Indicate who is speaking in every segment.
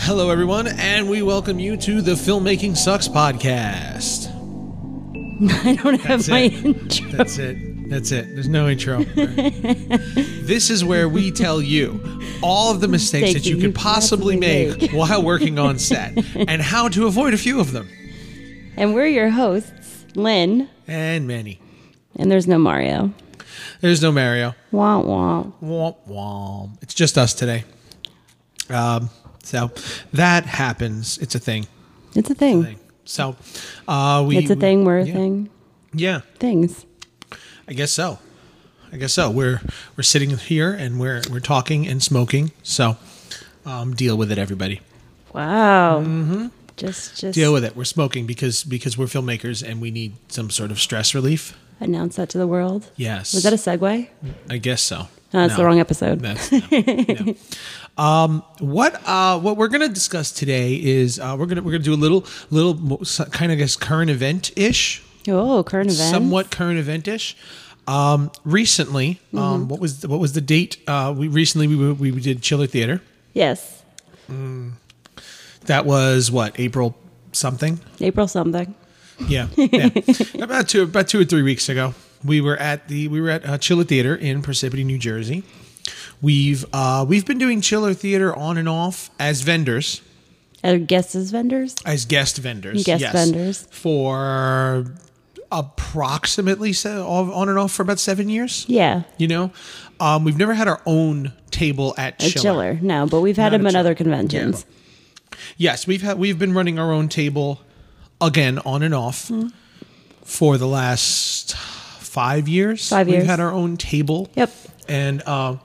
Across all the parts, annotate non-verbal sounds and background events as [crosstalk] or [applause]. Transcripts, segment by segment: Speaker 1: Hello, everyone, and we welcome you to the Filmmaking Sucks podcast.
Speaker 2: I don't have
Speaker 1: That's
Speaker 2: my
Speaker 1: it.
Speaker 2: intro.
Speaker 1: That's it. That's it. There's no
Speaker 2: [laughs]
Speaker 1: intro. this is where we tell you all of the mistakes
Speaker 2: Mistakes
Speaker 1: that you
Speaker 2: that
Speaker 1: could
Speaker 2: you
Speaker 1: possibly
Speaker 2: possibly
Speaker 1: make,
Speaker 2: make.
Speaker 1: while working on
Speaker 2: [laughs]
Speaker 1: set and how to avoid a few of them.
Speaker 2: And we're your hosts, Lynn,
Speaker 1: And many.
Speaker 2: and there's no Mario.
Speaker 1: There's no Mario.
Speaker 2: Wah wah.
Speaker 1: Womp womp. It's just us today. Um, so that happens. It's a thing.
Speaker 2: It's a thing.
Speaker 1: thing. So uh, we.
Speaker 2: It's a thing. We're a
Speaker 1: yeah.
Speaker 2: thing.
Speaker 1: Yeah,
Speaker 2: Things.
Speaker 1: I guess so. I guess so. We're we're sitting here and we're we're talking and smoking. So um, deal with it, everybody.
Speaker 2: Wow. Mm-hmm. Just just
Speaker 1: Deal with it. We're smoking because because we're filmmakers and we need some sort of stress relief.
Speaker 2: announce that to the world.
Speaker 1: Yes.
Speaker 2: Was that a segue?
Speaker 1: I guess so.
Speaker 2: No, that's the wrong episode.
Speaker 1: That's no, no. Um, what uh, what we're gonna discuss today is uh, we're gonna we're gonna do a little little kind of guess current event ish,
Speaker 2: Oh, current event.
Speaker 1: somewhat current event ish. Um, recently,
Speaker 2: Mm-hmm.
Speaker 1: um, what was the, what was the date? Uh, we recently we were- we did Chiller Theater.
Speaker 2: Yes.
Speaker 1: That was what April something.
Speaker 2: April something. [laughs]
Speaker 1: Yeah, yeah. about two about two or three weeks ago, we were at the we were at uh, Chiller Theater in Parsippany, New Jersey. We've uh, we've been doing Chiller Theater on and off as vendors,
Speaker 2: Our guests as vendors.
Speaker 1: as guest vendors,
Speaker 2: Guest vendors.
Speaker 1: for approximately se- on and off for about seven years.
Speaker 2: Yeah.
Speaker 1: You know, um, we've never had our own table at
Speaker 2: A
Speaker 1: Chiller.
Speaker 2: chiller. No, but we've had
Speaker 1: Not
Speaker 2: them
Speaker 1: a
Speaker 2: at
Speaker 1: chiller.
Speaker 2: other conventions.
Speaker 1: Yes, we've had we've been running our own table again on and off
Speaker 2: Hmm.
Speaker 1: for the last five years.
Speaker 2: Five
Speaker 1: we've
Speaker 2: years.
Speaker 1: had our own table.
Speaker 2: Yep.
Speaker 1: And uh,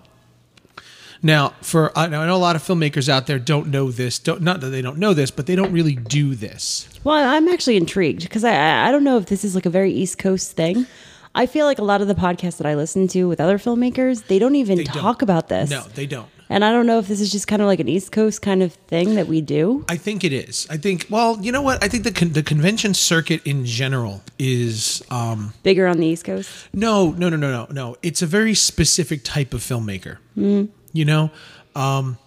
Speaker 1: now, for I know I know a lot of filmmakers out there don't know this. Don't not that they don't know this, but they don't really do this.
Speaker 2: Well, I'm actually intrigued because I- I I don't know if this is like a very East Coast thing. I feel like a lot of the podcasts that I listen to with other filmmakers, they don't even
Speaker 1: They don't.
Speaker 2: talk about this.
Speaker 1: No, they don't.
Speaker 2: And I don't know if this is just kind of like an East Coast kind of thing that we do.
Speaker 1: I think it is. I think. Well, you know what? I think the con- the convention circuit in general is um,
Speaker 2: Bigger on the East Coast.
Speaker 1: No, no, no, no, no, no. It's a very specific type of filmmaker.
Speaker 2: Hmm.
Speaker 1: You know, um,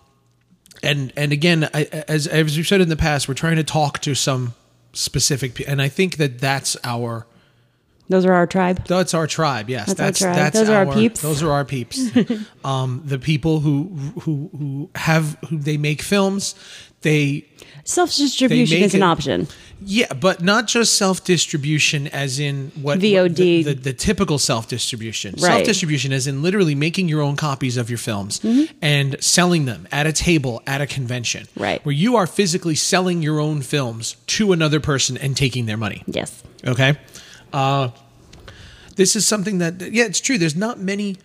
Speaker 1: and and again, I, as as we've said in the past, we're trying to talk to some specific, pe- and I think that that's our
Speaker 2: Those are our tribe.
Speaker 1: that's our tribe. Yes,
Speaker 2: That's our
Speaker 1: that's
Speaker 2: tribe.
Speaker 1: that's
Speaker 2: Those are our peeps.
Speaker 1: Those are our
Speaker 2: [laughs]
Speaker 1: peeps. um, the people who who who have who they make films. They
Speaker 2: Self distribution
Speaker 1: make
Speaker 2: is an
Speaker 1: it-
Speaker 2: option.
Speaker 1: yeah, but not just self distribution, as in what
Speaker 2: VOD.
Speaker 1: the, the, the typical self distribution.
Speaker 2: Right.
Speaker 1: Self distribution, as in literally making your own copies of your films
Speaker 2: Mm-hmm.
Speaker 1: and selling them at a table at a convention,
Speaker 2: Right.
Speaker 1: Where you are physically selling your own films to another person and taking their money.
Speaker 2: Yes.
Speaker 1: Okay, uh, this is something that yeah, it's true. There's not many.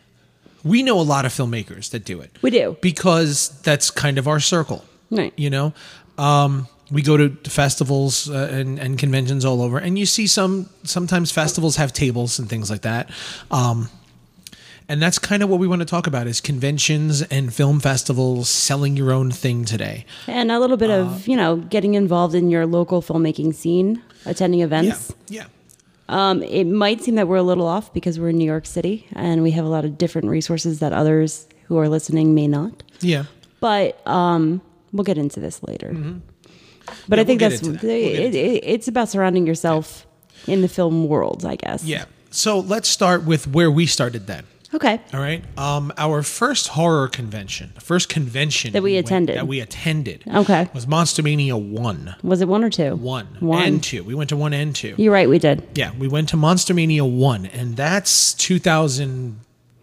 Speaker 1: We know a lot of filmmakers that do it
Speaker 2: We do.
Speaker 1: because that's kind of our circle
Speaker 2: Right.
Speaker 1: you know um, we go to festivals uh, and, and conventions all over and you see some sometimes festivals have tables and things like that um, and that's kind of what we want to talk about is conventions and film festivals selling your own thing today
Speaker 2: And a little bit
Speaker 1: Uh,
Speaker 2: of, you know, getting involved in your local filmmaking scene, attending
Speaker 1: yeah
Speaker 2: events.
Speaker 1: yeah
Speaker 2: Um, it might seem that we're a little off because we're in New York City and we have a lot of different resources that others who are listening may not.
Speaker 1: yeah
Speaker 2: But um, we'll get into this later. But
Speaker 1: Mm-hmm. Yeah,
Speaker 2: I think
Speaker 1: we'll get
Speaker 2: that's
Speaker 1: into that. We'll get
Speaker 2: it,
Speaker 1: into
Speaker 2: it, it's about surrounding yourself in the film world, I guess.
Speaker 1: yeah so let's start with where we started then
Speaker 2: Okay.
Speaker 1: all right um, our first horror convention the first convention
Speaker 2: That we
Speaker 1: went-
Speaker 2: attended.
Speaker 1: that we attended
Speaker 2: Okay.
Speaker 1: was monstermania 1
Speaker 2: Was it one or two?
Speaker 1: 1
Speaker 2: One.
Speaker 1: and 2 we went to 1 and 2
Speaker 2: You're right. We did.
Speaker 1: Yeah, we went to Monster Mania 1, and that's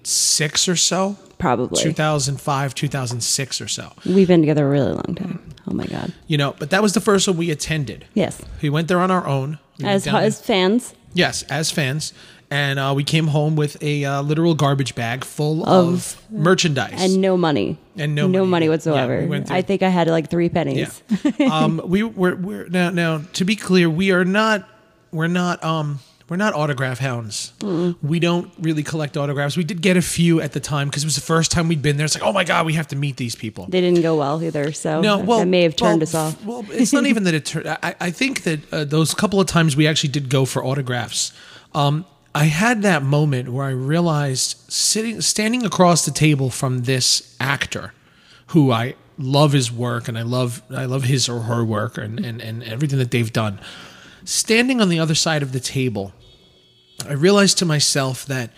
Speaker 1: 2006 or so.
Speaker 2: Probably.
Speaker 1: 2005, 2006 or so.
Speaker 2: We've been together a really long time.
Speaker 1: Mm-hmm.
Speaker 2: Oh my god.
Speaker 1: You know, but that was the first one we attended.
Speaker 2: Yes.
Speaker 1: We went there on our own. We went
Speaker 2: As
Speaker 1: down-
Speaker 2: as fans
Speaker 1: yes, as fans. And uh, we came home with a uh, literal garbage bag full of, merchandise.
Speaker 2: and no money.
Speaker 1: And no money. Yeah, we
Speaker 2: whatsoever.
Speaker 1: went through-
Speaker 2: I think I had like three pennies.
Speaker 1: Yeah. [laughs] um, we we're, we're now now to be clear, we are not we're not um we're not autograph hounds. We don't really collect autographs. We did get a few at the time because it was the first time we'd been there. It's like, oh my god, we have to meet these people.
Speaker 2: They didn't go well either, so
Speaker 1: No, well,
Speaker 2: that may have turned
Speaker 1: well,
Speaker 2: us off.
Speaker 1: f- Well, it's not even that it turned. I, I think that uh, those couple of times we actually did go for autographs. Um, I had that moment where I realized sitting, standing across the table from this actor, who I love his work and I love I love his or her work and, and, and everything that they've done. Standing on the other side of the table, I realized to myself that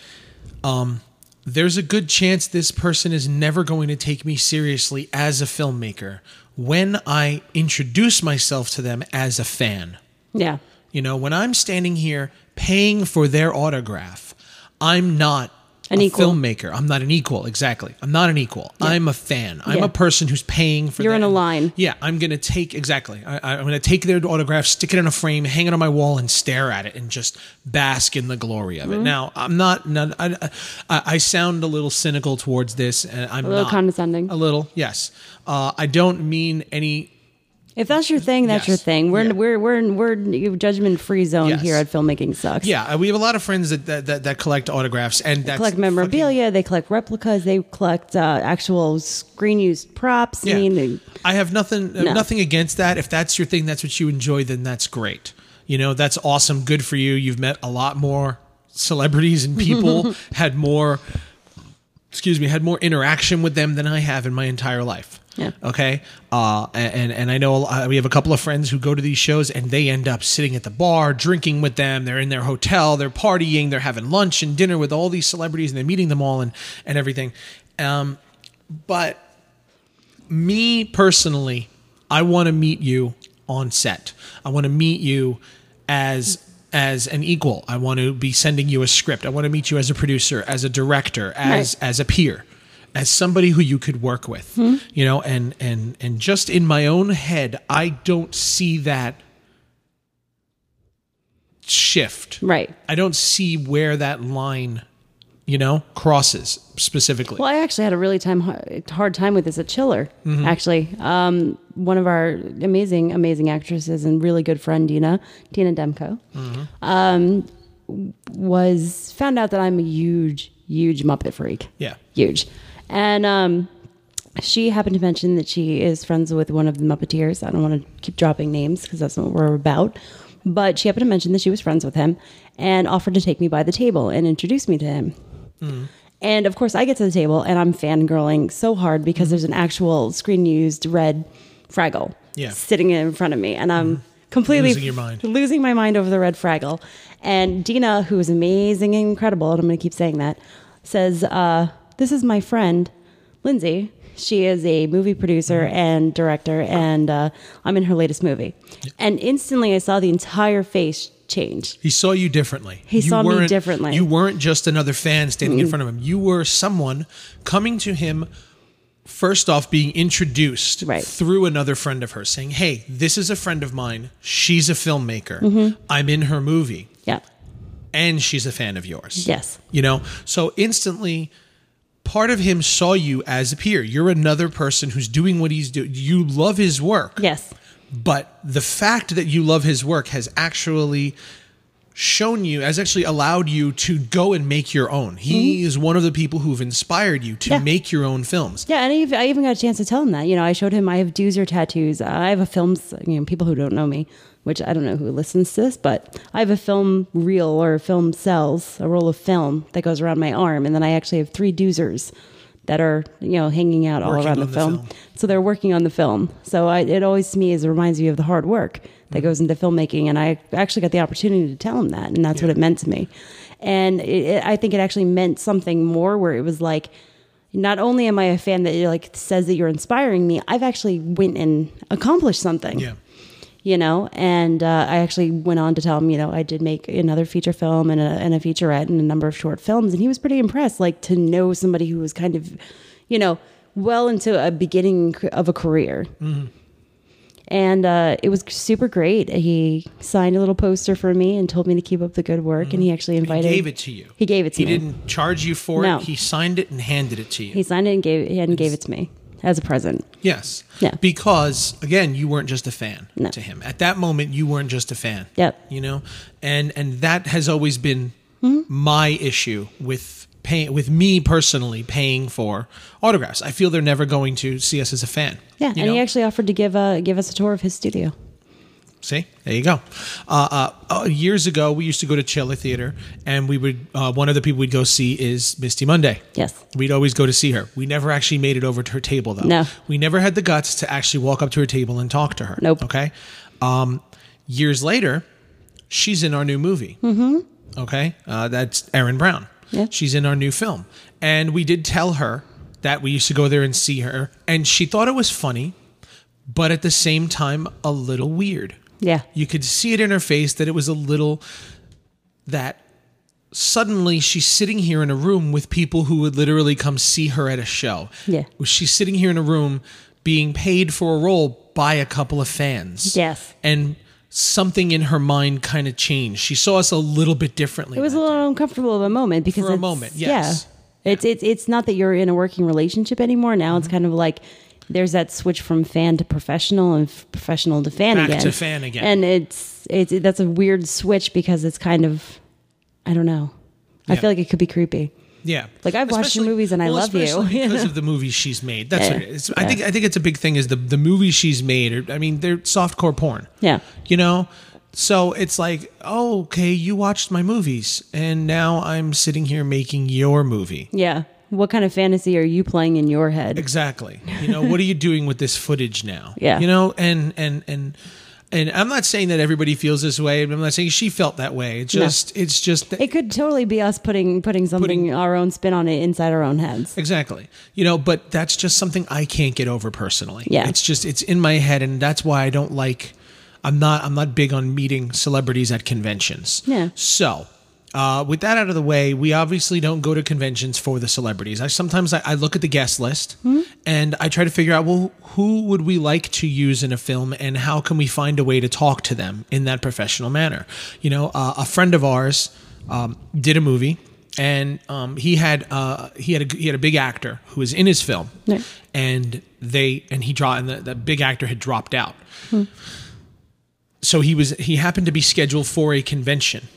Speaker 1: um, there's a good chance this person is never going to take me seriously as a filmmaker when I introduce myself to them as a fan.
Speaker 2: Yeah.
Speaker 1: You know, when I'm standing here paying for their autograph, I'm not
Speaker 2: An
Speaker 1: a
Speaker 2: equal.
Speaker 1: filmmaker. I'm not an equal. Exactly. I'm not an equal. I'm a fan. I'm
Speaker 2: Yeah.
Speaker 1: a person who's paying for.
Speaker 2: You're in
Speaker 1: them.
Speaker 2: a line.
Speaker 1: Yeah, I'm gonna take exactly. I, I- I'm gonna take their autograph, stick it in a frame, hang it on my wall, and stare at it and just bask in the glory of it.
Speaker 2: Mm-hmm.
Speaker 1: Now, I'm not. not I, I, I sound a little cynical towards this, and I'm
Speaker 2: A little
Speaker 1: not.
Speaker 2: condescending.
Speaker 1: A little, yes. Uh, I don't mean any
Speaker 2: If that's your thing, that's
Speaker 1: Yes.
Speaker 2: your thing. We're
Speaker 1: Yeah.
Speaker 2: in, we're we're in, we're in judgment free zone
Speaker 1: Yes.
Speaker 2: here at filmmaking sucks.
Speaker 1: Yeah, uh, we have a lot of friends that that, that, that collect autographs and that's
Speaker 2: collect memorabilia. they collect replicas. They collect uh, actual screen used props.
Speaker 1: fucking-
Speaker 2: I
Speaker 1: yeah.
Speaker 2: mean, they-
Speaker 1: I have nothing uh,
Speaker 2: No.
Speaker 1: nothing against that. If that's your thing, that's what you enjoy, then that's great. You know, that's awesome. Good for you. You've met a lot more celebrities and
Speaker 2: [laughs]
Speaker 1: people had more excuse me, had more interaction with them than I have in my entire life.
Speaker 2: Yeah.
Speaker 1: Okay. Uh, and and I know uh, we have a couple of friends who go to these shows and they end up sitting at the bar, drinking with them. They're in their hotel, they're partying, they're having lunch and dinner with all these celebrities, and they're meeting them all and and everything. Um, but me personally, I want to meet you on set. I want to meet you as as an equal. I want to be sending you a script. I want to meet you as a producer, as a director, as as a peer, as somebody who you could work with.
Speaker 2: Hmm?
Speaker 1: You know, and and and just in my own head, I don't see that shift.
Speaker 2: right.
Speaker 1: I don't see where that line, you know, crosses specifically.
Speaker 2: Well, I actually had a really time hard, hard time with this at Chiller.
Speaker 1: Mm-hmm.
Speaker 2: Actually, um, one of our amazing, amazing actresses and really good friend, Dina Dina Demko,
Speaker 1: Mm-hmm.
Speaker 2: um, was found out that I'm a huge, huge Muppet freak,
Speaker 1: Yeah.
Speaker 2: huge, and um, she happened to mention that she is friends with one of the Muppeteers. I don't want to keep dropping names because that's not what we're about. But she happened to mention that she was friends with him and offered to take me by the table and introduce me to him. And of course, I get to the table and I'm fangirling so hard because there's an actual screen used red Fraggle
Speaker 1: Yeah.
Speaker 2: sitting in front of me. And I'm completely
Speaker 1: Losing your mind.
Speaker 2: losing my mind over the red Fraggle. And Dina, who is amazing and incredible, and I'm going to keep saying that, says, uh, This is my friend, Lindsay. She is a movie producer
Speaker 1: Mm-hmm.
Speaker 2: and director, and uh, I'm in her latest movie. And instantly, I saw the entire face change.
Speaker 1: He saw you differently. He
Speaker 2: saw me differently. Mm.
Speaker 1: You weren't just another fan standing in front of him. You were someone coming to him. First off, being introduced
Speaker 2: Right.
Speaker 1: through another friend of hers, saying, "Hey, this is a friend of mine. She's a filmmaker.
Speaker 2: Mm-hmm.
Speaker 1: I'm in her movie,
Speaker 2: Yeah.
Speaker 1: and she's a fan of yours."
Speaker 2: Yes.
Speaker 1: You know, so instantly, part of him saw you as a peer. You're another person who's doing what he's doing. You love his work
Speaker 2: Yes.
Speaker 1: but the fact that you love his work has actually shown you has actually allowed you to go and make your own he is one of the people who've inspired you to
Speaker 2: Mm-hmm. Yeah.
Speaker 1: make your own films
Speaker 2: Yeah, and I even, I even got a chance to tell him that. You know, I showed him I have doozer tattoos. I have a film, you know, people who don't know me, which I don't know who listens to this, but I have a film reel or film cells, a roll of film that goes around my arm. And then I actually have three doozers that are, you know, hanging out all
Speaker 1: Working
Speaker 2: around the
Speaker 1: on the
Speaker 2: film.
Speaker 1: film.
Speaker 2: So they're working on the film. So I, it always to me is reminds me of the hard work that goes into filmmaking. And I actually got the opportunity to tell him that, and that's what it meant to me. And it, it, I think it actually meant something more, where it was like, not only am I a fan that like says that you're inspiring me, I've actually went and accomplished something
Speaker 1: yeah
Speaker 2: you know. And uh, I actually went on to tell him, you know, I did make another feature film and a, and a featurette and a number of short films, and he was pretty impressed, like to know somebody who was kind of, you know, well into a beginning of a career.
Speaker 1: Mm-hmm.
Speaker 2: And uh, it was super great. He signed a little poster for me and told me to keep up the good work. And he actually
Speaker 1: Mm-hmm. he
Speaker 2: invited.
Speaker 1: gave it to you
Speaker 2: He gave it
Speaker 1: he
Speaker 2: to me.
Speaker 1: didn't charge you for
Speaker 2: No.
Speaker 1: it he signed it and handed it to you
Speaker 2: He signed it and gave and gave it to me as a present.
Speaker 1: yes
Speaker 2: Yeah.
Speaker 1: because again you weren't just a fan
Speaker 2: No.
Speaker 1: to him at that moment you weren't just a fan
Speaker 2: Yep.
Speaker 1: you know and and that has always been
Speaker 2: Mm-hmm.
Speaker 1: my issue with paying with me personally paying for autographs i feel they're never going to see us as a fan
Speaker 2: Yeah,
Speaker 1: you
Speaker 2: and
Speaker 1: know?
Speaker 2: he actually offered to give uh, give us a tour of his studio.
Speaker 1: See, there you go. Uh, uh, uh, years ago, we used to go to Chiller Theater, and we would uh, one of the people we'd go see is Misty Monday.
Speaker 2: Yes.
Speaker 1: We'd always go to see her. We never actually made it over to her table, though.
Speaker 2: No.
Speaker 1: We never had the guts to actually walk up to her table and talk to her.
Speaker 2: Nope.
Speaker 1: Okay. Um, years later, she's in our new movie. Mm-hmm. Okay. Uh, that's Erin Brown.
Speaker 2: Yeah.
Speaker 1: She's in our new film. And we did tell her that we used to go there and see her. And she thought it was funny, but at the same time, a little weird.
Speaker 2: Yeah.
Speaker 1: You could see it in her face that it was a little that suddenly she's sitting here in a room with people who would literally come see her at a show.
Speaker 2: Yeah.
Speaker 1: She's sitting here in a room being paid for a role by a couple of fans.
Speaker 2: Yes.
Speaker 1: And something in her mind kind of changed. She saw us a little bit differently.
Speaker 2: It was a little uncomfortable of a moment because
Speaker 1: For a
Speaker 2: it's-
Speaker 1: moment, yes.
Speaker 2: yeah. It's it's it's not that you're in a working relationship anymore. Now
Speaker 1: Mm-hmm.
Speaker 2: it's kind of like there's that switch from fan to professional and f- professional to fan
Speaker 1: Back
Speaker 2: again.
Speaker 1: to fan again.
Speaker 2: And it's it's it, that's a weird switch because it's kind of I don't know. I
Speaker 1: Yeah.
Speaker 2: feel like it could be creepy.
Speaker 1: Yeah,
Speaker 2: Like, I've watched your movies and I love you.
Speaker 1: especially
Speaker 2: [laughs]
Speaker 1: because of the movies she's made. That's
Speaker 2: Yeah.
Speaker 1: what it is. I
Speaker 2: Yeah.
Speaker 1: think I think it's a big thing is the the movies she's made. Are, I mean, they're softcore porn.
Speaker 2: Yeah.
Speaker 1: you know. So it's like, oh, okay, you watched my movies, and now I'm sitting here making your movie.
Speaker 2: Yeah. What kind of fantasy are you playing in your head?
Speaker 1: Exactly. You know, what are you doing with this footage now?
Speaker 2: [laughs] Yeah.
Speaker 1: You know, and and and and I'm not saying that everybody feels this way. I'm not saying she felt that way. It's
Speaker 2: No.
Speaker 1: just it's just that-
Speaker 2: It could totally be us putting putting something
Speaker 1: Putting-
Speaker 2: our own spin on it inside our own heads.
Speaker 1: Exactly. You know, but that's just something I can't get over personally.
Speaker 2: Yeah.
Speaker 1: It's just it's in my head and that's why I don't like I'm not I'm not big on meeting celebrities at conventions.
Speaker 2: Yeah.
Speaker 1: So uh, with that out of the way, we obviously don't go to conventions for the celebrities. I sometimes I, I look at the guest list and I try to figure out well who would we like to use in a film and how can we find a way to talk to them in that professional manner. You know, uh, a friend of ours um, did a movie and um, he had uh, he had a, he had a big actor who was in his film,
Speaker 2: Yeah.
Speaker 1: and they and he draw and the, the big actor had dropped out. So he was he happened to be scheduled for a convention,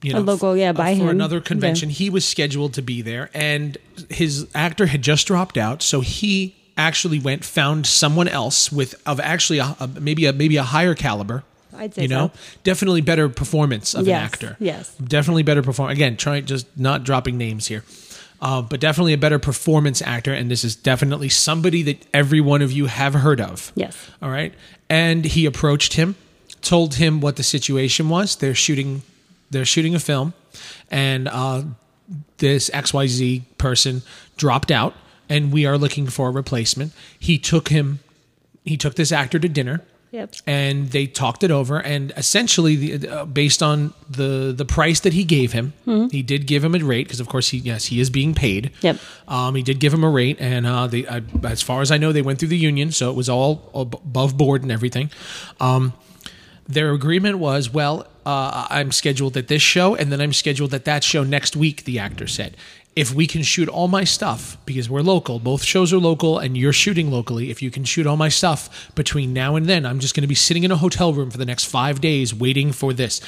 Speaker 1: you
Speaker 2: A
Speaker 1: know,
Speaker 2: local, yeah,
Speaker 1: f-
Speaker 2: by
Speaker 1: for
Speaker 2: him.
Speaker 1: another
Speaker 2: Yeah.
Speaker 1: convention. He was scheduled to be there, and his actor had just dropped out, so he actually went found someone else with of actually a, a- maybe a maybe a higher caliber.
Speaker 2: I'd say
Speaker 1: you know
Speaker 2: so.
Speaker 1: definitely better performance of an
Speaker 2: Yes,
Speaker 1: actor.
Speaker 2: yes.
Speaker 1: definitely better perform. Again, trying just not dropping names here, uh, but definitely a better performance actor. And this is definitely somebody that every one of you have heard of.
Speaker 2: Yes.
Speaker 1: All right. And he approached him, told him what the situation was. They're shooting, they're shooting a film, and uh, this XYZ person dropped out and we are looking for a replacement. He took him he took this actor to dinner.
Speaker 2: Yep.
Speaker 1: And they talked it over and essentially the, uh, based on the the price that he gave him, he did give him a rate because of course he yes, he is being paid.
Speaker 2: Yep.
Speaker 1: Um, he did give him a rate and uh, they I, as far as I know they went through the union so it was all ab- above board and everything. Um, their agreement was well uh, i'm scheduled at this show and then i'm scheduled at that show next week the actor said if we can shoot all my stuff because we're local both shows are local and you're shooting locally if you can shoot all my stuff between now and then i'm just going to be sitting in a hotel room for the next five days waiting for this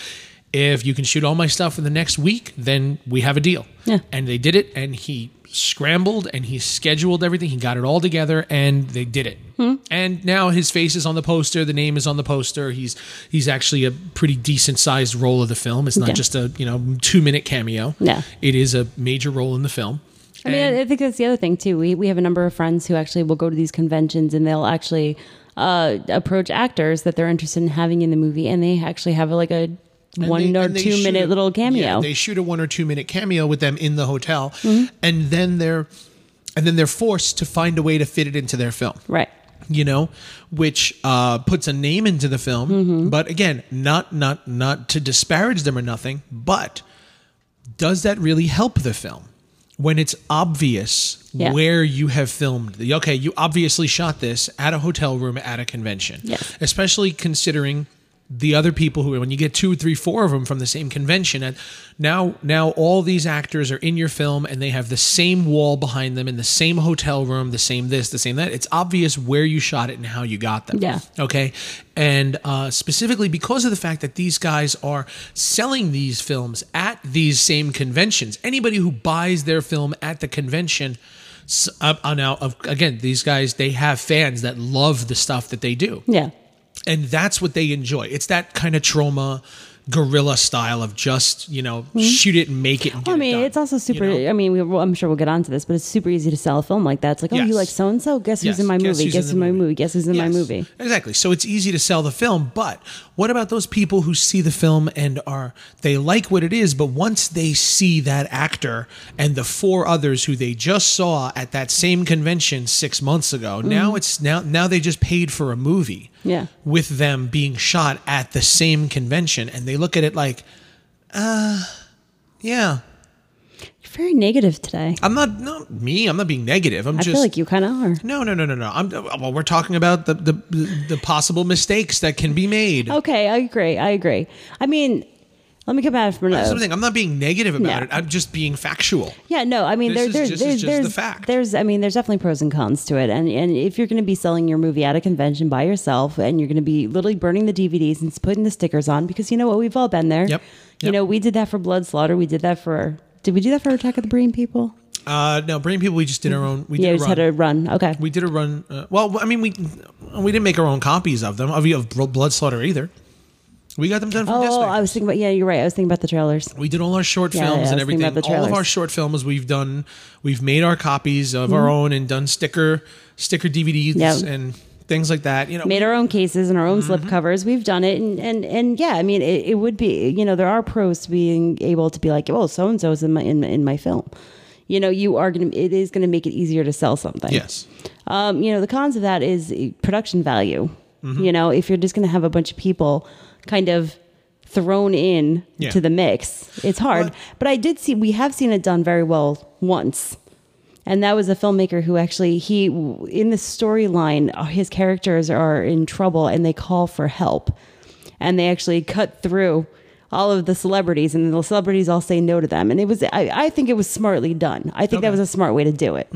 Speaker 1: if you can shoot all my stuff in the next week then we have a deal
Speaker 2: Yeah.
Speaker 1: and they did it and he scrambled and he scheduled everything he got it all together and they did it
Speaker 2: Hmm.
Speaker 1: and now his face is on the poster the name is on the poster he's he's actually a pretty decent sized role of the film it's not
Speaker 2: Yeah.
Speaker 1: just a you know two minute cameo
Speaker 2: Yeah.
Speaker 1: it is a major role in the film
Speaker 2: I mean,
Speaker 1: And-
Speaker 2: I- I think that's the other thing too. We we have a number of friends who actually will go to these conventions and they'll actually uh, approach actors that they're interested in having in the movie, and they actually have like a
Speaker 1: and
Speaker 2: one
Speaker 1: they-
Speaker 2: or
Speaker 1: and they
Speaker 2: two
Speaker 1: shoot
Speaker 2: minute
Speaker 1: a-
Speaker 2: little cameo. Mm-hmm.
Speaker 1: yeah, they shoot a one or two minute cameo with them in the hotel and then they're and then they're forced to find a way to fit it into their film
Speaker 2: right.
Speaker 1: you know, which uh, puts a name into the film. But again, not not not to disparage them or nothing, but does that really help the film when it's obvious
Speaker 2: Yeah.
Speaker 1: where you have filmed the? Okay, you obviously shot this at a hotel room at a convention,
Speaker 2: Yes.
Speaker 1: especially considering the other people who when you get two three four of them from the same convention and now now all these actors are in your film and they have the same wall behind them in the same hotel room the same this the same that it's obvious where you shot it and how you got them
Speaker 2: Yeah.
Speaker 1: okay and uh, specifically because of the fact that these guys are selling these films at these same conventions anybody who buys their film at the convention s- uh, uh, now of- again these guys they have fans that love the stuff that they do
Speaker 2: Yeah.
Speaker 1: and that's what they enjoy. It's that kind of trauma guerrilla style of just you know shoot it and make it. And get
Speaker 2: Mm-hmm. Well, I mean,
Speaker 1: it done,
Speaker 2: it's also
Speaker 1: you
Speaker 2: super.
Speaker 1: know?
Speaker 2: I mean, we, well, I'm sure we'll get onto this, but it's super easy to sell a film like that. It's like, oh,
Speaker 1: Yes.
Speaker 2: you like so and so? Guess
Speaker 1: Yes.
Speaker 2: who's in my
Speaker 1: Guess
Speaker 2: movie?
Speaker 1: who's
Speaker 2: Guess who's in my movie? Guess who's in my
Speaker 1: Yes.
Speaker 2: movie?
Speaker 1: Exactly. So it's easy to sell the film, but what about those people who see the film and are they like what it is, but once they see that actor and the four others who they just saw at that same convention 6 months ago, now it's now now they just paid for a movie.
Speaker 2: Mm-hmm. Yeah.
Speaker 1: With them being shot at the same convention and they look at it like uh yeah,
Speaker 2: You're very negative today.
Speaker 1: I'm not not me. I'm not being negative. I'm
Speaker 2: I
Speaker 1: just
Speaker 2: feel like you kind of are.
Speaker 1: no, no, no, no, no. I'm well. We're talking about the the, the possible mistakes that can be made.
Speaker 2: Okay, I agree. I agree. I mean, let me come at it from
Speaker 1: That's
Speaker 2: another.
Speaker 1: what I'm saying. I'm not being negative about
Speaker 2: No.
Speaker 1: it. I'm just being factual.
Speaker 2: Yeah, no, I mean
Speaker 1: This
Speaker 2: there,
Speaker 1: is
Speaker 2: there's
Speaker 1: just-
Speaker 2: there's
Speaker 1: it's just
Speaker 2: there's,
Speaker 1: the fact.
Speaker 2: there's I mean there's definitely pros and cons to it, and and if you're going to be selling your movie at a convention by yourself, and you're going to be literally burning the DVDs and putting the stickers on, because you know what, we've all been there.
Speaker 1: Yep.
Speaker 2: You
Speaker 1: Yep.
Speaker 2: know, we did that for Blood Slaughter. We did that for. Did we do that for Attack of the Brain People?
Speaker 1: Uh, no, brain people. We just did our own. We did
Speaker 2: yeah, we
Speaker 1: a
Speaker 2: just
Speaker 1: run.
Speaker 2: had a run. Okay.
Speaker 1: we did a run. Uh, well, I mean, we we didn't make our own copies of them of, of Bl- Blood Slaughter either. We got them done from.
Speaker 2: oh,
Speaker 1: Disney.
Speaker 2: I was thinking about. Yeah, you're right. I was thinking about the trailers.
Speaker 1: We did all our short
Speaker 2: Yeah, yeah,
Speaker 1: films
Speaker 2: I
Speaker 1: and
Speaker 2: was thinking
Speaker 1: everything.
Speaker 2: about the
Speaker 1: All of
Speaker 2: trailers.
Speaker 1: our short films we've done. We've made our copies of
Speaker 2: Mm-hmm.
Speaker 1: our own and done sticker sticker DVDs
Speaker 2: Yep.
Speaker 1: and things like that. You know,
Speaker 2: made our own cases and our own slip covers. We've done it, and and and yeah, I mean, it, it would be you know there are pros to being able to be like, oh, so and so's in my in, in my film. You know, you are gonna. It is gonna make it easier to sell something.
Speaker 1: yes.
Speaker 2: Um, you know, the cons of that is eh, production value.
Speaker 1: Mm-hmm.
Speaker 2: You know, if you're just gonna have a bunch of people kind of thrown in
Speaker 1: Yeah.
Speaker 2: to the mix, it's hard.
Speaker 1: But-
Speaker 2: but I did see we have seen it done very well once and that was a filmmaker who actually he in the storyline uh, his characters are in trouble and they call for help and they actually cut through all of the celebrities and the celebrities all say no to them and it was i, I think it was smartly done i think
Speaker 1: Okay. Mm-hmm.
Speaker 2: that was a smart way to do it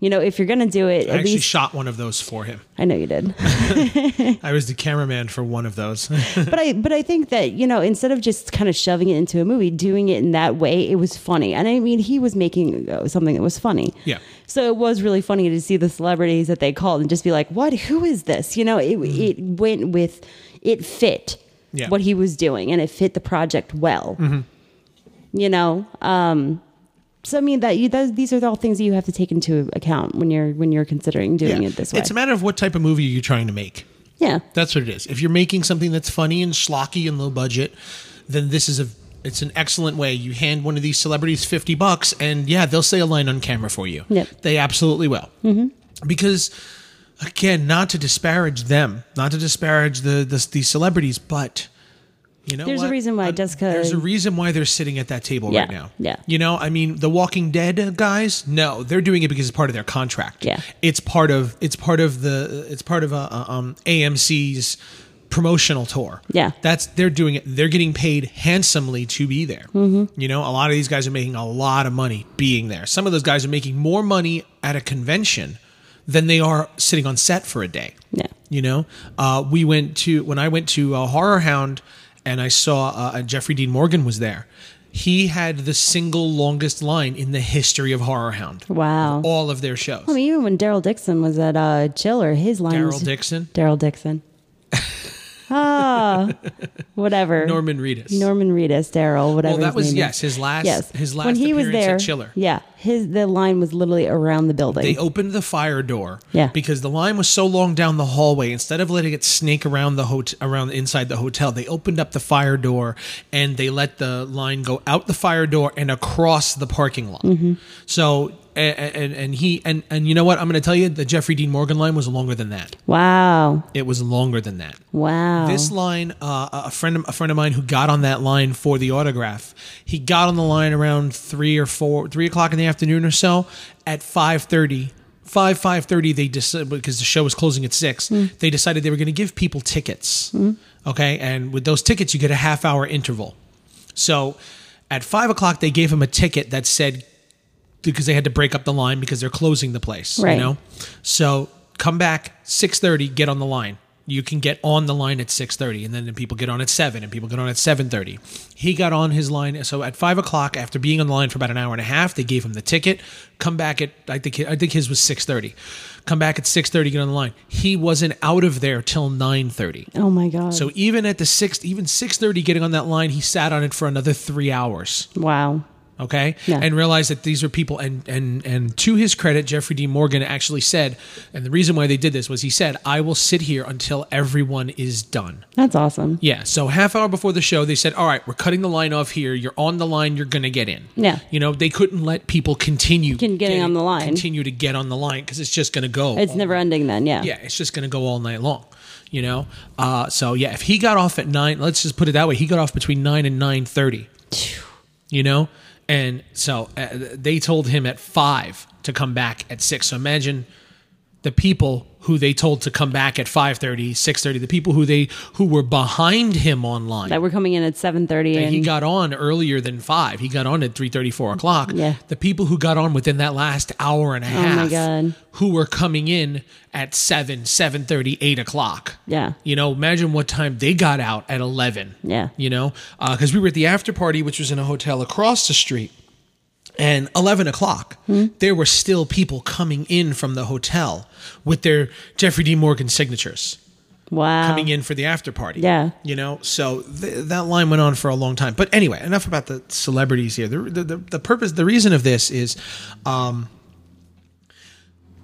Speaker 2: you know if you're gonna do it
Speaker 1: I
Speaker 2: at
Speaker 1: actually
Speaker 2: least
Speaker 1: shot one of those for him.
Speaker 2: i know you
Speaker 1: [laughs]
Speaker 2: did
Speaker 1: I was the cameraman for one of those. [laughs]
Speaker 2: but I but I think that you know instead of just kind of shoving it into a movie, doing it in that way, it was funny. And I mean, he was making uh, something that was funny.
Speaker 1: Yeah.
Speaker 2: So it was really funny to see the celebrities that they called and just be like, "What? Who is this?" You know, it it went with it fit
Speaker 1: Mm-hmm. Yeah. Mm-hmm.
Speaker 2: what he was doing, and it fit the project well. You know. Um, so I mean that you those, these are all things that you have to take into account when you're when you're considering doing it this way.
Speaker 1: It's a matter of what type of movie you're trying to make.
Speaker 2: yeah.
Speaker 1: That's what it is. If you're making something that's funny and schlocky and low budget, then this is a it's an excellent way. You hand one of these celebrities fifty bucks, and yeah, they'll say a line on camera for you.
Speaker 2: Yep.
Speaker 1: They absolutely will. Mm-hmm. Because again, not to disparage them, not to disparage the, the these celebrities, but you know,
Speaker 2: There's a
Speaker 1: what?
Speaker 2: reason why Jessica-
Speaker 1: There's a reason why they're sitting at that table right
Speaker 2: Yeah,
Speaker 1: now.
Speaker 2: yeah.
Speaker 1: You know, I mean, The Walking Dead guys, no, they're doing it because it's part of their contract.
Speaker 2: Yeah.
Speaker 1: It's part of it's part of the it's part of a, a, um, AMC's promotional tour.
Speaker 2: Yeah.
Speaker 1: That's they're doing it. They're getting paid handsomely to be there. Mm-hmm. You know, a lot of these guys are making a lot of money being there. Some of those guys are making more money at a convention than they are sitting on set for a day.
Speaker 2: Yeah.
Speaker 1: You know, uh, we went to when I went to uh, Horror Hound, and I saw uh, uh, Jeffrey Dean Morgan was there. He had the single longest line in the history of Horror Hound.
Speaker 2: Wow.
Speaker 1: All of their shows.
Speaker 2: I mean, even when Daryl Dixon was at uh, Chiller, his line
Speaker 1: Daryl
Speaker 2: was
Speaker 1: Dixon, [laughs]
Speaker 2: Daryl Dixon. ah, whatever.
Speaker 1: Norman Reedus.
Speaker 2: Norman Reedus, Daryl, whatever.
Speaker 1: well, that
Speaker 2: his
Speaker 1: was
Speaker 2: name
Speaker 1: yes,
Speaker 2: is.
Speaker 1: his last
Speaker 2: yes.
Speaker 1: his last
Speaker 2: when he was
Speaker 1: appearance
Speaker 2: there,
Speaker 1: at Chiller.
Speaker 2: Yeah, his the line was literally around the building.
Speaker 1: They opened the fire door
Speaker 2: Yeah.
Speaker 1: because the line was so long down the hallway. Instead of letting it snake around the hot- around inside the hotel, they opened up the fire door and they let the line go out the fire door and across the parking lot.
Speaker 2: Mm-hmm.
Speaker 1: So and, and and he and and you know what? I'm going to tell you the Jeffrey Dean Morgan line was longer than that.
Speaker 2: wow,
Speaker 1: It was longer than that.
Speaker 2: wow.
Speaker 1: This line, uh, a friend, a friend of mine who got on that line for the autograph, he got on the line around three or four, three o'clock in the afternoon or so. At five thirty, five five thirty, they decided because the show was closing at six, they decided they were going to give people tickets. Okay, and with those tickets, you get a half hour interval. So, at five o'clock, they gave him a ticket that said because they had to break up the line because they're closing the place.
Speaker 2: Right.
Speaker 1: You know, so come back six thirty, get on the line. you can get on the line at 6.30 and then people get on at 7 and people get on at 7.30 he got on his line so at 5 o'clock after being on the line for about an hour and a half they gave him the ticket come back at i think, I think his was 6.30 come back at 6.30 get on the line he wasn't out of there till 9.30
Speaker 2: Oh my god.
Speaker 1: so even at the 6 even 6.30 getting on that line he sat on it for another three hours
Speaker 2: wow.
Speaker 1: okay
Speaker 2: Yeah.
Speaker 1: and realize that these are people and and and to his credit jeffrey d morgan actually said and the reason why they did this was he said i will sit here until everyone is done
Speaker 2: That's awesome.
Speaker 1: yeah so half hour before the show they said all right we're cutting the line off here you're on the line you're gonna get in
Speaker 2: Yeah.
Speaker 1: you know they couldn't let people continue
Speaker 2: Can- getting on the line.
Speaker 1: continue to get on the line because it's just gonna go
Speaker 2: It's
Speaker 1: all
Speaker 2: never ending then, yeah.
Speaker 1: yeah, it's just going to go all night long, you know. Uh, so yeah, if he got off at nine, let's just put it that way, he got off between nine and nine thirty, you know. And so uh, they told him at five to come back at six. So imagine the people who they told to come back at 5.30 6.30 the people who they who were behind him online
Speaker 2: That we're coming in at seven thirty
Speaker 1: and
Speaker 2: and
Speaker 1: he got on earlier than five. He got on at three thirty, four o'clock.
Speaker 2: Yeah. Oh
Speaker 1: The people who got on within that last hour and a
Speaker 2: my
Speaker 1: half,
Speaker 2: God.
Speaker 1: who were coming in at seven, seven thirty, eight o'clock.
Speaker 2: Yeah.
Speaker 1: You know, imagine what time they got out at eleven.
Speaker 2: Yeah.
Speaker 1: You know, because we were at the after party, which was in a hotel across the street. And 11 o'clock,
Speaker 2: Hmm?
Speaker 1: there were still people coming in from the hotel with their Jeffrey D. Morgan signatures
Speaker 2: Wow.
Speaker 1: coming in for the after party.
Speaker 2: Yeah.
Speaker 1: You know, so th- that line went on for a long time. But anyway, enough about the celebrities here. The, the, the, the purpose, the reason of this is um,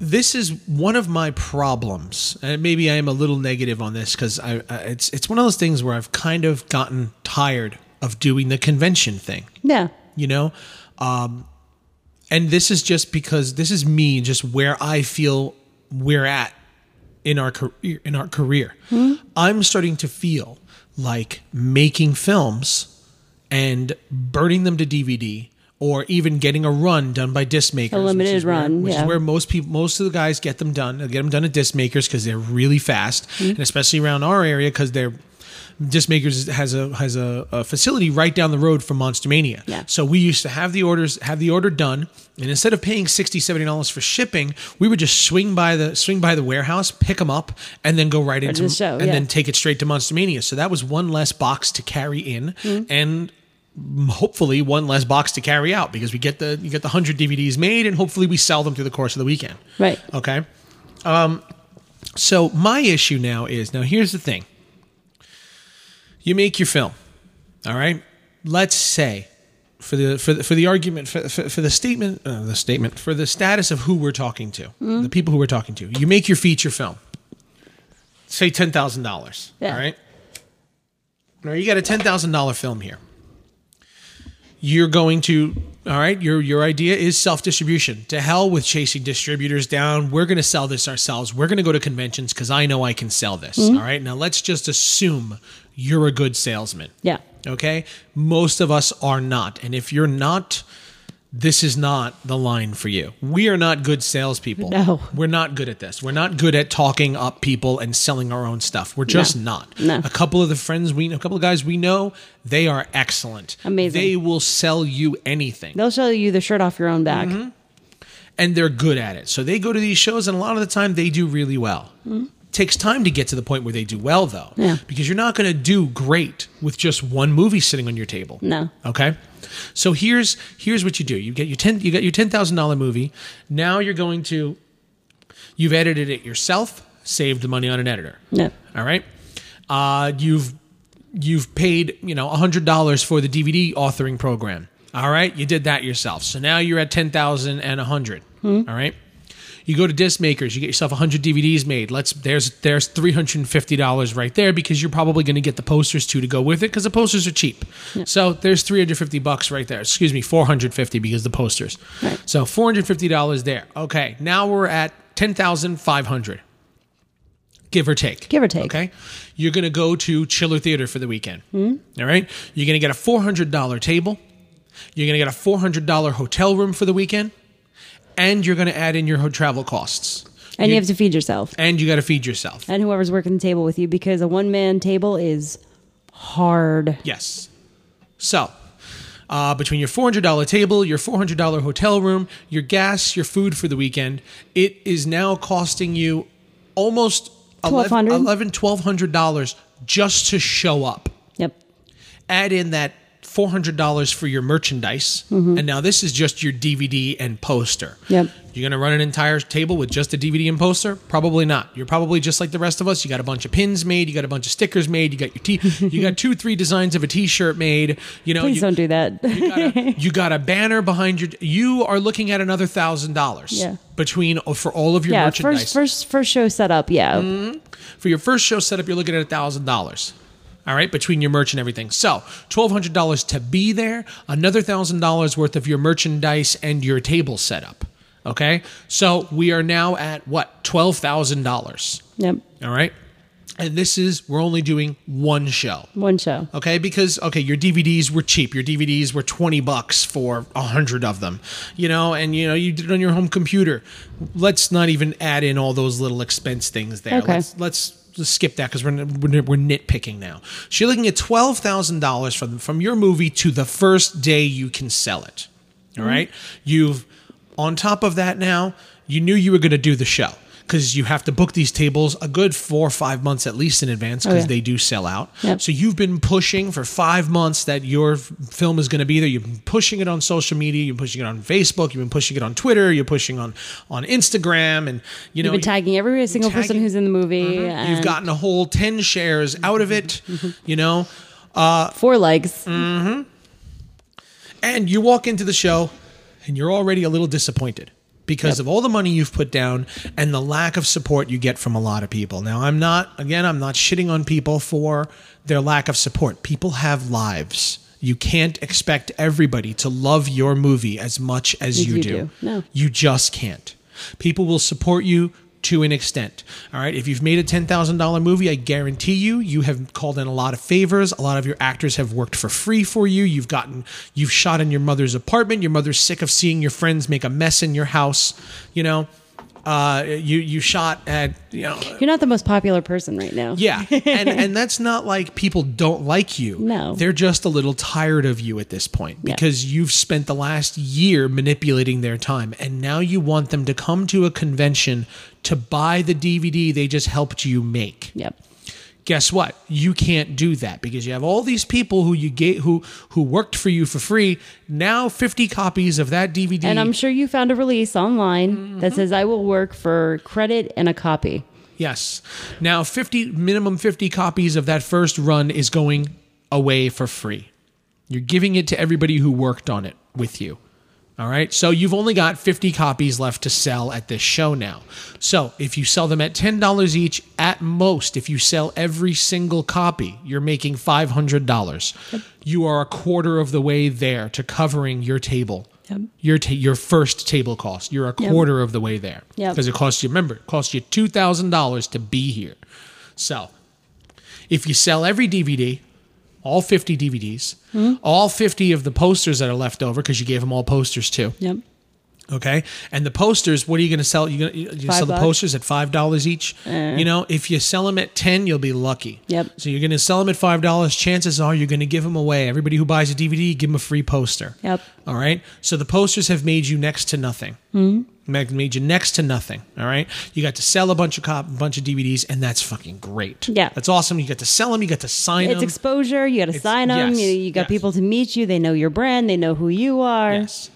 Speaker 1: this is one of my problems. And maybe I am a little negative on this because I, I, it's, it's one of those things where I've kind of gotten tired of doing the convention thing
Speaker 2: Yeah.
Speaker 1: you know um and this is just because this is me just where i feel we're at in our career in our career
Speaker 2: Hmm?
Speaker 1: i'm starting to feel like making films and burning them to dvd or even getting a run done by disc makers, which
Speaker 2: limited
Speaker 1: is where-
Speaker 2: run,
Speaker 1: which
Speaker 2: yeah.
Speaker 1: is where most people, most of the guys get them done. They get them done at disc makers because they're really fast, and especially around our area because they're disc makers has a has a, a facility right down the road from Monstermania.
Speaker 2: Yeah.
Speaker 1: So we used to have the orders, have the order done, and instead of paying 60 dollars for shipping, we would just swing by the swing by the warehouse, pick them up, and then go right into
Speaker 2: the show,
Speaker 1: and
Speaker 2: yeah.
Speaker 1: then take it straight to Monstermania. So that was one less box to carry in,
Speaker 2: Mm-hmm.
Speaker 1: and hopefully one less box to carry out because we get the you get the 100 DVDs made and hopefully we sell them through the course of the weekend.
Speaker 2: Right.
Speaker 1: Okay? Um so my issue now is now here's the thing. You make your film. All right? Let's say for the for the, for the argument for, for, for the statement uh, the statement for the status of who we're talking to, the people who we're talking to. You make your feature film. Say $10,000.
Speaker 2: Yeah.
Speaker 1: All right? Now you got a ten thousand dollar film here. You're going to all right. Your your idea is self distribution. To hell with chasing distributors down. We're going to sell this ourselves. We're going to go to conventions because I know I can sell this. All right. Now let's just assume you're a good salesman.
Speaker 2: Yeah.
Speaker 1: Okay. Most of us are not, and if you're not. This is not the line for you. We are not good salespeople.
Speaker 2: No.
Speaker 1: We're not good at this. We're not good at talking up people and selling our own stuff. We're just not.
Speaker 2: No.
Speaker 1: A couple of the friends we know, a couple of guys we know, they are excellent.
Speaker 2: Amazing.
Speaker 1: They will sell you anything
Speaker 2: They'll show you the shirt off your own back.
Speaker 1: Mm-hmm. and they're good at it. So they go to these shows, and a lot of the time they do really well. Takes time to get to the point where they do well, though,
Speaker 2: Hmm. Yeah.
Speaker 1: because you're not going to do great with just one movie sitting on your table.
Speaker 2: No.
Speaker 1: Okay. So here's here's what you do. You get your ten you got your ten thousand dollar movie. Now you're going to you've edited it yourself, saved the money on an editor.
Speaker 2: Yeah.
Speaker 1: All right. Uh, you've you've paid you know hundred dollars for the DVD authoring program. All right, you did that yourself. So now you're at ten thousand and a hundred. All right. You go to disc makers. You get yourself hundred DVDs made. Let's there's there's three hundred and fifty dollars right there because you're probably going to get the posters too to go with it because the posters are cheap. So there's three hundred fifty bucks right there. Excuse me, four hundred fifty because the posters.
Speaker 2: Right.
Speaker 1: So four hundred fifty dollars there. Okay, now we're at ten thousand five hundred give or take.
Speaker 2: Give or take.
Speaker 1: Okay. You're going to go to Chiller Theater for the weekend.
Speaker 2: Hmm?
Speaker 1: All right. You're going to get a $400 table. You're going to get a $400 hotel room for the weekend. And you're going to add in your ho- travel costs.
Speaker 2: And you have to feed yourself.
Speaker 1: And you got to feed yourself.
Speaker 2: And whoever's working the table with you because a one man table is hard.
Speaker 1: Yes. So, uh, between your $400 table, your $400 hotel room, your gas, your food for the weekend, it is now costing you almost 11,
Speaker 2: 1200
Speaker 1: $1,200 dollars just to show up.
Speaker 2: Yep.
Speaker 1: Add in that $400 for your merchandise. And now this is just your DVD and poster.
Speaker 2: Mm-hmm. Yep.
Speaker 1: You're going to run an entire table with just a DVD and poster? Probably not. You're probably just like the rest of us. You got a bunch of pins made. You got a bunch of stickers made. You got your
Speaker 2: [laughs]
Speaker 1: t. you got two, three designs of a T-shirt made. You know,
Speaker 2: Please
Speaker 1: you,
Speaker 2: don't do that.
Speaker 1: you got a, you got a banner behind your. You are looking at another thousand dollars.
Speaker 2: Yeah.
Speaker 1: Between for all of your
Speaker 2: [laughs] yeah,
Speaker 1: merchandise
Speaker 2: first first first show setup. Yeah,
Speaker 1: Mm-hmm. for your first show setup, you're looking at thousand dollars. All right, between your merch and everything. So twelve hundred dollars to be there, another thousand dollars worth of your merchandise and your table setup. Okay, so we are now at what twelve thousand dollars.
Speaker 2: yep.
Speaker 1: All right, and this is we're only doing one show.
Speaker 2: One show.
Speaker 1: Okay, because okay, your DVDs were cheap. Your DVDs were twenty bucks for a hundred of them, you know, and you know you did it on your home computer. Let's not even add in all those little expense things there.
Speaker 2: Okay.
Speaker 1: Let's let's just skip that because we're, we're we're nitpicking now. So you're looking at twelve thousand dollars from from your movie to the first day you can sell it. All right,
Speaker 2: Mm-hmm.
Speaker 1: you've on top of that now you knew you were going to do the show because you have to book these tables a good four or five months at least in advance because
Speaker 2: Oh, yeah.
Speaker 1: they do sell out.
Speaker 2: Yep.
Speaker 1: So you've been pushing for five months that your f- film is going to be there. You've been pushing it on social media. You've been pushing it on Facebook. You've been pushing it on Twitter. You're pushing on on Instagram, and you know
Speaker 2: You've been tagging every single
Speaker 1: tagging-
Speaker 2: person
Speaker 1: Mm-hmm.
Speaker 2: who's in the movie. And
Speaker 1: you've gotten a whole ten shares out of
Speaker 2: [laughs]
Speaker 1: it. You know,
Speaker 2: four likes.
Speaker 1: Mm-hmm. and you walk into the show, and you're already a little disappointed. Because of all the money you've put down and the lack of support you get from a lot of people. Now, I'm not, again, I'm not shitting on people for their lack of support. People have lives. You can't expect everybody to love your movie as much as you,
Speaker 2: you
Speaker 1: do.
Speaker 2: do. No.
Speaker 1: You just can't. People will support you to an extent. All right. If you've made a $10,000 movie, I guarantee you, you have called in a lot of favors. A lot of your actors have worked for free for you. You've gotten, you've shot in your mother's apartment. Your mother's sick of seeing your friends make a mess in your house. You know, uh, you, you shot at, you know,
Speaker 2: You're not the most popular person right now.
Speaker 1: yeah.
Speaker 2: [laughs]
Speaker 1: And and that's not like people don't like you.
Speaker 2: No.
Speaker 1: They're just a little tired of you at this point
Speaker 2: Yeah.
Speaker 1: because you've spent the last year manipulating their time and now you want them to come to a convention to buy the DVD they just helped you make
Speaker 2: Yep.
Speaker 1: guess what? You can't do that because you have all these people who you get who who worked for you for free. Now fifty copies of that DVD.
Speaker 2: And I'm sure you found a release online
Speaker 1: Mm-hmm.
Speaker 2: that says, "I will work for credit and a copy."
Speaker 1: yes, now fifty minimum fifty copies of that first run is going away for free. You're giving it to everybody who worked on it with you. All right. So you've only got 50 copies left to sell at this show now. So if you sell them at $10 each, at most, if you sell every single copy, you're making $500. You are a quarter of the way there to covering your table. Your ta- your first table cost. You're a quarter of the way there
Speaker 2: Yep.
Speaker 1: because it costs you. Remember, it costs you two thousand dollars to be here. So, if you sell every DVD, all 50 DVDs, all 50 of the posters that are left over because you gave them all posters too.
Speaker 2: Yep.
Speaker 1: Okay, and the posters. What are you going to sell? You going to
Speaker 2: Five
Speaker 1: sell the
Speaker 2: bucks.
Speaker 1: posters at five dollars each? you know, if you sell them at ten, you'll be lucky.
Speaker 2: Yep.
Speaker 1: So you're going to sell them at five dollars. Chances are you're going to give them away. Everybody who buys a DVD, give them a free poster.
Speaker 2: Yep.
Speaker 1: All right. So the posters have made you next to nothing.
Speaker 2: Hmm?
Speaker 1: Mm-hmm. Made you next to nothing. All right. You got to sell a bunch of cop, bunch of DVDs, and that's fucking great.
Speaker 2: Yeah.
Speaker 1: That's awesome. You got to sell them. You got to sign
Speaker 2: It's
Speaker 1: them.
Speaker 2: exposure. You got to sign them.
Speaker 1: yes,
Speaker 2: You, you got
Speaker 1: yes.
Speaker 2: people to meet you. They know your brand. They know who you are.
Speaker 1: Yes.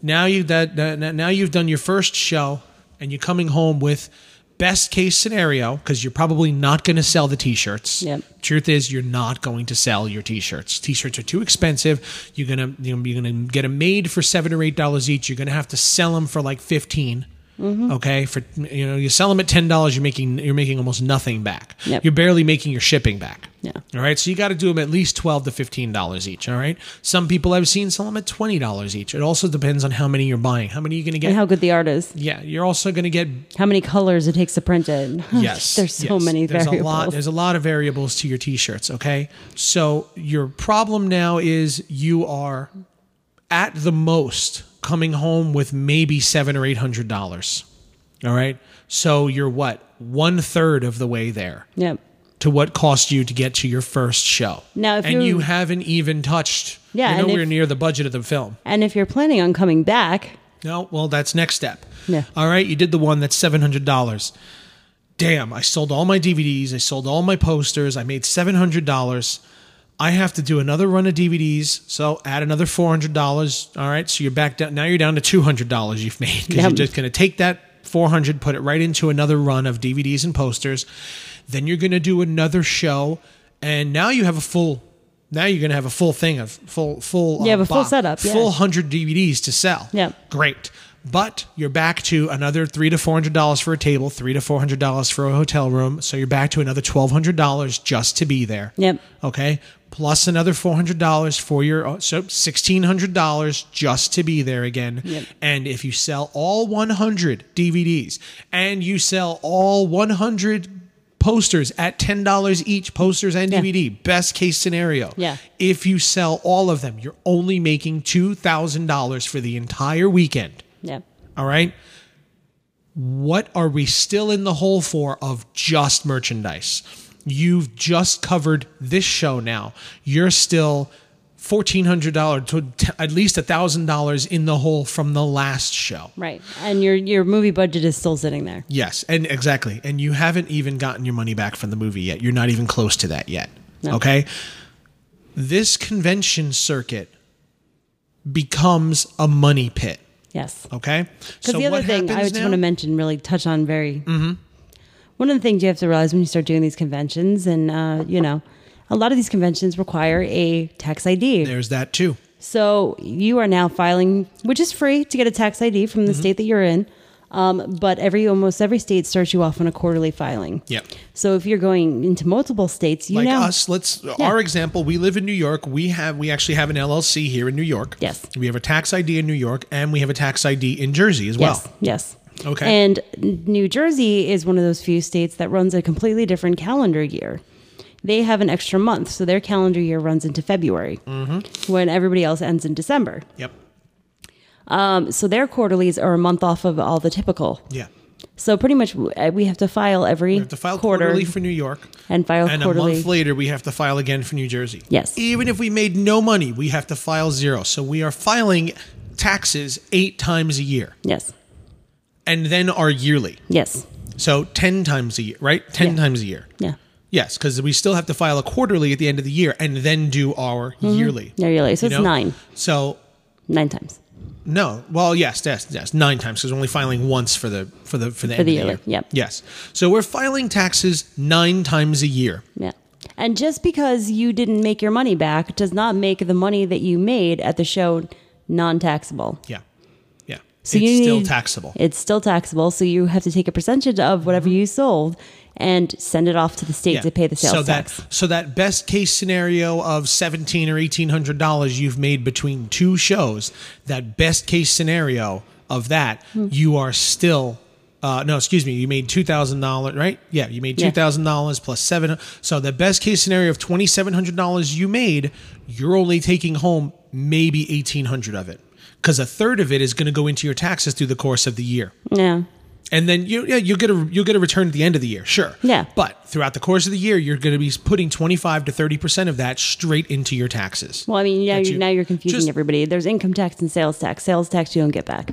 Speaker 1: Now you that, that now you've done your first show and you're coming home with best case scenario because you're probably not going to sell the t-shirts.
Speaker 2: Yep.
Speaker 1: Truth is you're not going to sell your t-shirts. T-shirts are too expensive. You're going to you know, you're going to get them made for 7 or 8 dollars each. You're going to have to sell them for like 15.
Speaker 2: Mm-hmm.
Speaker 1: Okay, for you know, you sell them at ten dollars, you're making you're making almost nothing back.
Speaker 2: Yep.
Speaker 1: You're barely making your shipping back.
Speaker 2: Yeah.
Speaker 1: All right. So you got to do them at least twelve to fifteen dollars each. All right. Some people I've seen sell them at twenty dollars each. It also depends on how many you're buying. How many are you going to get?
Speaker 2: And how good the art is.
Speaker 1: yeah, you're also going to get
Speaker 2: How many colors it takes to print it. [laughs]
Speaker 1: yes.
Speaker 2: There's so
Speaker 1: yes.
Speaker 2: many
Speaker 1: there's
Speaker 2: variables.
Speaker 1: A lot, there's a lot of variables to your t-shirts. Okay. So your problem now is you are at the most coming home with maybe seven or eight hundred dollars. All right. So you're what one third of the way there
Speaker 2: Yep.
Speaker 1: to what cost you to get to your first show.
Speaker 2: Now, if
Speaker 1: and you
Speaker 2: you're-
Speaker 1: haven't even touched,
Speaker 2: Yeah,
Speaker 1: you're
Speaker 2: and
Speaker 1: nowhere
Speaker 2: if-
Speaker 1: near the budget of the film.
Speaker 2: And if you're planning on coming back,
Speaker 1: No, well, that's next step.
Speaker 2: Yeah.
Speaker 1: All right, you did the one that's seven hundred dollars. damn, I sold all my DVDs, I sold all my posters, I made $700. I have to do another run of DVDs, so add another four hundred dollars. All right, so you're back down. Now you're down to two hundred dollars you've made because you're
Speaker 2: Yep.
Speaker 1: just going to take that four hundred, put it right into another run of DVDs and posters. Then you're going to do another show, and now you have a full. Now you're going to have a full thing of full full. uh,
Speaker 2: You have a full
Speaker 1: box-
Speaker 2: setup, yeah.
Speaker 1: full hundred DVDs to sell.
Speaker 2: Yep.
Speaker 1: Great. But you're back to another three to four hundred dollars for a table, three to four hundred dollars for a hotel room. So you're back to another twelve hundred dollars just to be there.
Speaker 2: Yep.
Speaker 1: Okay. Plus another four hundred dollars for your uh, so sixteen hundred dollars just to be there again.
Speaker 2: Yep.
Speaker 1: And if you sell all one hundred DVDs and you sell all one hundred posters at ten dollars each, posters and
Speaker 2: Yeah.
Speaker 1: DVD, best case scenario.
Speaker 2: Yeah.
Speaker 1: If you sell all of them, you're only making two thousand dollars for the entire weekend.
Speaker 2: Yep.
Speaker 1: All right. What are we still in the hole for of just merchandise? You've just covered this show now. You're still $1,400 to t- at least $1,000 in the hole from the last show.
Speaker 2: Right. And your your movie budget is still sitting there.
Speaker 1: Yes, and exactly. And you haven't even gotten your money back from the movie yet. You're not even close to that yet.
Speaker 2: No.
Speaker 1: Okay? This convention circuit becomes a money pit.
Speaker 2: Yes.
Speaker 1: Okay?
Speaker 2: Because the other thing I just want to mention, really touch on very.
Speaker 1: Mm-hmm.
Speaker 2: One of the things you have to realize when you start doing these conventions, and uh, you know, a lot of these conventions require a tax ID.
Speaker 1: There's that too.
Speaker 2: So you are now filing, which is free to get a tax ID from the
Speaker 1: Mm-hmm.
Speaker 2: state that you're in. Um, but every almost every state starts you off on a quarterly filing.
Speaker 1: Yep.
Speaker 2: So if you're going into multiple states, you
Speaker 1: like
Speaker 2: now
Speaker 1: us let's our example we live in new york we have we actually have an llc here in new york
Speaker 2: Yes.
Speaker 1: we have a tax id in new york and we have a tax id in jersey as
Speaker 2: Yes.
Speaker 1: well
Speaker 2: Yes.
Speaker 1: Okay.
Speaker 2: And New Jersey is one of those few states that runs a completely different calendar year. They have an extra month, so their calendar year runs into February
Speaker 1: Mm-hmm.
Speaker 2: when everybody else ends in December.
Speaker 1: yep
Speaker 2: Um, so their quarterlies are a month off of all the typical.
Speaker 1: yeah
Speaker 2: So pretty much w- uh, we have to file every
Speaker 1: we have to file
Speaker 2: quarter
Speaker 1: quarterly for new york
Speaker 2: and file
Speaker 1: and
Speaker 2: quarterly.
Speaker 1: a month later we have to file again for new jersey
Speaker 2: Yes.
Speaker 1: even if we made no money we have to file zero so we are filing taxes eight times a year
Speaker 2: Yes.
Speaker 1: and then our yearly
Speaker 2: Yes.
Speaker 1: so 10 times a year right 10
Speaker 2: Yeah.
Speaker 1: times a year
Speaker 2: Yeah.
Speaker 1: yes because we still have to file a quarterly at the end of the year and then do our
Speaker 2: Mm-hmm.
Speaker 1: yearly
Speaker 2: Yeah, really. So
Speaker 1: you
Speaker 2: it's
Speaker 1: know?
Speaker 2: nine.
Speaker 1: so
Speaker 2: Nine times.
Speaker 1: No. Well, yes, yes, yes. Nine times because we're only filing once for the for the for the end
Speaker 2: the
Speaker 1: of the
Speaker 2: yearly,
Speaker 1: year.
Speaker 2: yep.
Speaker 1: Yes. So we're filing taxes nine times a year.
Speaker 2: Yeah. And just because you didn't make your money back does not make the money that you made at the show non taxable.
Speaker 1: Yeah. Yeah.
Speaker 2: So
Speaker 1: it's
Speaker 2: you
Speaker 1: still
Speaker 2: need-
Speaker 1: taxable.
Speaker 2: It's still taxable. So you have to take a percentage of whatever you sold and send it off to the state
Speaker 1: Mm-hmm. yeah.
Speaker 2: to pay the sales
Speaker 1: so
Speaker 2: tax.
Speaker 1: that so that best case scenario of seventeen or eighteen hundred dollars you've made between two shows, that best case scenario of that,
Speaker 2: Hmm.
Speaker 1: you are still uh, no, excuse me. You made two thousand dollars, right? Yeah, you made
Speaker 2: Yeah.
Speaker 1: two thousand dollars plus seven. So the best case scenario of twenty seven hundred dollars you made, you're only taking home maybe eighteen hundred of it, because a third of it is going to go into your taxes through the course of the year
Speaker 2: yeah.
Speaker 1: and then you yeah, you'll get a you'll get a return at the end of the year, sure.
Speaker 2: Yeah.
Speaker 1: But throughout the course of the year, you're going to be putting twenty five to thirty percent of that straight into your taxes.
Speaker 2: Well, I mean, now
Speaker 1: That
Speaker 2: you're,
Speaker 1: you-
Speaker 2: now you're confusing
Speaker 1: just-
Speaker 2: everybody. There's income tax and sales tax. Sales tax you don't get back.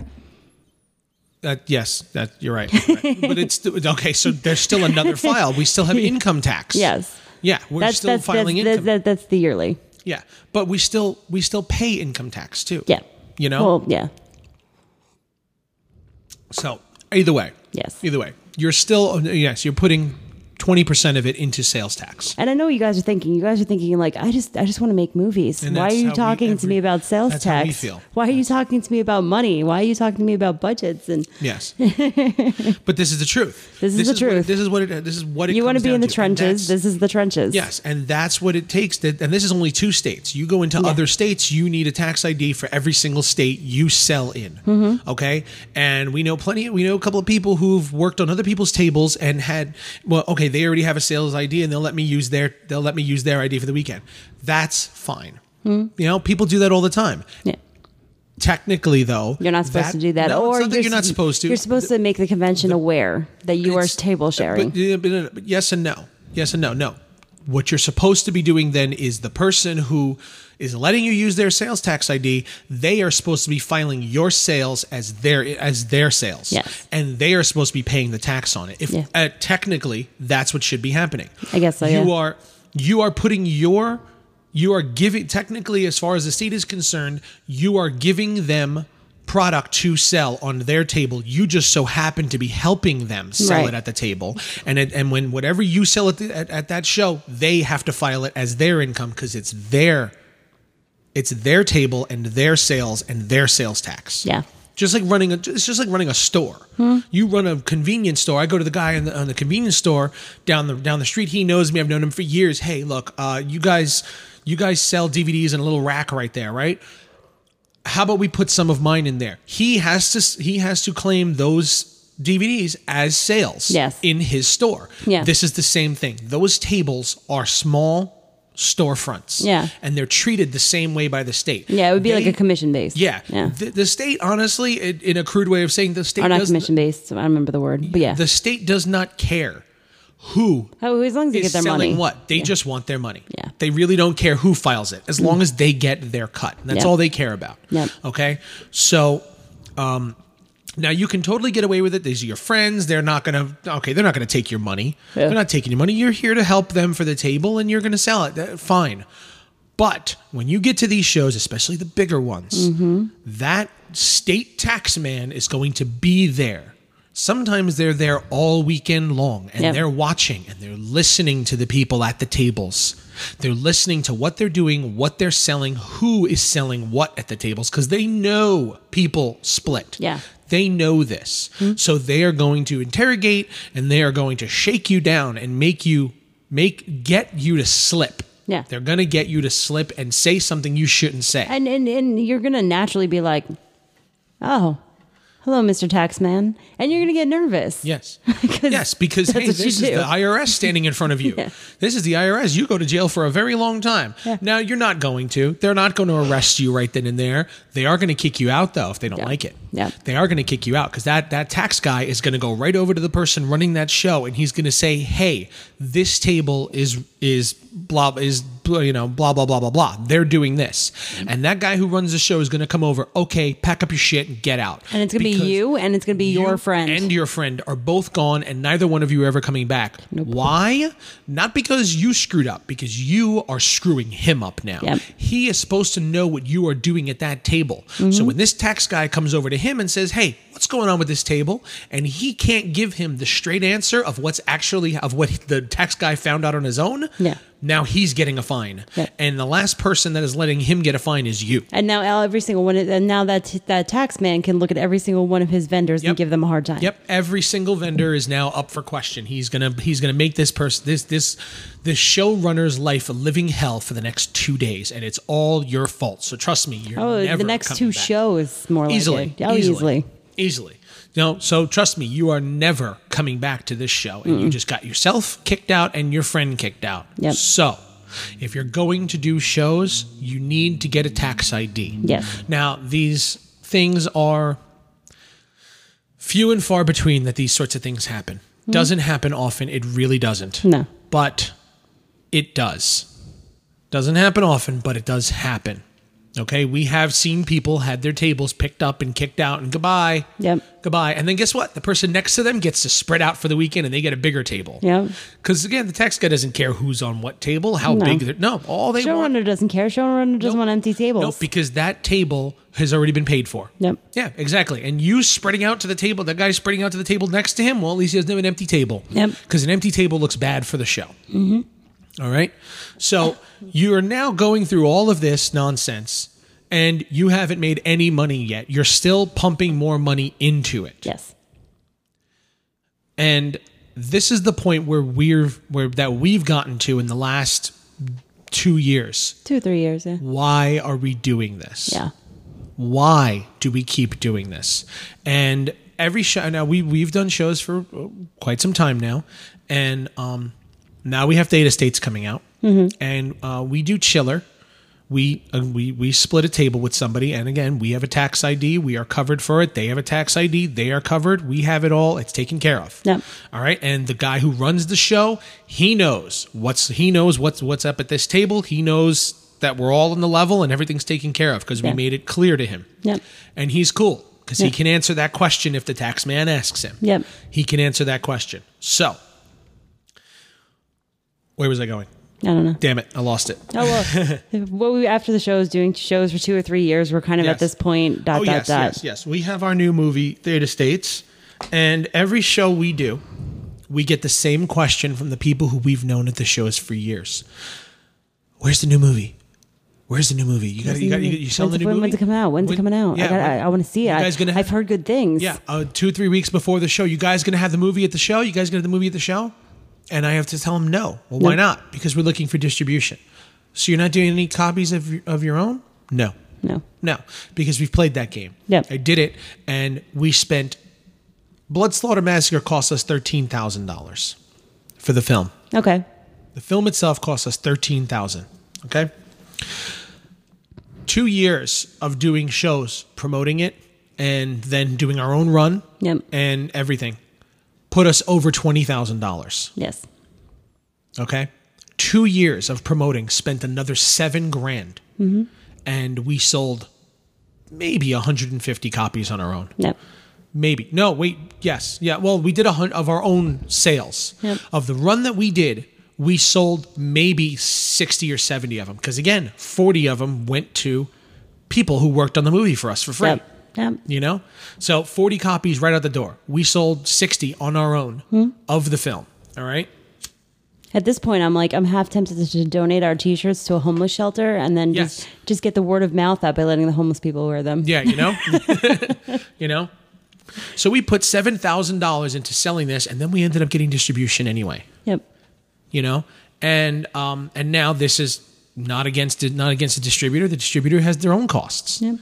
Speaker 1: That yes, that you're [laughs] right. right. but it's th- okay. So there's still another file. We still have [laughs] income tax.
Speaker 2: Yes.
Speaker 1: Yeah, we're
Speaker 2: That's
Speaker 1: still
Speaker 2: that's
Speaker 1: filing
Speaker 2: that's,
Speaker 1: income.
Speaker 2: that's, that's that's the yearly.
Speaker 1: yeah, but we still we still pay income tax too.
Speaker 2: Yeah.
Speaker 1: You know.
Speaker 2: Well, yeah.
Speaker 1: so either way,
Speaker 2: Yes.
Speaker 1: either way, you're still yes, you're putting twenty percent of it into sales tax.
Speaker 2: And I know what you guys are thinking. You guys are thinking like, I just, I just want to make movies.
Speaker 1: And
Speaker 2: Why are
Speaker 1: that's how
Speaker 2: you
Speaker 1: we-
Speaker 2: talking to
Speaker 1: every-
Speaker 2: me about sales
Speaker 1: that's how
Speaker 2: tax?
Speaker 1: we feel.
Speaker 2: Why are you talking to me about money? Why are you talking to me about budgets? And [laughs]
Speaker 1: Yes, but this is the truth.
Speaker 2: This is the
Speaker 1: what-
Speaker 2: truth.
Speaker 1: this is what it. This is what it.
Speaker 2: you want to
Speaker 1: comes
Speaker 2: be
Speaker 1: down
Speaker 2: in the
Speaker 1: to. And
Speaker 2: trenches.
Speaker 1: that's-
Speaker 2: This is the trenches.
Speaker 1: yes, and that's what it takes. That, and this is only two states. You go into other states, you need a tax ID for every single state you sell in.
Speaker 2: Mm-hmm.
Speaker 1: Okay, and we know plenty. We know a couple of people who've worked on other people's tables and had. Well, okay, they already have a sales ID, and they'll let me use their. They'll let me use their ID for the weekend. That's fine.
Speaker 2: Hmm.
Speaker 1: You know, people do that all the time.
Speaker 2: Yeah.
Speaker 1: Technically, though,
Speaker 2: You're not supposed
Speaker 1: that-
Speaker 2: to do that.
Speaker 1: No,
Speaker 2: or
Speaker 1: it's not that
Speaker 2: you're,
Speaker 1: you're not
Speaker 2: s-
Speaker 1: supposed to.
Speaker 2: You're supposed to make the convention aware that you are
Speaker 1: It's-
Speaker 2: table sharing.
Speaker 1: But, yeah, but- but yes and no. Yes and no. No. what you're supposed to be doing then is the person who is letting you use their sales tax ID, they are supposed to be filing your sales as their as their sales.
Speaker 2: Yes.
Speaker 1: And they are supposed to be paying the tax on it. If
Speaker 2: Yeah.
Speaker 1: uh, technically that's what should be happening.
Speaker 2: I guess so,
Speaker 1: You
Speaker 2: yeah.
Speaker 1: are you are putting your you are giving technically as far as the state is concerned, you are giving them product to sell on their table. You just so happen to be helping them sell
Speaker 2: Right.
Speaker 1: it at the table. And it, and when whatever you sell at, the, at at that show, they have to file it as their income cuz it's their it's their table and their sales and their sales tax.
Speaker 2: Yeah. Hmm.
Speaker 1: Just like running a, it's just like running a store. You run a convenience store. I go to the guy in the, on the convenience store down the down the street. He knows me. I've known him for years. Hey, look, uh, you guys, you guys sell DVDs in a little rack right there, right? How about we put some of mine in there? He has to s- he has to claim those DVDs as sales
Speaker 2: Yes.
Speaker 1: in his store.
Speaker 2: Yeah.
Speaker 1: This is the same thing. Those tables are small storefronts.
Speaker 2: Yeah.
Speaker 1: And they're treated the same way by the state.
Speaker 2: Yeah, it would be like
Speaker 1: They-
Speaker 2: a commission based.
Speaker 1: yeah.
Speaker 2: Yeah.
Speaker 1: The, the state, honestly, it, in a crude way of saying, the state
Speaker 2: or not
Speaker 1: does
Speaker 2: commission based. I don't remember the word. But yeah.
Speaker 1: the state does not care who
Speaker 2: oh, as long as they
Speaker 1: is
Speaker 2: get their
Speaker 1: selling
Speaker 2: money.
Speaker 1: what. They just want their money.
Speaker 2: Yeah.
Speaker 1: They really don't care who files it, as long as they get their cut. That's
Speaker 2: Yep.
Speaker 1: all they care about.
Speaker 2: Yep.
Speaker 1: Okay. So, um, now you can totally get away with it. These are your friends. They're not gonna okay. They're not gonna take your money.
Speaker 2: Yeah.
Speaker 1: They're not taking your money. You're here to help them for the table, and you're gonna sell it. That- Fine. But when you get to these shows, especially the bigger ones,
Speaker 2: Mm-hmm.
Speaker 1: that state tax man is going to be there. Sometimes they're there all weekend long and
Speaker 2: Yeah.
Speaker 1: they're watching and they're listening to the people at the tables. They're listening to what they're doing, what they're selling, who is selling what at the tables because they know people split.
Speaker 2: Yeah. Hmm.
Speaker 1: They know this. So they are going to interrogate and they are going to shake you down and make you make get you to slip.
Speaker 2: Yeah.
Speaker 1: They're going to get you to slip and say something you shouldn't say.
Speaker 2: And, and and you're gonna naturally be like, oh, hello, Mr. Taxman, and you're gonna get nervous.
Speaker 1: yes.
Speaker 2: [laughs] 'Cause
Speaker 1: Yes, because hey,
Speaker 2: that's what
Speaker 1: this
Speaker 2: you
Speaker 1: is
Speaker 2: do.
Speaker 1: the IRS standing in front of you.
Speaker 2: [laughs] Yeah.
Speaker 1: This is the IRS. You go to jail for a very long time. Now you're not going to. They're not going to arrest you right then and there. They are going to kick you out though if they don't like it.
Speaker 2: Yeah.
Speaker 1: They are going to kick you out because that that tax guy is going to go right over to the person running that show and he's going to say, "Hey, this table is is blah is you know blah blah blah blah blah. They're doing this." And that guy who runs the show is going to come over. Okay, pack up your shit and get out.
Speaker 2: and it's gonna
Speaker 1: Because-
Speaker 2: be you, and it's gonna be
Speaker 1: you
Speaker 2: your friend.
Speaker 1: and your friend are both gone and neither one of you are ever coming back why not because you screwed up because you are screwing him up now
Speaker 2: Yep.
Speaker 1: he is supposed to know what you are doing at that table
Speaker 2: Mm-hmm.
Speaker 1: so when this tax guy comes over to him and says hey what's going on with this table and he can't give him the straight answer of what's actually of what the tax guy found out on his own
Speaker 2: Yeah.
Speaker 1: now he's getting a fine
Speaker 2: Yep.
Speaker 1: and the last person that is letting him get a fine is you
Speaker 2: And now Al, every single one, and now that that tax man can look at every single one of his vendors
Speaker 1: Yep.
Speaker 2: and give them a hard time.
Speaker 1: Yep, every single vendor is now up for question. He's gonna he's gonna make this person this this this showrunner's life a living hell for the next two days, and it's all your fault. So trust me, you're
Speaker 2: Oh,
Speaker 1: never
Speaker 2: the next
Speaker 1: coming
Speaker 2: two
Speaker 1: back.
Speaker 2: shows more
Speaker 1: easily,
Speaker 2: like it. Oh, easily.
Speaker 1: easily. No, so trust me, you are never coming back to this show, and you just got yourself kicked out and your friend kicked out.
Speaker 2: Yep.
Speaker 1: So, if you're going to do shows, you need to get a tax ID.
Speaker 2: Yes.
Speaker 1: Now these things are few and far between that these sorts of things happen. Doesn't happen often. It really doesn't.
Speaker 2: Mm-hmm. No.
Speaker 1: But it does. Doesn't happen often, but it does happen. Okay, we have seen people had their tables picked up and kicked out and goodbye.
Speaker 2: Yep.
Speaker 1: Goodbye. And then guess what? The person next to them gets to spread out for the weekend and they get a bigger table.
Speaker 2: Yep.
Speaker 1: Because again, the tax guy doesn't care who's on what table, how
Speaker 2: No.
Speaker 1: big they're. No, all they want.
Speaker 2: Showrunner doesn't care. Showrunner just
Speaker 1: Nope.
Speaker 2: want empty tables.
Speaker 1: Nope, because that table has already been paid for.
Speaker 2: Yep.
Speaker 1: Yeah, exactly. And you spreading out to the table, that guy spreading out to the table next to him, well, at least he doesn't have an empty table.
Speaker 2: Yep.
Speaker 1: Because an empty table looks bad for the show. Mm-hmm. right. So you are now going through all of this nonsense and you haven't made any money yet. You're still pumping more money into it.
Speaker 2: Yes.
Speaker 1: And this is the point where we're where that we've gotten to in the last two years.
Speaker 2: Two, three years. Yeah.
Speaker 1: Why are we doing this?
Speaker 2: Yeah.
Speaker 1: why do we keep doing this and every show now we we've done shows for uh, quite some time now and um now we have data states coming out and uh, we do chiller we uh, we we split a table with somebody, and again, we have a tax ID. We are covered for it. They have a tax ID. They are covered. We have it all. It's taken care of.
Speaker 2: Yep.
Speaker 1: All right. And the guy who runs the show, he knows what's he knows what's what's up at this table. He knows that we're all on the level and everything's taken care of because we
Speaker 2: Yeah.
Speaker 1: made it clear to him.
Speaker 2: Yep.
Speaker 1: And he's cool because he
Speaker 2: Yeah.
Speaker 1: can answer that question if the tax man asks him.
Speaker 2: Yep.
Speaker 1: He can answer that question. So, where was I going?
Speaker 2: I don't know.
Speaker 1: Damn it, I lost it.
Speaker 2: Oh
Speaker 1: [laughs]
Speaker 2: well, what we after the show is doing shows for two or three years. We're kind of
Speaker 1: Yes.
Speaker 2: at this point. Dot
Speaker 1: oh,
Speaker 2: dot
Speaker 1: yes,
Speaker 2: dot.
Speaker 1: yes, yes. We have our new movie, Theater States, and every show we do, we get the same question from the people who we've known at the shows for years. Where's the new movie? Where's the new movie? You got you got you, you selling
Speaker 2: when's,
Speaker 1: the new
Speaker 2: when-
Speaker 1: movie?
Speaker 2: when's it coming out? When's
Speaker 1: When-
Speaker 2: it coming out?
Speaker 1: Yeah,
Speaker 2: I, got, I,
Speaker 1: when-
Speaker 2: want to see it.
Speaker 1: You
Speaker 2: I-
Speaker 1: guys gonna have-
Speaker 2: I've heard good things.
Speaker 1: Yeah, uh, two three weeks before the show, you guys gonna have the movie at the show? You guys gonna have the movie at the show? And I have to tell them no. Well, why
Speaker 2: No.
Speaker 1: not? Because we're looking for distribution. So you're not doing any copies of y- of your own? No,
Speaker 2: No.
Speaker 1: no, because we've played that game.
Speaker 2: Yep.
Speaker 1: I did it, and we spent. Blood Slaughter Massacre cost us thirteen thousand dollars for the film.
Speaker 2: Okay.
Speaker 1: The film itself cost us thirteen thousand. Okay. Two years of doing shows, promoting it, and then doing our own run
Speaker 2: Yep.
Speaker 1: and everything put us over twenty thousand dollars.
Speaker 2: Yes.
Speaker 1: Okay. Two years of promoting spent another seven grand,
Speaker 2: Mm-hmm.
Speaker 1: and we sold maybe 150 copies on our own.
Speaker 2: Yep.
Speaker 1: Maybe. No, wait. Yes. Yeah. Well, we did a hundred of our own sales.
Speaker 2: Yep.
Speaker 1: Of the run that we did, we sold maybe 60 or 70 of them. Because again, 40 of them went to people who worked on the movie for us for free.
Speaker 2: Yep. Yep.
Speaker 1: You know? So 40 copies right out the door. We sold 60 on our own
Speaker 2: Hmm?
Speaker 1: of the film. All right.
Speaker 2: At this point, I'm like, I'm half tempted to, to donate our T-shirts to a homeless shelter, and then
Speaker 1: Yes.
Speaker 2: just just get the word of mouth out by letting the homeless people wear them.
Speaker 1: Yeah, you know? you know? [laughs] So we put $7,000 into selling this and then we ended up getting distribution anyway,
Speaker 2: Yep.
Speaker 1: you know? And um and now this is not against not against the distributor. The distributor has their own costs.
Speaker 2: Yep.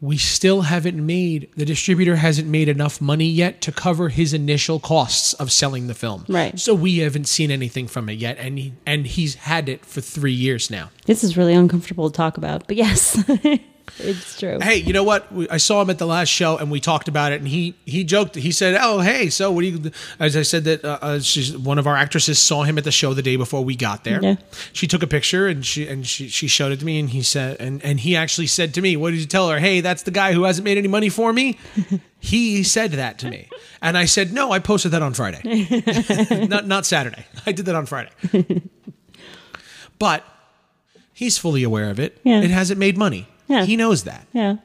Speaker 1: We still haven't made the distributor hasn't made enough money yet to cover his initial costs of selling the film.
Speaker 2: Right.
Speaker 1: So we haven't seen anything from it yet and he, and he's had it for 3 years now.
Speaker 2: This is really uncomfortable to talk about, but yes, [laughs] it's true.
Speaker 1: hey, you know what? We, I saw him at the last show, and we talked about it, and he he joked. He said, "Oh, hey, so what do you?" As I said that uh, uh, she's, one of our actresses saw him at the show the day before we got there.
Speaker 2: Yeah.
Speaker 1: She took a picture and she and she she showed it to me, and he said, and and he actually said to me, "What did you tell her? Hey, that's the guy who hasn't made any money for
Speaker 2: [laughs]
Speaker 1: me." he said that to me, and I said, "No, I posted that on Friday,
Speaker 2: [laughs]
Speaker 1: not not Saturday. I did that on Friday." but he's fully aware of it.
Speaker 2: Yeah.
Speaker 1: It hasn't made money.
Speaker 2: Yeah.
Speaker 1: He knows that
Speaker 2: Yeah.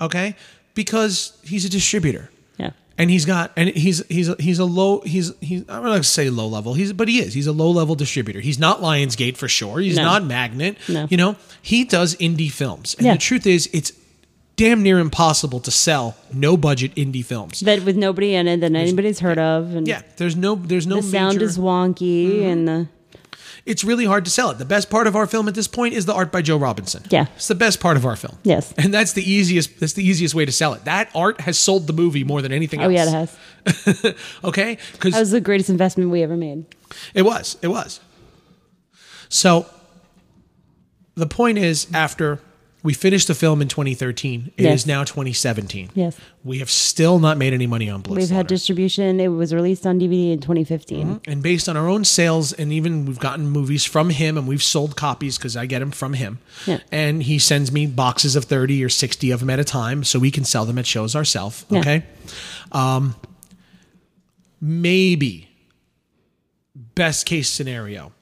Speaker 1: okay because he's a distributor
Speaker 2: Yeah.
Speaker 1: and he's got and he's he's he's a low he's he's I'm not gonna say low level he's but he is he's a low level distributor he's not Lionsgate for sure he's
Speaker 2: No.
Speaker 1: not Magnet
Speaker 2: No.
Speaker 1: you know he does indie films and
Speaker 2: Yeah.
Speaker 1: the truth is it's damn near impossible to sell no budget indie films
Speaker 2: That with nobody in it that anybody's heard of, and
Speaker 1: yeah there's no there's no
Speaker 2: the sound
Speaker 1: major-
Speaker 2: is wonky,
Speaker 1: Mm-hmm.
Speaker 2: and the
Speaker 1: it's really hard to sell it the best part of our film at this point is the art by Joe Robinson
Speaker 2: Yeah.
Speaker 1: it's the best part of our film
Speaker 2: Yes.
Speaker 1: and that's the easiest that's the easiest way to sell it that art has sold the movie more than anything
Speaker 2: oh
Speaker 1: else
Speaker 2: yeah, it has.
Speaker 1: okay
Speaker 2: That
Speaker 1: because
Speaker 2: was the greatest investment we ever made.
Speaker 1: it was it was so the point is after we finished the film in 2013 it is
Speaker 2: Yes.
Speaker 1: now 2017
Speaker 2: Yes.
Speaker 1: we have still not made any money on blood
Speaker 2: We've had
Speaker 1: Slaughter.
Speaker 2: distribution. It was released on DVD in 2015.
Speaker 1: and based on our own sales and even we've gotten movies from him and we've sold copies because i get them from him
Speaker 2: Yeah.
Speaker 1: and he sends me boxes of 30 or 60 of them at a time so we can sell them at shows ourselves
Speaker 2: Yeah.
Speaker 1: okay um, maybe best case scenario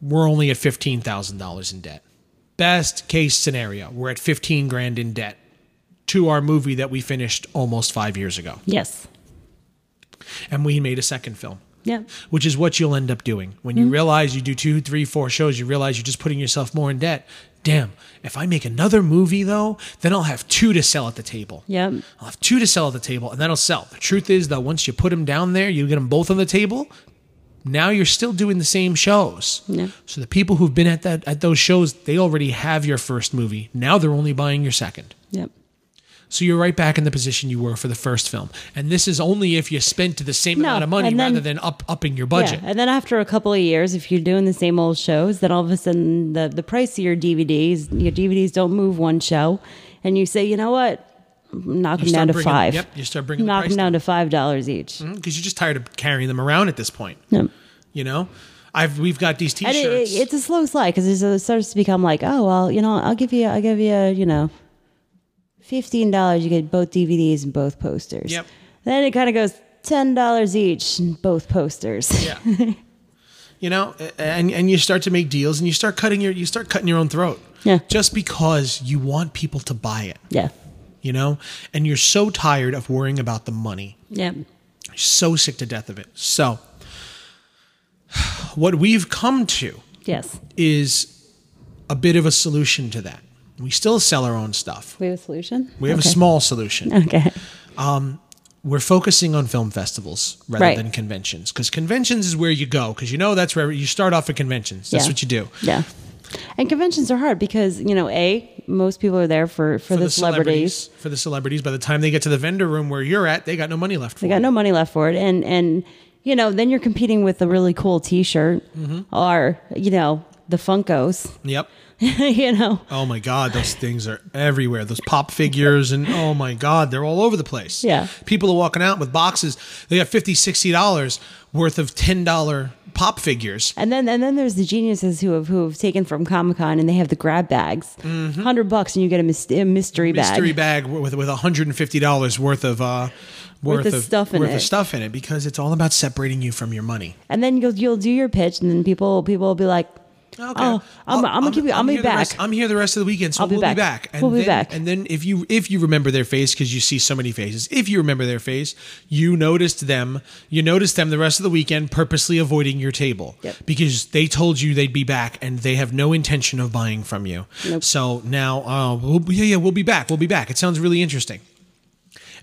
Speaker 1: we're only at $15000 in debt best case scenario we're at 15 grand in debt to our movie that we finished almost five years ago
Speaker 2: Yes.
Speaker 1: and we made a second film
Speaker 2: Yeah.
Speaker 1: which is what you'll end up doing when
Speaker 2: Hmm?
Speaker 1: you realize you do two, three, four shows. You realize you're just putting yourself more in debt. Damn, if I make another movie though, then I'll have two to sell at the table.
Speaker 2: Yep.
Speaker 1: I'll have two to sell at the table, and that'll sell. The truth is that once you put them down there, you get them both on the table. Now you're still doing the same shows.
Speaker 2: Yeah.
Speaker 1: So the people who've been at that at those shows, they already have your first movie. Now they're only buying your second.
Speaker 2: Yep.
Speaker 1: So you're right back in the position you were for the first film. And this is only if you spent the same
Speaker 2: No,
Speaker 1: amount of money
Speaker 2: and then-
Speaker 1: rather than up upping your budget.
Speaker 2: Yeah. And then after a couple of years, if you're doing the same old shows, then all of a sudden the, the price of your DVDs, your DVDs don't move one show. And you say, you know what? Knock
Speaker 1: You
Speaker 2: them
Speaker 1: start
Speaker 2: down to
Speaker 1: bringing-
Speaker 2: five.
Speaker 1: Yep, you start bringing the
Speaker 2: Knock
Speaker 1: price Mm-hmm.
Speaker 2: them down to five dollars each.
Speaker 1: because you're just tired of carrying them around at this point.
Speaker 2: Yep.
Speaker 1: You know, I've we've got these
Speaker 2: And it,
Speaker 1: T-shirts.
Speaker 2: it- it's a slow slide because it starts to become like, oh well, you know, I'll give you, I'll give you, you know, fifteen dollars. You get both DVDs and both posters.
Speaker 1: Yep.
Speaker 2: Then it kind of goes ten dollars each, and both posters.
Speaker 1: yeah. you know, a- and and you start to make deals and you start cutting your you start cutting your own throat.
Speaker 2: Yeah.
Speaker 1: Just because you want people to buy it,
Speaker 2: [laughs] Yeah.
Speaker 1: you know, and you're so tired of worrying about the money.
Speaker 2: Yeah.
Speaker 1: so sick to death of it. So, [sighs] what we've come to
Speaker 2: Yes.
Speaker 1: is a bit of a solution to that. We still sell our own stuff.
Speaker 2: We have a solution.
Speaker 1: We have
Speaker 2: okay.
Speaker 1: a small solution.
Speaker 2: Okay.
Speaker 1: We're focusing on film festivals rather
Speaker 2: Right.
Speaker 1: than conventions because conventions is where you go because you know that's where you start off at conventions. That's
Speaker 2: Yeah.
Speaker 1: what you do.
Speaker 2: Yeah. And conventions are hard because, you know, A, most people are there for, for, the, celebrities.
Speaker 1: for the celebrities. By the time they get to the vendor room where you're at, they got no money left. For
Speaker 2: They got
Speaker 1: it.
Speaker 2: no money left for it. And, and, you know, then you're competing with a really cool t shirt or, you know, the Funkos, [laughs]
Speaker 1: Yep.
Speaker 2: you know.
Speaker 1: Oh my God, those things are everywhere. Those pop figures and oh my God, they're all over the place.
Speaker 2: Yeah.
Speaker 1: People are walking out with boxes. They got 50 $60 worth of $10 pop figures.
Speaker 2: And then, and then there's the geniuses who have, who have taken from Comic Con and they have the grab bags, 100 bucks, and you get a, mys- a Mm-hmm. mystery,
Speaker 1: Mystery
Speaker 2: bag.
Speaker 1: bag with with $150 worth of uh worth,
Speaker 2: of stuff in
Speaker 1: worth
Speaker 2: it.
Speaker 1: of stuff in it because it's all about separating you from your money.
Speaker 2: And then you'll, you'll do your pitch, and then people, people will be like,
Speaker 1: Okay.
Speaker 2: Oh, I'm- I'm gonna keep you- I'll be
Speaker 1: here the
Speaker 2: back.
Speaker 1: rest- I'm here the rest of the weekend, so
Speaker 2: I'll be
Speaker 1: we'll
Speaker 2: back.
Speaker 1: be back.
Speaker 2: We'll be
Speaker 1: then,
Speaker 2: back.
Speaker 1: And then if you if you remember their face because you see so many faces, if you remember their face, you noticed them. You noticed them the rest of the weekend, purposely avoiding your table
Speaker 2: Yep.
Speaker 1: because they told you they'd be back, and they have no intention of buying from you.
Speaker 2: Nope.
Speaker 1: So now, uh, we'll, yeah, yeah, we'll be back. We'll be back. It sounds really interesting.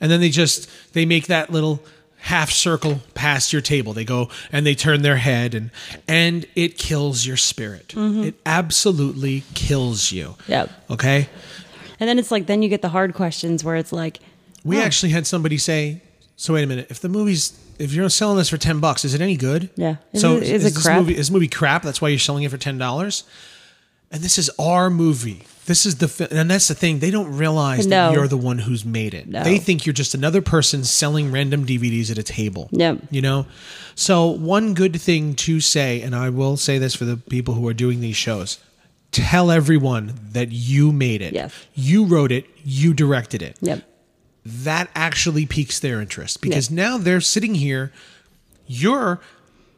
Speaker 1: And then they just they make that little half circle past your table. They go and they turn their head and and it kills your spirit. It absolutely kills you.
Speaker 2: Yep.
Speaker 1: Okay?
Speaker 2: And then it's like, then you get the hard questions where it's like,
Speaker 1: We
Speaker 2: Oh.
Speaker 1: actually had somebody say, "So wait a minute, if the movie's if you're selling this for 10 bucks, is it any good?"
Speaker 2: Yeah. Is
Speaker 1: so
Speaker 2: it- is
Speaker 1: is,
Speaker 2: it
Speaker 1: this
Speaker 2: crap?
Speaker 1: movie is this movie crap? That's why you're selling it for $10? And this is our movie. This is the fi- and that's the thing. They don't realize
Speaker 2: No.
Speaker 1: that you're the one who's made it.
Speaker 2: No.
Speaker 1: They think you're just another person selling random DVDs at a table.
Speaker 2: Yep.
Speaker 1: You know? So, one good thing to say, and I will say this for the people who are doing these shows tell everyone that you made it.
Speaker 2: Yes.
Speaker 1: You wrote it, you directed it
Speaker 2: yep.
Speaker 1: that actually piques their interest because now they're sitting here you're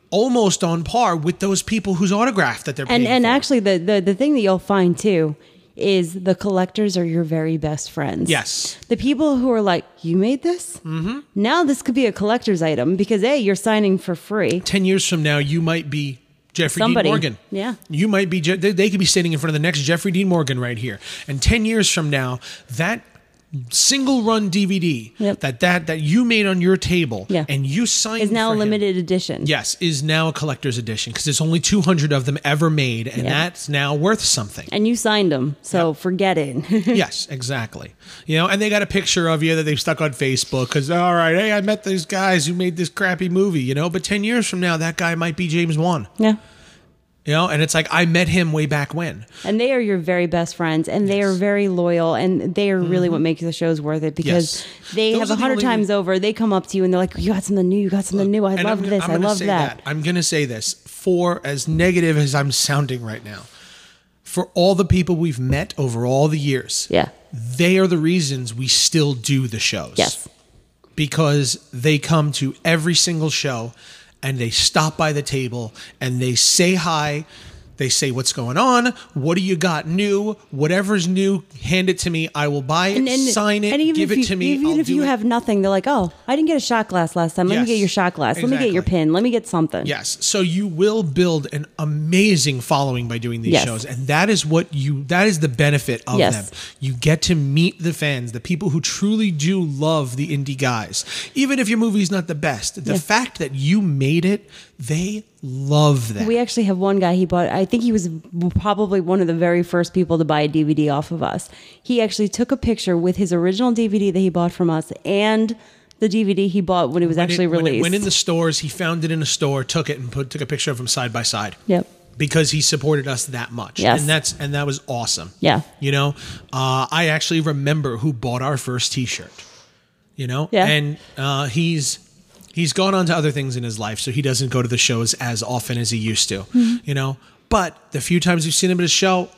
Speaker 1: almost on par with those people whose autograph that they're
Speaker 2: and
Speaker 1: paying
Speaker 2: and
Speaker 1: for.
Speaker 2: actually the, the the thing that you'll find too is the collectors are your very best friends
Speaker 1: Yes.
Speaker 2: the people who are like you made this mm-hmm. now this could be a collector's item because a you're signing for free
Speaker 1: 10 years from now you might be Jeffrey
Speaker 2: Somebody.
Speaker 1: Dean Morgan.
Speaker 2: Yeah.
Speaker 1: You might be Je- they, they could be standing in front of the next Jeffrey Dean Morgan right here. And 10 years from now that single run DVD
Speaker 2: Yep.
Speaker 1: that that that you made on your table
Speaker 2: Yeah.
Speaker 1: and you signed
Speaker 2: is now
Speaker 1: for
Speaker 2: a
Speaker 1: him.
Speaker 2: limited edition
Speaker 1: Yes, is now a collector's edition because there's only 200 of them ever made and
Speaker 2: Yeah.
Speaker 1: that's now worth something.
Speaker 2: and you signed them so forget
Speaker 1: [laughs]
Speaker 2: [laughs] it
Speaker 1: yes, exactly. You know, and they got a picture of you that they've stuck on Facebook because, all right, hey, I met these guys who made this crappy movie, you know, but 10 years from now, that guy might be James Wan,
Speaker 2: yeah
Speaker 1: you know, and it's like, I met him way back when.
Speaker 2: and they are your very best friends and they are very loyal and they are really what makes the shows worth it because
Speaker 1: Mm-hmm. Yes.
Speaker 2: they
Speaker 1: Those
Speaker 2: have
Speaker 1: are
Speaker 2: a
Speaker 1: the
Speaker 2: hundred
Speaker 1: only-
Speaker 2: times over they come up to you and they're like you got something new you got something new i
Speaker 1: And
Speaker 2: love
Speaker 1: I'm gonna-
Speaker 2: this
Speaker 1: I'm
Speaker 2: i
Speaker 1: gonna
Speaker 2: love
Speaker 1: say
Speaker 2: that.
Speaker 1: I'm going to say this for as negative as I'm sounding right now, for all the people we've met over all the years,
Speaker 2: yeah
Speaker 1: they are the reasons we still do the shows.
Speaker 2: yes
Speaker 1: because they come to every single show and they stop by the table and they say hi. They say, What's going on? What do you got new? Whatever's new, hand it to me. I will buy it, sign it,
Speaker 2: and even
Speaker 1: give
Speaker 2: if
Speaker 1: it
Speaker 2: you,
Speaker 1: to me.
Speaker 2: Even
Speaker 1: I'll
Speaker 2: if
Speaker 1: do
Speaker 2: you
Speaker 1: it.
Speaker 2: have nothing, they're like, "Oh, I didn't get a shot glass last time. Let
Speaker 1: Yes,
Speaker 2: me get your shot glass. Let me get your
Speaker 1: exactly.
Speaker 2: pin. Let me get something."
Speaker 1: Yes. So you will build an amazing following by doing these
Speaker 2: Yes.
Speaker 1: shows. And that is what you that is the benefit of
Speaker 2: Yes.
Speaker 1: them. You get to meet the fans, the people who truly do love the indie guys. Even if your movie's not the best, the fact that you made it, They love that.
Speaker 2: We actually have one guy he bought. I think he was probably one of the very first people to buy a DVD off of us. He actually took a picture with his original DVD that he bought from us and the DVD he bought when it was
Speaker 1: When it-
Speaker 2: actually
Speaker 1: when it
Speaker 2: released.
Speaker 1: went in the stores. He found it in a store, took it, and put took a picture of him side by side.
Speaker 2: Yep.
Speaker 1: Because he supported us that much,
Speaker 2: Yes.
Speaker 1: and that's and that was awesome.
Speaker 2: Yeah.
Speaker 1: you know, uh, I actually remember who bought our first T-shirt. You know,
Speaker 2: Yeah.
Speaker 1: and uh, he's he's gone on to other things in his life, so he doesn't go to the shows as often as he used to.
Speaker 2: Mm-hmm.
Speaker 1: You know, but the few times we've seen him at a show,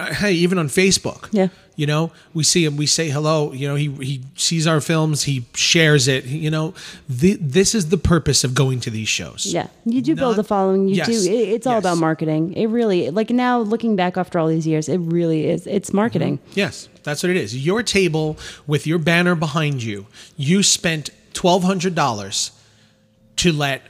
Speaker 1: uh, hey, even on Facebook,
Speaker 2: Yeah.
Speaker 1: you know, we see him, we say hello. You know, he he sees our films, he shares it. You know, Th this is the purpose of going to these shows.
Speaker 2: Yeah, you do build
Speaker 1: Not-
Speaker 2: a following. You
Speaker 1: Yes.
Speaker 2: do. It, it's all
Speaker 1: Yes.
Speaker 2: about marketing. It really, like now looking back after all these years, it really is. It's marketing.
Speaker 1: Yes, that's what it is. Your table with your banner behind you, you spent $1,200 to let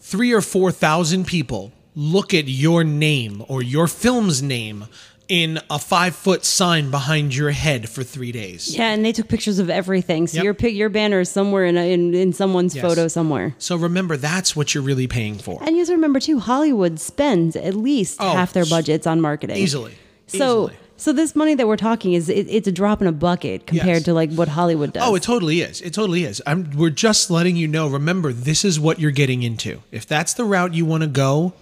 Speaker 1: three or 4,000 people look at your name or your film's name in a five foot sign behind your head for three days.
Speaker 2: Yeah, and they took pictures of everything. So
Speaker 1: Yep.
Speaker 2: your pic, your banner is somewhere in a, in, in someone's
Speaker 1: Yes.
Speaker 2: photo somewhere.
Speaker 1: So remember, that's what you're really paying for.
Speaker 2: And you have to remember too, Hollywood spends at least
Speaker 1: Oh,
Speaker 2: half their
Speaker 1: s-
Speaker 2: budgets on marketing
Speaker 1: Easily.
Speaker 2: So.
Speaker 1: Easily.
Speaker 2: So this money that we're talking is it, it's a drop in a bucket compared
Speaker 1: Yes.
Speaker 2: to like what Hollywood does.
Speaker 1: Oh, it totally is. It totally is. I'm, we're just letting you know. Remember, this is what you're getting into. If that's the route you want to go,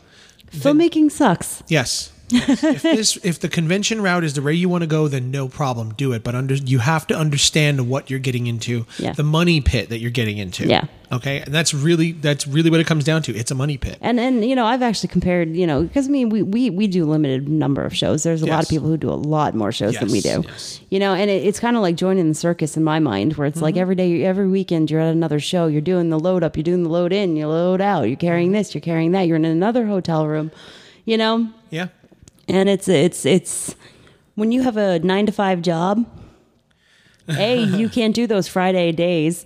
Speaker 2: filmmaking sucks.
Speaker 1: Yes. Yes. if this if the convention route is the way you want to go, then no problem, do it. But under you have to understand what you're getting into,
Speaker 2: Yeah.
Speaker 1: the money pit that you're getting into.
Speaker 2: Yeah.
Speaker 1: Okay, and that's really that's really what it comes down to. It's a money pit.
Speaker 2: And and you know, I've actually compared, you know, because I mean, we, we we do limited number of shows. There's a lot
Speaker 1: Yes.
Speaker 2: of people who do a lot more shows than we
Speaker 1: Yes,
Speaker 2: do.
Speaker 1: yes.
Speaker 2: You know, and it, it's kind of like joining the circus in my mind, where it's like every day, every weekend, you're at another show. You're doing the load up, you're doing the load in, you load out, you're carrying this, you're carrying that, you're in another hotel room. You know,
Speaker 1: Yeah.
Speaker 2: and it's it's it's when you have a nine to five job a you
Speaker 1: [laughs]
Speaker 2: can't do those friday days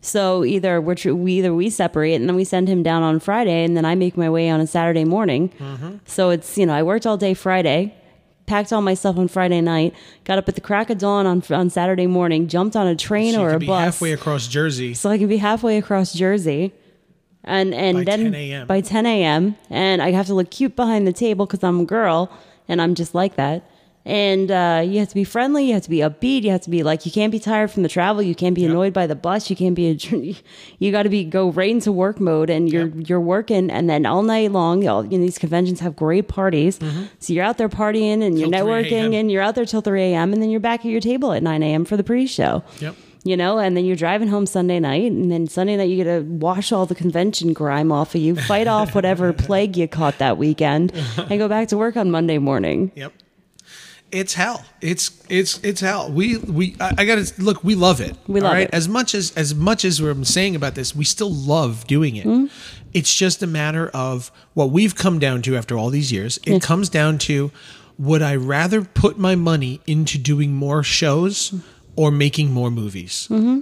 Speaker 2: so either we're tr- we either we separate and then we send him down on friday and then i make my way on a saturday morning
Speaker 1: Mm-hmm.
Speaker 2: so it's you know i worked all day friday packed all my stuff on friday night got up at the crack of dawn on, on saturday morning jumped on a train
Speaker 1: So you
Speaker 2: or
Speaker 1: could
Speaker 2: a
Speaker 1: be
Speaker 2: bus
Speaker 1: halfway across Jersey.
Speaker 2: so I can be halfway across Jersey, and and
Speaker 1: By
Speaker 2: then
Speaker 1: 10 a.m..
Speaker 2: by 10 a.m. and I have to look cute behind the table because I'm a girl and I'm just like that. And uh, you have to be friendly. You have to be upbeat. You have to be like you can't be tired from the travel. You can't be annoyed by the bus. You can't be a, [laughs] you got to be go right into work mode and you're you're working and then all night long. All, you know, these conventions have great parties, so you're out there partying and you're
Speaker 1: Mm-hmm. Till 3 a.m..
Speaker 2: networking and you're out there till 3 a.m. and then you're back at your table at 9 a.m. for the pre-show
Speaker 1: Yep.
Speaker 2: you know, and then you're driving home Sunday night, and then Sunday night you get to wash all the convention grime off of you, fight off
Speaker 1: [laughs]
Speaker 2: whatever plague you caught that weekend, and go back to work on Monday morning.
Speaker 1: Yep. It's hell. It's it's it's hell. We we I, I gotta look. We love it.
Speaker 2: We
Speaker 1: all
Speaker 2: love it.
Speaker 1: As much as as much as we're saying about this, we still love doing it.
Speaker 2: Mm-hmm.
Speaker 1: It's just a matter of what we've come down to after all these years. It comes down to would I rather put my money into doing more shows or making more movies?
Speaker 2: Mm-hmm.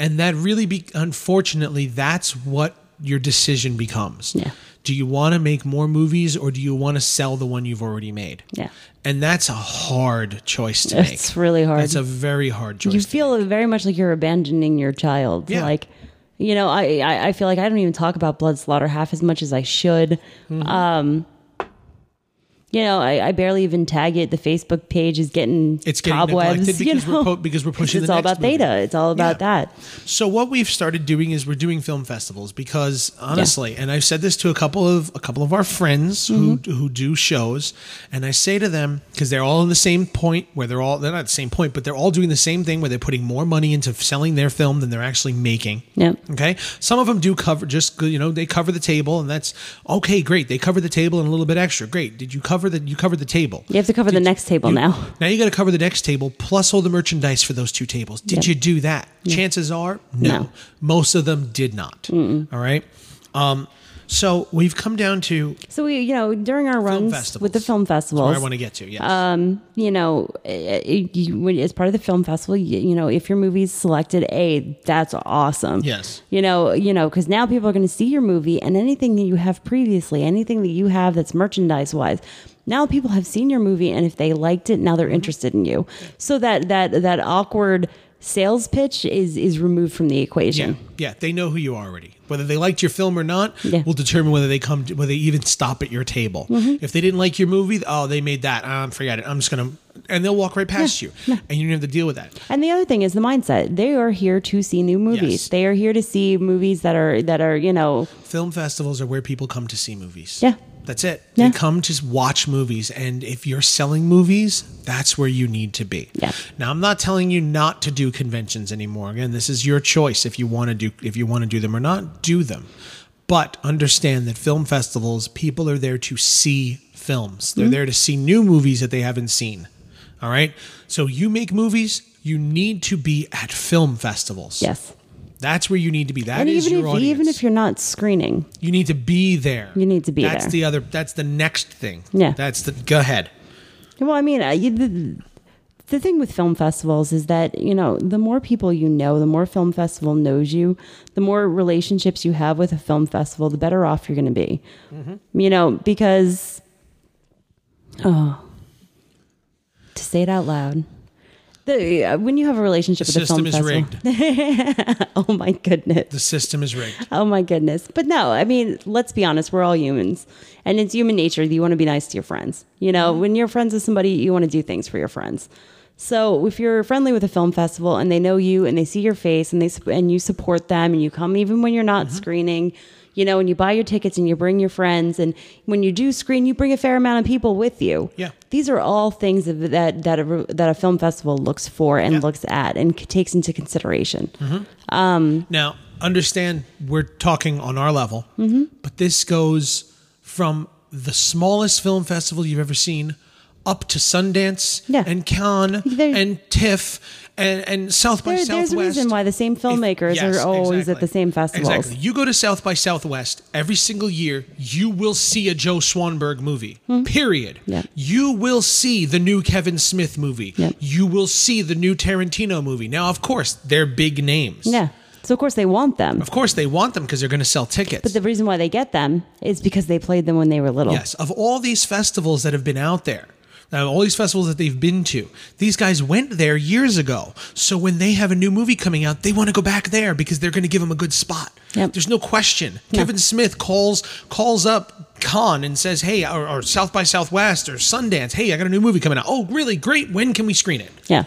Speaker 1: and that really be unfortunately that's what your decision becomes
Speaker 2: Yeah.
Speaker 1: do you want to make more movies or do you want to sell the one you've already made
Speaker 2: Yeah.
Speaker 1: and that's a hard choice to make
Speaker 2: It's really hard.
Speaker 1: that's a very hard choice
Speaker 2: you
Speaker 1: to
Speaker 2: feel very much like you're abandoning your child.
Speaker 1: Yeah.
Speaker 2: Like, you know, I, I I feel like I don't even talk about blood slaughter half as much as I should.
Speaker 1: Mm-hmm.
Speaker 2: Um, you know, I, I barely even tag it. The Facebook page is getting
Speaker 1: it's getting
Speaker 2: cobwebs.
Speaker 1: neglected
Speaker 2: [laughs] you
Speaker 1: because,
Speaker 2: know?
Speaker 1: we're po- because we're pushing
Speaker 2: it's
Speaker 1: the
Speaker 2: all
Speaker 1: next
Speaker 2: about
Speaker 1: movie.
Speaker 2: theta. It's all about
Speaker 1: Yeah.
Speaker 2: that.
Speaker 1: So what we've started doing is we're doing film festivals because honestly, and I've said this to a couple of a couple of our friends
Speaker 2: Mm-hmm.
Speaker 1: who who do shows, and I say to them because they're all in the same point where they're all they're not the same point, but they're all doing the same thing where they're putting more money into selling their film than they're actually making.
Speaker 2: Yep.
Speaker 1: Okay. Some of them do cover just you know they cover the table and that's okay great they cover the table and a little bit extra great did you cover the you covered the table
Speaker 2: You have to cover the next table now.
Speaker 1: now you got to cover the next table plus all the merchandise for those two tables. Did
Speaker 2: Yep.
Speaker 1: you do that? Chances are, no.
Speaker 2: No.
Speaker 1: Most of them did not. All right. Um, so we've come down to
Speaker 2: So we, you know, during our runs with the
Speaker 1: festivals.
Speaker 2: film
Speaker 1: where I
Speaker 2: festivals,
Speaker 1: want to get to. Yes.
Speaker 2: you know, eh, eh, you, when- as part of the film festival, you, you know, if your movie's selected, a that's awesome.
Speaker 1: Yes.
Speaker 2: You know, you know, because now people are going to see your movie and anything that you have previously, anything that you have that's merchandise wise. Now people
Speaker 1: Mm-hmm.
Speaker 2: have seen your movie, and if they liked it, now they're interested in you. So that that that awkward sales pitch is is removed from the equation.
Speaker 1: Yeah, yeah, they know who you are already. Whether they liked your film or not
Speaker 2: Yeah.
Speaker 1: will determine whether they come, to, whether they even stop at your table. If they didn't like your movie, oh, they made that. Um, forget it. I'm just gonna, and they'll walk right past you, and you don't have to deal with that.
Speaker 2: And the other thing is the mindset. They are here to see new movies.
Speaker 1: Yes.
Speaker 2: They are here to see movies that are that are you know
Speaker 1: Film festivals are where people come to see movies.
Speaker 2: Yeah.
Speaker 1: that's it.
Speaker 2: Yeah.
Speaker 1: They come to watch movies, and if you're selling movies, that's where you need to be.
Speaker 2: Yeah.
Speaker 1: Now, I'm not telling you not to do conventions anymore. Again, this is your choice if you want to do if you want to do them or not, do them. But understand that film festivals, people are there to see films.
Speaker 2: Mm-hmm.
Speaker 1: They're there to see new movies that they haven't seen. All right? So you make movies, you need to be at film festivals.
Speaker 2: yes.
Speaker 1: That's where you need to be. That
Speaker 2: And
Speaker 1: is
Speaker 2: even
Speaker 1: your
Speaker 2: if
Speaker 1: audience.
Speaker 2: even if you're not screening,
Speaker 1: you need to be there.
Speaker 2: You need to be
Speaker 1: that's
Speaker 2: there.
Speaker 1: the other that's the next thing.
Speaker 2: Yeah.
Speaker 1: That's the go ahead.
Speaker 2: Well, I mean, I, you- the, the thing with film festivals is that, you know, the more people you know, the more film festival knows you, the more relationships you have with a film festival, the better off you're going to be.
Speaker 1: Mm-hmm.
Speaker 2: You know, because, oh, to say it out loud. The, uh, when you have a relationship
Speaker 1: The
Speaker 2: with a film
Speaker 1: system is
Speaker 2: festival,
Speaker 1: rigged.
Speaker 2: [laughs] oh my goodness,
Speaker 1: The system is
Speaker 2: [laughs]
Speaker 1: rigged.
Speaker 2: Oh my goodness. But no, I mean, let's be honest, we're all humans. And it's human nature that you want to be nice to your friends. You know,
Speaker 1: Mm-hmm.
Speaker 2: when you're friends with somebody, you want to do things for your friends. So if you're friendly with a film festival and they know you and they see your face and they sup- and you support them and you come even when you're not
Speaker 1: Mm-hmm.
Speaker 2: screening, you know, and you buy your tickets and you bring your friends and when you do screen, you bring a fair amount of people with you.
Speaker 1: Yeah.
Speaker 2: These are all things of- that that a, that a film festival looks for and
Speaker 1: Yeah.
Speaker 2: looks at and c- takes into consideration.
Speaker 1: Now, understand we're talking on our level,
Speaker 2: Mm-hmm.
Speaker 1: but this goes from the smallest film festival you've ever seen up to Sundance
Speaker 2: Yeah.
Speaker 1: and Cannes
Speaker 2: There-
Speaker 1: and TIFF and, and South by
Speaker 2: There-
Speaker 1: Southwest.
Speaker 2: there's a reason why the same filmmakers
Speaker 1: If- yes,
Speaker 2: are always at
Speaker 1: exactly.
Speaker 2: the same festivals.
Speaker 1: Exactly. You go to South by Southwest every single year, you will see a Joe Swanberg movie.
Speaker 2: Hmm.
Speaker 1: Period.
Speaker 2: Yeah.
Speaker 1: You will see the new Kevin Smith movie.
Speaker 2: Yeah.
Speaker 1: You will see the new Tarantino movie. Now, of course, they're big names.
Speaker 2: Yeah. So of course they want them.
Speaker 1: Of course, they want them because they're going to sell tickets.
Speaker 2: But the reason why they get them is because they played them when they were little.
Speaker 1: Yes, of all these festivals that have been out there, now all these festivals that they've been to, these guys went there years ago. So when they have a new movie coming out, they want to go back there because they're going to give them a good spot.
Speaker 2: Yep.
Speaker 1: There's no question. Kevin Smith calls calls up Con and says, "Hey, or, or South by Southwest or Sundance, hey, I got a new movie coming out. Oh, really great. When can we screen it?"
Speaker 2: Yeah.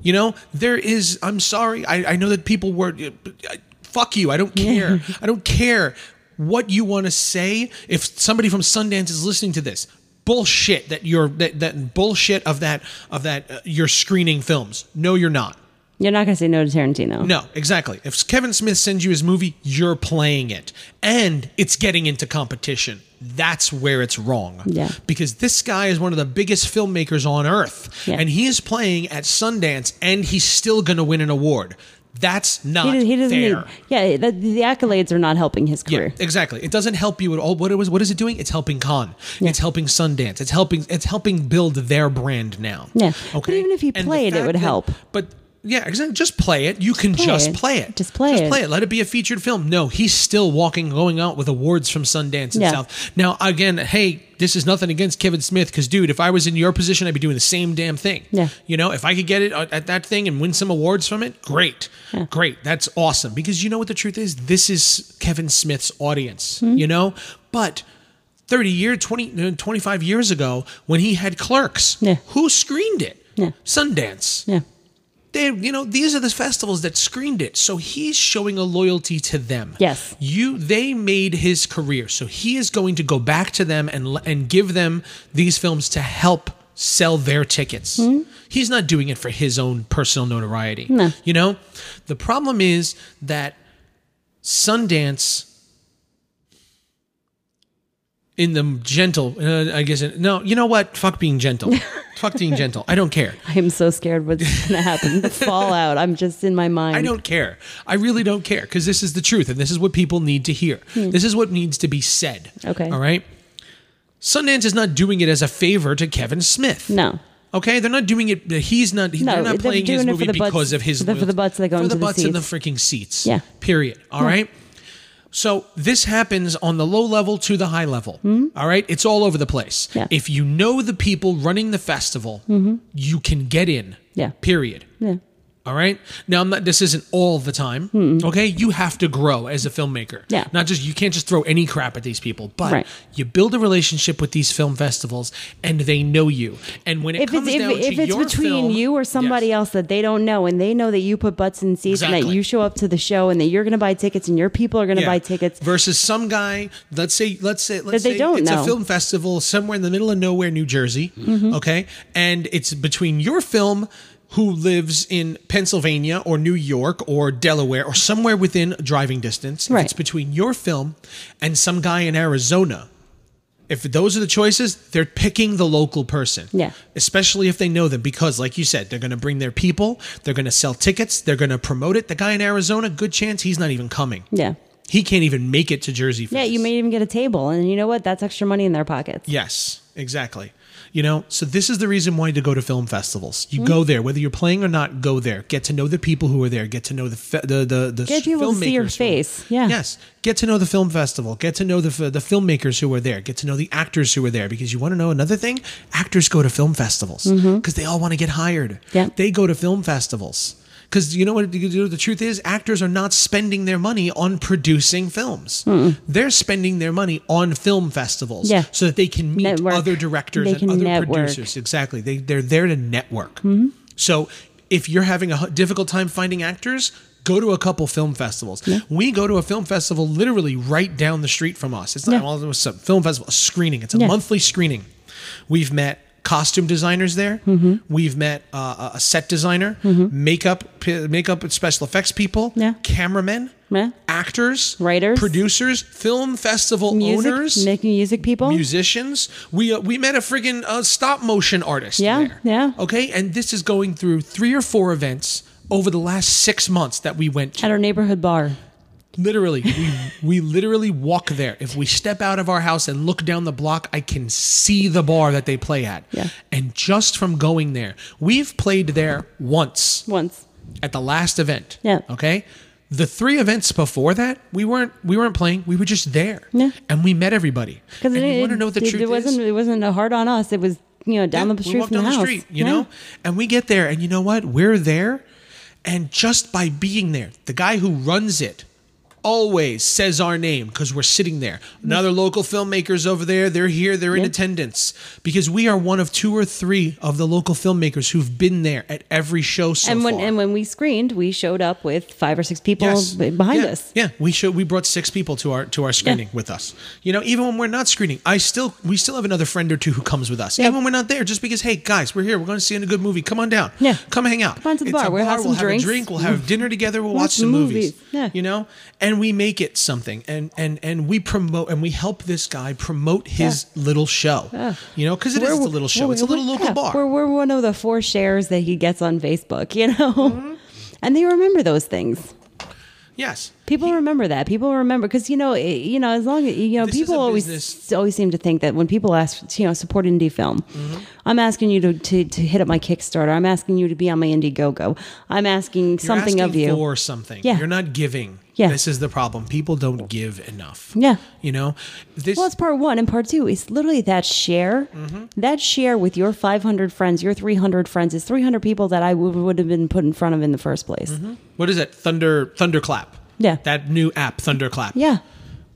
Speaker 1: You know, there is. I'm sorry. I, I know that people were. I- Fuck you. I don't care. I don't care what you want to say. If somebody from Sundance is listening to this, bullshit that you're that, that bullshit of that of that uh, you're screening films. No, you're not.
Speaker 2: You're not going to say no to Tarantino.
Speaker 1: No, exactly. If Kevin Smith sends you his movie, you're playing it. And it's getting into competition. That's where it's wrong.
Speaker 2: Yeah.
Speaker 1: Because this guy is one of the biggest filmmakers on earth.
Speaker 2: Yeah.
Speaker 1: And he is playing at Sundance and he's still going to win an award. That's
Speaker 2: He,
Speaker 1: not
Speaker 2: does- he doesn't
Speaker 1: fair.
Speaker 2: need. Yeah, the, the accolades are not helping his career.
Speaker 1: Yeah, exactly. It doesn't help you at all. What it was, what is it doing? It's helping Con. It's helping Sundance. It's helping. It's helping build their brand now.
Speaker 2: Yeah. But even if he
Speaker 1: And the
Speaker 2: played, it
Speaker 1: fact
Speaker 2: would
Speaker 1: that-
Speaker 2: help.
Speaker 1: But yeah, exactly. Just play it. You can just
Speaker 2: it.
Speaker 1: play it.
Speaker 2: Just play it.
Speaker 1: Let it be a featured film. No, he's still walking, going out with awards from Sundance and
Speaker 2: Yeah.
Speaker 1: South. Now, again, hey, this is nothing against Kevin Smith because, dude, if I was in your position, I'd be doing the same damn thing.
Speaker 2: Yeah.
Speaker 1: You know, if I could get it uh, at at that thing and win some awards from it, great. Great. That's awesome. Because you know what the truth is? This is Kevin Smith's audience,
Speaker 2: Hmm?
Speaker 1: you know? But 30 year, 20, uh, 25 years ago, when he had clerks,
Speaker 2: Yeah.
Speaker 1: who screened it?
Speaker 2: Yeah.
Speaker 1: Sundance.
Speaker 2: Yeah.
Speaker 1: They, you know, these are the festivals that screened it. So he's showing a loyalty to them.
Speaker 2: Yes.
Speaker 1: You, they made his career. So he is going to go back to them and, l- and give them these films to help sell their tickets. He's not doing it for his own personal notoriety.
Speaker 2: Hmm? No.
Speaker 1: You know, the problem is that Sundance in the gentle, uh, I guess, no, you know what? Fuck being
Speaker 2: [laughs]
Speaker 1: gentle. Fuck being gentle. I don't care.
Speaker 2: I am so
Speaker 1: [laughs]
Speaker 2: scared what's going to happen. The fallout. I'm just in my mind.
Speaker 1: I don't care. I really don't care because this is the truth and this is what people need to hear. This is what needs to be said.
Speaker 2: Hmm. Okay.
Speaker 1: All right. Sundance is not doing it as a favor to Kevin Smith.
Speaker 2: No.
Speaker 1: Okay, they're not doing it. He's not. He,
Speaker 2: No,
Speaker 1: they're
Speaker 2: they're
Speaker 1: not playing his
Speaker 2: doing it
Speaker 1: movie
Speaker 2: for the butts-
Speaker 1: because of his
Speaker 2: for the- for the
Speaker 1: loyalty-
Speaker 2: butts that go
Speaker 1: for
Speaker 2: into
Speaker 1: the
Speaker 2: the
Speaker 1: butts and the
Speaker 2: seats.
Speaker 1: freaking seats.
Speaker 2: Yeah.
Speaker 1: Period. All right. So this happens on the low level to the high level. All right, it's all over the place.
Speaker 2: Hmm? Yeah. Mm-hmm.
Speaker 1: If you know the people running the festival, you can get in.
Speaker 2: Yeah.
Speaker 1: Period.
Speaker 2: Yeah.
Speaker 1: All right. Now, I'm not, this isn't all the time. Okay. You have to grow as a filmmaker.
Speaker 2: Hmm. Yeah.
Speaker 1: Not just, you can't just throw any crap at these people, but
Speaker 2: Right.
Speaker 1: you build a relationship with these film festivals and they know you. And when it
Speaker 2: if it's
Speaker 1: comes
Speaker 2: if,
Speaker 1: down to
Speaker 2: if it's
Speaker 1: your
Speaker 2: between
Speaker 1: film-
Speaker 2: you or somebody
Speaker 1: Yes.
Speaker 2: else that they don't know and they know that you put butts in seats and that
Speaker 1: Exactly.
Speaker 2: you show up to the show and that you're going to buy tickets and your people are going to
Speaker 1: Yeah.
Speaker 2: buy tickets
Speaker 1: versus some guy. Let's say, let's say, let's
Speaker 2: they
Speaker 1: say
Speaker 2: don't
Speaker 1: it's
Speaker 2: know. Mm-hmm.
Speaker 1: a film festival somewhere in the middle of nowhere, New Jersey. Okay, and it's between your film, who lives in Pennsylvania or New York or Delaware or somewhere within driving distance. If
Speaker 2: Right.
Speaker 1: It's between your film and some guy in Arizona. If those are the choices, they're picking the local person.
Speaker 2: Yeah.
Speaker 1: Especially if they know them, because like you said, they're going to bring their people, they're going to sell tickets, they're going to promote it. The guy in Arizona, good chance he's not even coming.
Speaker 2: yeah
Speaker 1: He can't even make it to Jersey Fest.
Speaker 2: yeah you may even get a table and you know what that's extra money in their pockets
Speaker 1: Yes, exactly. You know, so this is the reason why to go to film festivals. You go there, whether you're playing or not. Go there, get to know the people who are there, get to know the fe- the the, the
Speaker 2: Get people to see your
Speaker 1: filmmakers who-
Speaker 2: face. Yeah.
Speaker 1: Yes, get to know the film festival. Get to know the f- the filmmakers who are there. Get to know the actors who are there because you want to know another thing. Actors go to film festivals because they all want to get hired.
Speaker 2: Mm-hmm. Yeah.
Speaker 1: they go to film festivals because you know what you know, the truth is. Actors are not spending their money on producing films. They're spending their money on film festivals.
Speaker 2: Yeah.
Speaker 1: so that they can meet
Speaker 2: Network.
Speaker 1: other directors
Speaker 2: They can
Speaker 1: and other
Speaker 2: network. Mm-hmm.
Speaker 1: producers. Exactly. They they're there to network. So if you're having a h- difficult time finding actors, go to a couple film festivals. We go to a film festival literally right down the street from us. It's not
Speaker 2: Yeah.
Speaker 1: all it was some film festival, a screening. It's a
Speaker 2: Yeah.
Speaker 1: monthly screening. We've met costume designers there.
Speaker 2: Mm-hmm.
Speaker 1: We've met uh, a- a set designer, makeup p- makeup and special effects people,
Speaker 2: Yeah.
Speaker 1: cameramen,
Speaker 2: Yeah.
Speaker 1: actors,
Speaker 2: Writers.
Speaker 1: producers, film festival
Speaker 2: music
Speaker 1: owners,
Speaker 2: making music people
Speaker 1: musicians. We uh, we met a friggin' uh, stop motion artist.
Speaker 2: Yeah,
Speaker 1: there.
Speaker 2: yeah.
Speaker 1: Okay, and this is going through three or four events over the last six months that we went. To.
Speaker 2: at our neighborhood bar
Speaker 1: Literally, we we literally walk there. If we step out of our house and look down the block, I can see the bar that they play at.
Speaker 2: Yeah.
Speaker 1: And just from going there, we've played there once
Speaker 2: once
Speaker 1: at the last event.
Speaker 2: Yeah.
Speaker 1: Okay. The three events before that, we weren't we weren't playing. We were just there.
Speaker 2: Yeah.
Speaker 1: And we met everybody.
Speaker 2: because
Speaker 1: And
Speaker 2: it,
Speaker 1: you
Speaker 2: it,
Speaker 1: want to know what the
Speaker 2: it,
Speaker 1: truth is?
Speaker 2: it wasn't it wasn't a hard on us it was you know down
Speaker 1: Yeah,
Speaker 2: the
Speaker 1: we
Speaker 2: street
Speaker 1: walked
Speaker 2: from the
Speaker 1: down
Speaker 2: house
Speaker 1: you
Speaker 2: Yeah.
Speaker 1: know? And we get there, and you know what? We're there, and just by being there, the guy who runs it always says our name because we're sitting there. Another local filmmakers over there, they're here, they're in
Speaker 2: Yeah.
Speaker 1: attendance because we are one of two or three of the local filmmakers who've been there at every show so
Speaker 2: and when
Speaker 1: far.
Speaker 2: and when we screened we showed up with five or six people b- behind
Speaker 1: Yeah.
Speaker 2: us
Speaker 1: Yeah, we show we brought six people to our to our screening with us. You know, even when we're not screening, I still we still have another friend or two who comes with us.
Speaker 2: Yeah.
Speaker 1: Even when we're not there, just because hey guys, we're here, we're going to see a good movie. Come on down.
Speaker 2: Yeah.
Speaker 1: come hang out.
Speaker 2: Come on to the
Speaker 1: It's a
Speaker 2: bar. We'll have some
Speaker 1: we'll
Speaker 2: drinks. Mm-hmm.
Speaker 1: Have a drink. We'll have dinner together. We'll
Speaker 2: Watch
Speaker 1: watch,
Speaker 2: some
Speaker 1: some movies.
Speaker 2: movies. Yeah.
Speaker 1: you know, and we make it something. And and and we promote and we help this guy promote his little show. You know, because it is
Speaker 2: We're-
Speaker 1: a little show.
Speaker 2: we're-
Speaker 1: It's a little
Speaker 2: we're-
Speaker 1: local
Speaker 2: yeah,
Speaker 1: bar.
Speaker 2: We're, we're one of the four shares that he gets on Facebook, [laughs] you know?
Speaker 1: Mm-hmm.
Speaker 2: And they remember those things.
Speaker 1: yes.
Speaker 2: People remember that. People remember because you know, it, you know, as long as you know,
Speaker 1: This is
Speaker 2: people
Speaker 1: a
Speaker 2: always
Speaker 1: business.
Speaker 2: always seem to think that when people ask, you know, support indie film,
Speaker 1: Mm-hmm.
Speaker 2: I'm asking you to, to to hit up my Kickstarter. I'm asking you to be on my Indiegogo. I'm asking
Speaker 1: You're
Speaker 2: something of
Speaker 1: asking
Speaker 2: you.
Speaker 1: for something.
Speaker 2: Yeah.
Speaker 1: You're not giving.
Speaker 2: Yeah.
Speaker 1: This is the problem. People don't give enough.
Speaker 2: Yeah.
Speaker 1: You know, this
Speaker 2: Well, it's part one and part two is literally that share.
Speaker 1: Mm-hmm.
Speaker 2: That share with your 500 friends, your 300 friends is 300 people that I would, would have been put in front of in the first place.
Speaker 1: what is it? Thunder Thunderclap.
Speaker 2: Yeah.
Speaker 1: That new app Thunderclap.
Speaker 2: Yeah.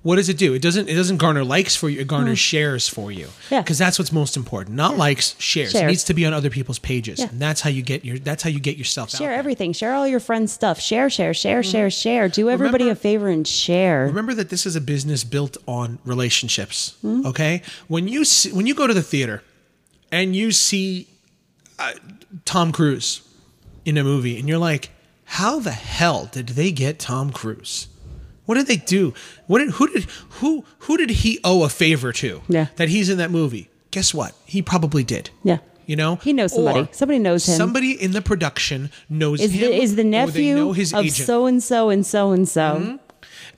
Speaker 1: What does it do? It doesn't it doesn't garner likes for you, it garners shares for you.
Speaker 2: Mm. Yeah.
Speaker 1: Cuz that's what's most important. Not likes, shares.
Speaker 2: Shares.
Speaker 1: It needs to be on other people's pages.
Speaker 2: Yeah.
Speaker 1: And that's how you get your that's how you get yourself out.
Speaker 2: Share
Speaker 1: there.
Speaker 2: everything. Share all your friends' stuff. Share, share, share, share, share. Do
Speaker 1: Mm-hmm.
Speaker 2: everybody
Speaker 1: Remember-
Speaker 2: a favor and share.
Speaker 1: Remember that this is a business built on relationships.
Speaker 2: Hmm?
Speaker 1: Okay? When you see, when you go to the theater and you see uh, Tom Cruise in a movie and you're like, "How the hell did they get Tom Cruise?" What did they do? What did who did who who did he owe a favor to?
Speaker 2: Yeah.
Speaker 1: That he's in that movie. Guess what? He probably did.
Speaker 2: Yeah.
Speaker 1: You know,
Speaker 2: He knows somebody.
Speaker 1: Or
Speaker 2: Somebody knows him.
Speaker 1: Somebody in the production knows
Speaker 2: Is
Speaker 1: him.
Speaker 2: the, is the
Speaker 1: or they
Speaker 2: nephew
Speaker 1: know
Speaker 2: of
Speaker 1: his agent Mm-hmm.
Speaker 2: so and so and so and so.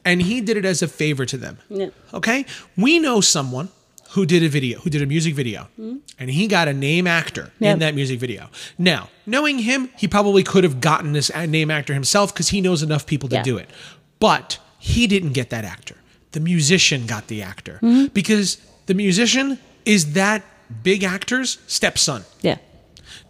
Speaker 1: and he did it as a favor to them.
Speaker 2: Yeah.
Speaker 1: Okay? We know someone who did a video, who did a music video,
Speaker 2: Hmm?
Speaker 1: and he got a name actor
Speaker 2: Yep.
Speaker 1: in that music video. Now, knowing him, he probably could have gotten this a- name actor himself because he knows enough people to
Speaker 2: Yeah.
Speaker 1: do it. But he didn't get that actor. The musician got the actor
Speaker 2: Hmm?
Speaker 1: because the musician is that big actor's stepson.
Speaker 2: Yeah.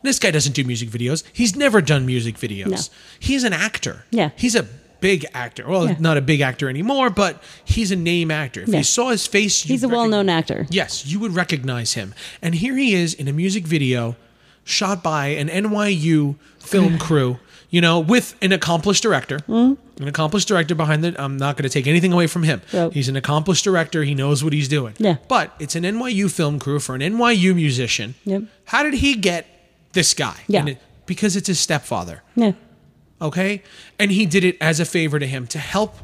Speaker 1: This guy doesn't do music videos. He's never done music videos.
Speaker 2: No.
Speaker 1: He's an actor.
Speaker 2: Yeah.
Speaker 1: He's a big actor. Well,
Speaker 2: Yeah.
Speaker 1: not a big actor anymore, but he's a name actor. If
Speaker 2: Yeah.
Speaker 1: you saw his face,
Speaker 2: He's a
Speaker 1: you'd recognize-
Speaker 2: well-known actor.
Speaker 1: Yes, you would recognize him. And here he is in a music video shot by an NYU
Speaker 2: [laughs]
Speaker 1: film crew, you know, with an accomplished director.
Speaker 2: Hmm?
Speaker 1: An accomplished director behind it. I'm not going to take anything away from him.
Speaker 2: Yep.
Speaker 1: He's an accomplished director. He knows what he's doing.
Speaker 2: Yeah.
Speaker 1: But it's an NYU film crew for an NYU musician.
Speaker 2: Yep.
Speaker 1: How did he get this guy?
Speaker 2: Yeah.
Speaker 1: And it- because it's his stepfather
Speaker 2: Yeah.
Speaker 1: okay and he did it as a favor to him to help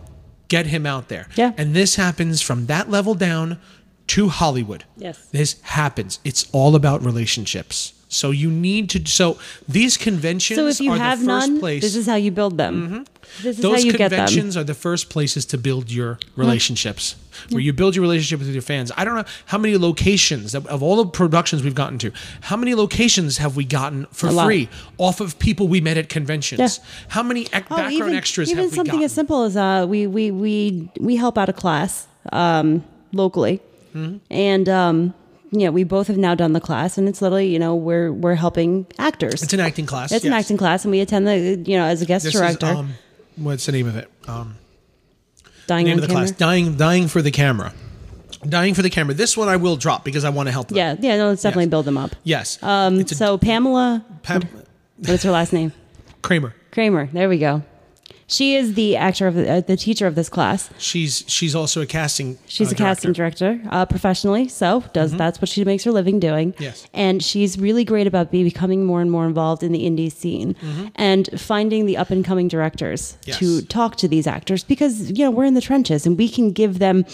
Speaker 1: get him out there
Speaker 2: Yeah.
Speaker 1: and this happens from that level down to hollywood
Speaker 2: Yes.
Speaker 1: this happens it's all about relationships so you need to so these conventions
Speaker 2: So if you
Speaker 1: are
Speaker 2: have
Speaker 1: the first
Speaker 2: none,
Speaker 1: place Mm-hmm.
Speaker 2: this is how you build them. This is
Speaker 1: those
Speaker 2: how you get them.
Speaker 1: conventions are the first places to build your relationships where you build your relationships with your fans i don't know how many locations of of all the productions we've gotten to how many locations have we gotten for
Speaker 2: A lot.
Speaker 1: free off of people we met at conventions
Speaker 2: Yeah.
Speaker 1: how many ec- background extras
Speaker 2: Oh, even
Speaker 1: have we
Speaker 2: something
Speaker 1: gotten
Speaker 2: as simple as uh, we we we we help out a class um, locally,
Speaker 1: Mm-hmm.
Speaker 2: and um, you know, we both have now done the class, and it's literally you know we're we're helping actors.
Speaker 1: it's an acting class
Speaker 2: It's an
Speaker 1: yes.
Speaker 2: acting class, and we attend the you know as a guest
Speaker 1: this
Speaker 2: director.
Speaker 1: is um, what's the name of it um
Speaker 2: dying
Speaker 1: name
Speaker 2: on
Speaker 1: of the
Speaker 2: camera.
Speaker 1: class dying dying for the camera dying for the camera this one i will drop because i want to help them
Speaker 2: Yeah, yeah, no, it's definitely build them up.
Speaker 1: yes
Speaker 2: Um,
Speaker 1: it's a
Speaker 2: so Pamela,
Speaker 1: Pam-
Speaker 2: what's her last name?
Speaker 1: kramer
Speaker 2: Kramer. There we go. She is the actor of the, uh, the teacher of this class.
Speaker 1: she's she's also a casting
Speaker 2: She's
Speaker 1: uh,
Speaker 2: a casting
Speaker 1: director. Mm-hmm.
Speaker 2: director uh, professionally, so does that's what she makes her living doing.
Speaker 1: Yes.
Speaker 2: and she's really great about be- becoming more and more involved in the indie scene and finding the up and coming directors
Speaker 1: Mm-hmm. Yes.
Speaker 2: to talk to these actors because you know we're in the trenches and we can give them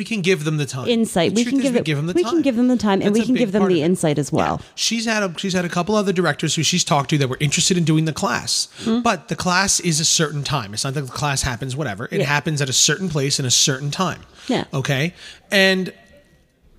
Speaker 1: We can give them the time.
Speaker 2: insight.
Speaker 1: The
Speaker 2: we
Speaker 1: truth
Speaker 2: can
Speaker 1: is
Speaker 2: give,
Speaker 1: we
Speaker 2: it-
Speaker 1: give them the
Speaker 2: we
Speaker 1: time.
Speaker 2: can give them the time, and
Speaker 1: That's
Speaker 2: we
Speaker 1: a
Speaker 2: can
Speaker 1: big
Speaker 2: give them
Speaker 1: part
Speaker 2: the
Speaker 1: of it.
Speaker 2: insight as well.
Speaker 1: She's had a, she's had a couple other directors who she's talked to that were interested in doing the class,
Speaker 2: Hmm.
Speaker 1: but the class is a certain time. It's not that the class happens whatever. It
Speaker 2: Yeah.
Speaker 1: happens at a certain place in a certain time.
Speaker 2: Yeah.
Speaker 1: Okay, and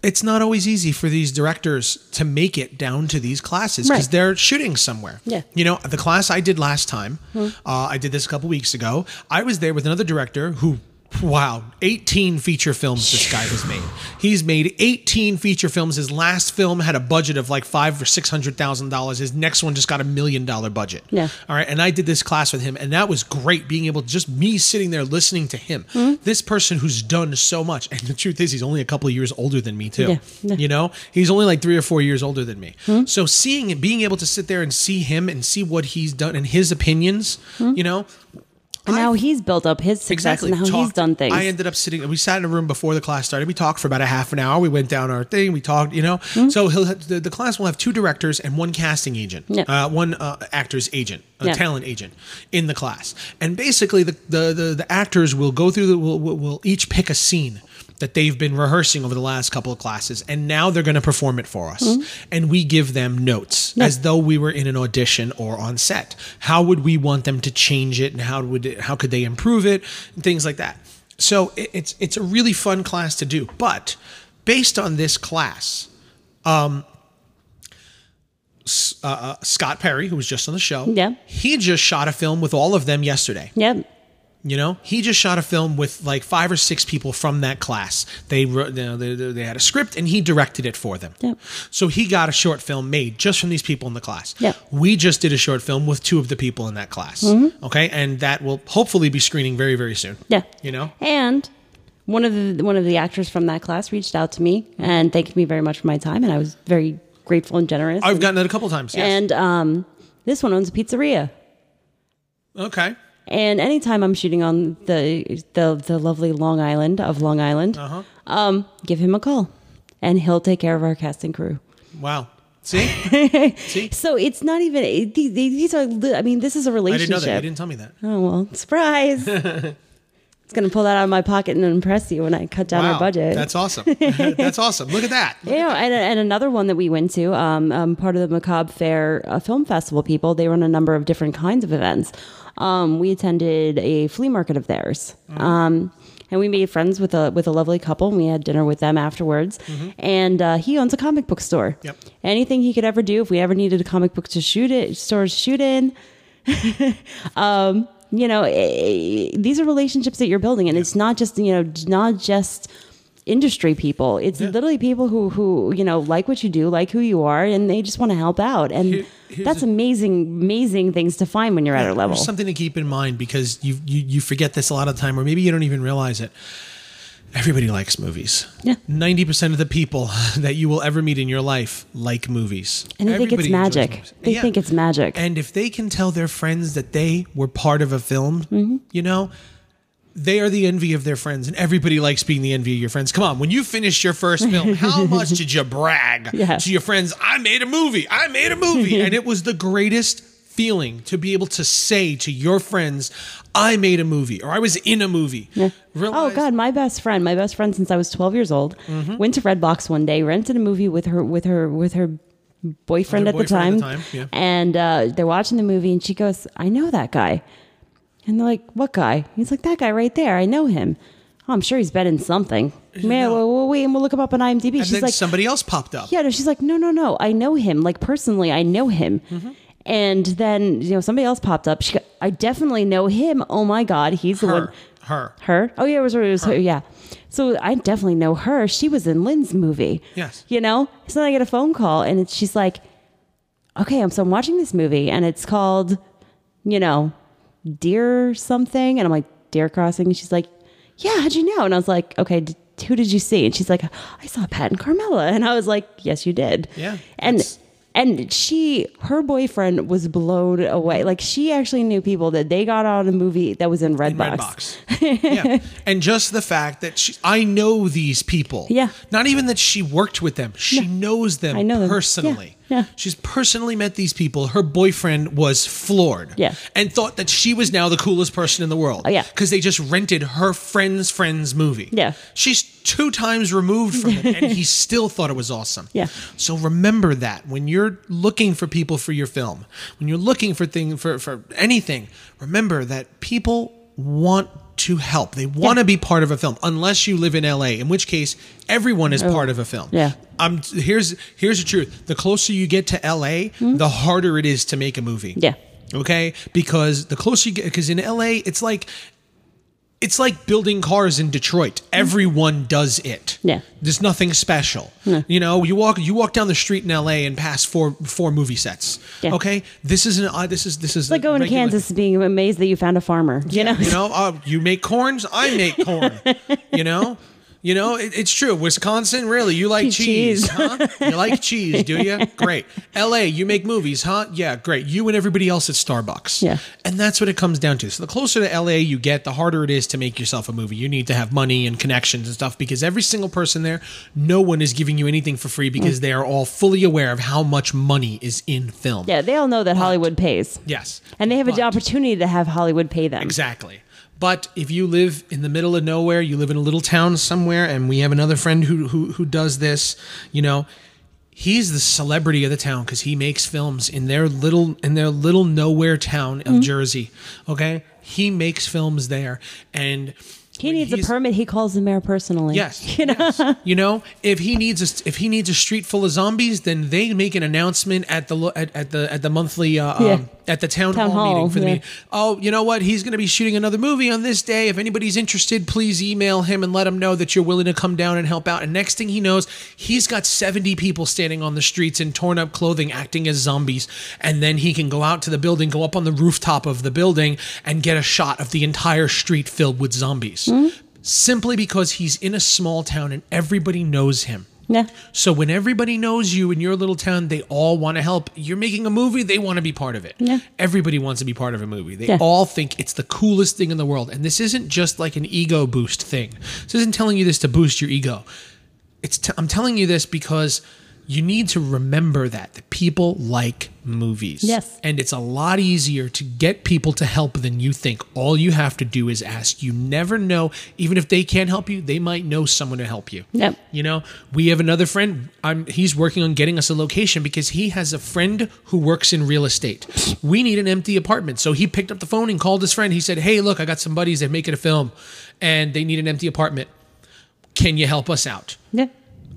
Speaker 1: it's not always easy for these directors to make it down to these classes because
Speaker 2: Right.
Speaker 1: they're shooting somewhere.
Speaker 2: Yeah. Hmm.
Speaker 1: You know, the class I did last time, uh, I did this a couple weeks ago. I was there with another director who, wow, 18 feature films this guy has made. He's made 18 feature films. His last film had a budget of like five or six hundred thousand dollars. His next one just got a million dollar budget.
Speaker 2: Yeah.
Speaker 1: All right. And I did this class with him, and that was great being able to just me sitting there listening to him.
Speaker 2: Hmm.
Speaker 1: This person who's done so much. And the truth is, he's only a couple of years older than me, too.
Speaker 2: Yeah, yeah. Hmm?
Speaker 1: You know, he's only like three or four years older than me. So seeing and being able to sit there and see him and see what he's done and his opinions,
Speaker 2: Hmm?
Speaker 1: you know,
Speaker 2: And
Speaker 1: I-
Speaker 2: how he's built up his success and how he's
Speaker 1: talked.
Speaker 2: done things.
Speaker 1: I ended up sitting. We sat in a room before the class started. We talked for about a half an hour. We went down our thing. We talked. You know,
Speaker 2: Hmm?
Speaker 1: so he'll have, the, the class will have two directors and one casting agent,
Speaker 2: Yeah.
Speaker 1: uh, one uh, actor's agent, a
Speaker 2: Yeah.
Speaker 1: talent agent in the class. And basically, the the the, the actors will go through. The, will, will will each pick a scene. That they've been rehearsing over the last couple of classes, and now they're going to perform it for us. And we give them notes as though we were in an audition or on set. How would we want them to change it, and how would it, how could they improve it, and things like that. So it, it's it's a really fun class to do. But based on this class, um, S- uh, uh, Scott Perry, who was just on the show,
Speaker 2: Yeah.
Speaker 1: he just shot a film with all of them yesterday.
Speaker 2: yep.
Speaker 1: You know, he just shot a film with like five or six people from that class. They wrote, you know, they, they they had a script and he directed it for them.
Speaker 2: Yep.
Speaker 1: So he got a short film made just from these people in the class.
Speaker 2: Yep.
Speaker 1: We just did a short film with two of the people in that class.
Speaker 2: Mm-hmm.
Speaker 1: Okay, and that will hopefully be screening very very soon.
Speaker 2: Yeah.
Speaker 1: You know,
Speaker 2: And one of the one of the actors from that class reached out to me and thanked me very much for my time, and I was very grateful and generous.
Speaker 1: I've gotten that a couple times. Yes.
Speaker 2: and um, this one owns a pizzeria.
Speaker 1: okay.
Speaker 2: And anytime I'm shooting on the the, the lovely Long Island of Long Island,
Speaker 1: Uh-huh.
Speaker 2: um, give him a call, and he'll take care of our casting crew.
Speaker 1: Wow.
Speaker 2: [laughs]
Speaker 1: See?
Speaker 2: So it's not even it- these, these are. li- I mean, this is a
Speaker 1: I
Speaker 2: relationship.
Speaker 1: didn't know that. You didn't tell me that.
Speaker 2: Oh well,
Speaker 1: [laughs]
Speaker 2: surprise! It's gonna pull that out of my pocket and impress you when I cut down
Speaker 1: wow.
Speaker 2: our budget.
Speaker 1: That's
Speaker 2: [laughs]
Speaker 1: awesome. That's awesome. Look at that.
Speaker 2: you know, and, and another one that we went to, um, um, part of the Macabre Fair uh, Film Festival people, they run a number of different kinds of events. Um, we attended a flea market of theirs. Um, and we made friends with a with a lovely couple, and we had dinner with them afterwards. And uh, he owns a comic book store.
Speaker 1: Yep.
Speaker 2: Anything he could ever do, if we ever needed a comic book to shoot it, store to shoot in, eh, you know, eh, these are relationships that you're building, and it's not just you know, not just industry people. It's
Speaker 1: Yeah.
Speaker 2: literally people who who you know like what you do, like who you are, and they just want to help out. And
Speaker 1: Here- here's
Speaker 2: that's
Speaker 1: a-
Speaker 2: amazing, amazing things to find when you're at our level.
Speaker 1: There's something to keep in mind because you, you you forget this a lot of the time, or maybe you don't even realize it. Everybody likes movies.
Speaker 2: Yeah.
Speaker 1: Ninety percent of the people [laughs] that you will ever meet in your life like movies,
Speaker 2: and they think it's
Speaker 1: Everybody enjoys
Speaker 2: magic.
Speaker 1: movies.
Speaker 2: They
Speaker 1: Yeah.
Speaker 2: think it's magic.
Speaker 1: And if they can tell their friends that they were part of a film,
Speaker 2: Mm-hmm.
Speaker 1: you know, they are the envy of their friends, and everybody likes being the envy of your friends. Come on, when you finished your first
Speaker 2: [laughs]
Speaker 1: film, how much did you brag
Speaker 2: Yeah.
Speaker 1: to your friends? I made a movie. I made a
Speaker 2: [laughs]
Speaker 1: movie, and it was the greatest feeling to be able to say to your friends, "I made a movie" or "I was in a movie."
Speaker 2: Oh
Speaker 1: Realize-
Speaker 2: God, my best friend, my best friend since I was twelve years old,
Speaker 1: Mm-hmm.
Speaker 2: went to Redbox one day, rented a movie with her with her with her boyfriend, at, the
Speaker 1: boyfriend
Speaker 2: time,
Speaker 1: at the time, yeah.
Speaker 2: and uh, they're watching the movie, and she goes, "I know that guy," and they're like, "What guy?" He's like, "That guy right there, I know him." Oh, I'm sure he's been in something. Man,
Speaker 1: know.
Speaker 2: well, we'll wait and we'll look him up on IMDb.
Speaker 1: And
Speaker 2: She's
Speaker 1: then
Speaker 2: like,
Speaker 1: somebody else popped up.
Speaker 2: yeah, no, she's like, no, no, no. I know him. Like personally, I know him.
Speaker 1: Mm-hmm.
Speaker 2: And then you know somebody else popped up. She, go, I definitely know him. Oh my god, he's the
Speaker 1: Her,
Speaker 2: one.
Speaker 1: her,
Speaker 2: Her? Oh yeah, it was her. It was her. Yeah. So I definitely know her. She was in Lynn's movie.
Speaker 1: Yes.
Speaker 2: You know. So then I get a phone call, and it's, she's like, "Okay, I'm so I'm watching this movie, and it's called, you know, Deer something," and I'm like, "Deer Crossing." And she's like, "Yeah, how'd you know?" And I was like, "Okay." D- who did you see? And she's like, I saw Pat and Carmela. And I was like, Yes, you did.
Speaker 1: Yeah,
Speaker 2: And
Speaker 1: that's-
Speaker 2: and she her boyfriend was blown away. Like she actually knew people that they got on a movie that was in Redbox.
Speaker 1: Redbox.
Speaker 2: [laughs]
Speaker 1: yeah. And just the fact that she, I know these people.
Speaker 2: Yeah.
Speaker 1: Not even that she worked with them. She knows them
Speaker 2: I know them.
Speaker 1: personally.
Speaker 2: Yeah, yeah.
Speaker 1: She's personally met these people. Her boyfriend was floored.
Speaker 2: Yeah. Oh,
Speaker 1: And thought that she was now the coolest person in the world.
Speaker 2: yeah.
Speaker 1: Because they just rented her friend's friend's movie.
Speaker 2: Yeah.
Speaker 1: She's two times removed from it and
Speaker 2: [laughs]
Speaker 1: he still thought it was awesome.
Speaker 2: Yeah.
Speaker 1: So remember that when you're looking for people for your film, when you're looking for thing for, for anything, remember that people want to help. They want to be part of a film, unless you live in LA, in which case everyone is part of a film.
Speaker 2: Oh. Yeah.
Speaker 1: I'm here's here's the truth. The closer you get to LA, the harder it is to make a movie.
Speaker 2: Hmm? Yeah.
Speaker 1: Okay? Because the closer you get because in LA it's like it's like building cars in Detroit. Everyone does it.
Speaker 2: Yeah.
Speaker 1: There's nothing special. You know, you walk you walk down the street in LA and pass four four movie sets.
Speaker 2: Yeah.
Speaker 1: Okay? This is an uh, this is this is
Speaker 2: It's like going to Kansas and being amazed that you found a farmer. You know?
Speaker 1: you know, uh, you make corns, I make
Speaker 2: [laughs]
Speaker 1: corn. you know, you know, it, it's true. Wisconsin, really, you like cheese,
Speaker 2: Cheese. [laughs]
Speaker 1: huh? You like cheese, do you? Great. L.A., you make movies, huh? Yeah, great. You and everybody else at Starbucks.
Speaker 2: Yeah.
Speaker 1: and that's what it comes down to. So the closer to L.A. you get, the harder it is to make yourself a movie. You need to have money and connections and stuff because every single person there, no one is giving you anything for free because
Speaker 2: Mm.
Speaker 1: they are all fully aware of how much money is in film.
Speaker 2: Yeah, they all know that Hollywood pays.
Speaker 1: Yes,
Speaker 2: And they have
Speaker 1: But-
Speaker 2: an opportunity to have Hollywood pay them.
Speaker 1: Exactly. But if you live in the middle of nowhere, you live in a little town somewhere, and we have another friend who who, who does this, you know, he's the celebrity of the town because he makes films in their little in their little nowhere town
Speaker 2: Mm-hmm.
Speaker 1: of Jersey. Okay, he makes films there, and
Speaker 2: He
Speaker 1: when
Speaker 2: needs a
Speaker 1: he's-
Speaker 2: permit. He calls the mayor personally. [laughs]
Speaker 1: Yes, you know? yes. You know, if he needs a if he needs a street full of zombies, then they make an announcement at the lo- at, at the at the monthly uh,
Speaker 2: Yeah.
Speaker 1: um, at the town,
Speaker 2: Town
Speaker 1: hall, meeting
Speaker 2: hall,
Speaker 1: for the
Speaker 2: yeah.
Speaker 1: meeting. Oh, you know what? He's going to be shooting another movie on this day. If anybody's interested, please email him and let him know that you're willing to come down and help out. And next thing he knows, he's got 70 people standing on the streets in torn up clothing acting as zombies. And then he can go out to the building, go up on the rooftop of the building and get a shot of the entire street filled with zombies. Simply because he's in a small town and everybody knows him.
Speaker 2: Yeah.
Speaker 1: So when everybody knows you in your little town, they all want to help. You're making a movie, they want to be part of it.
Speaker 2: Yeah.
Speaker 1: Everybody wants to be part of a movie. They
Speaker 2: Yeah.
Speaker 1: all think it's the coolest thing in the world. And this isn't just like an ego boost thing. This isn't telling you this to boost your ego. It's t- I'm telling you this because you need to remember that the people like movies.
Speaker 2: Yes.
Speaker 1: And it's a lot easier to get people to help than you think. All you have to do is ask. You never know, even if they can't help you, they might know someone to help you.
Speaker 2: Yep.
Speaker 1: You know, we have another friend. I'm he's working on getting us a location because he has a friend who works in real estate. We need an empty apartment. So he picked up the phone and called his friend. He said, "Hey, look, I got some buddies that make it a film and they need an empty apartment. Can you help us out?"
Speaker 2: Yeah.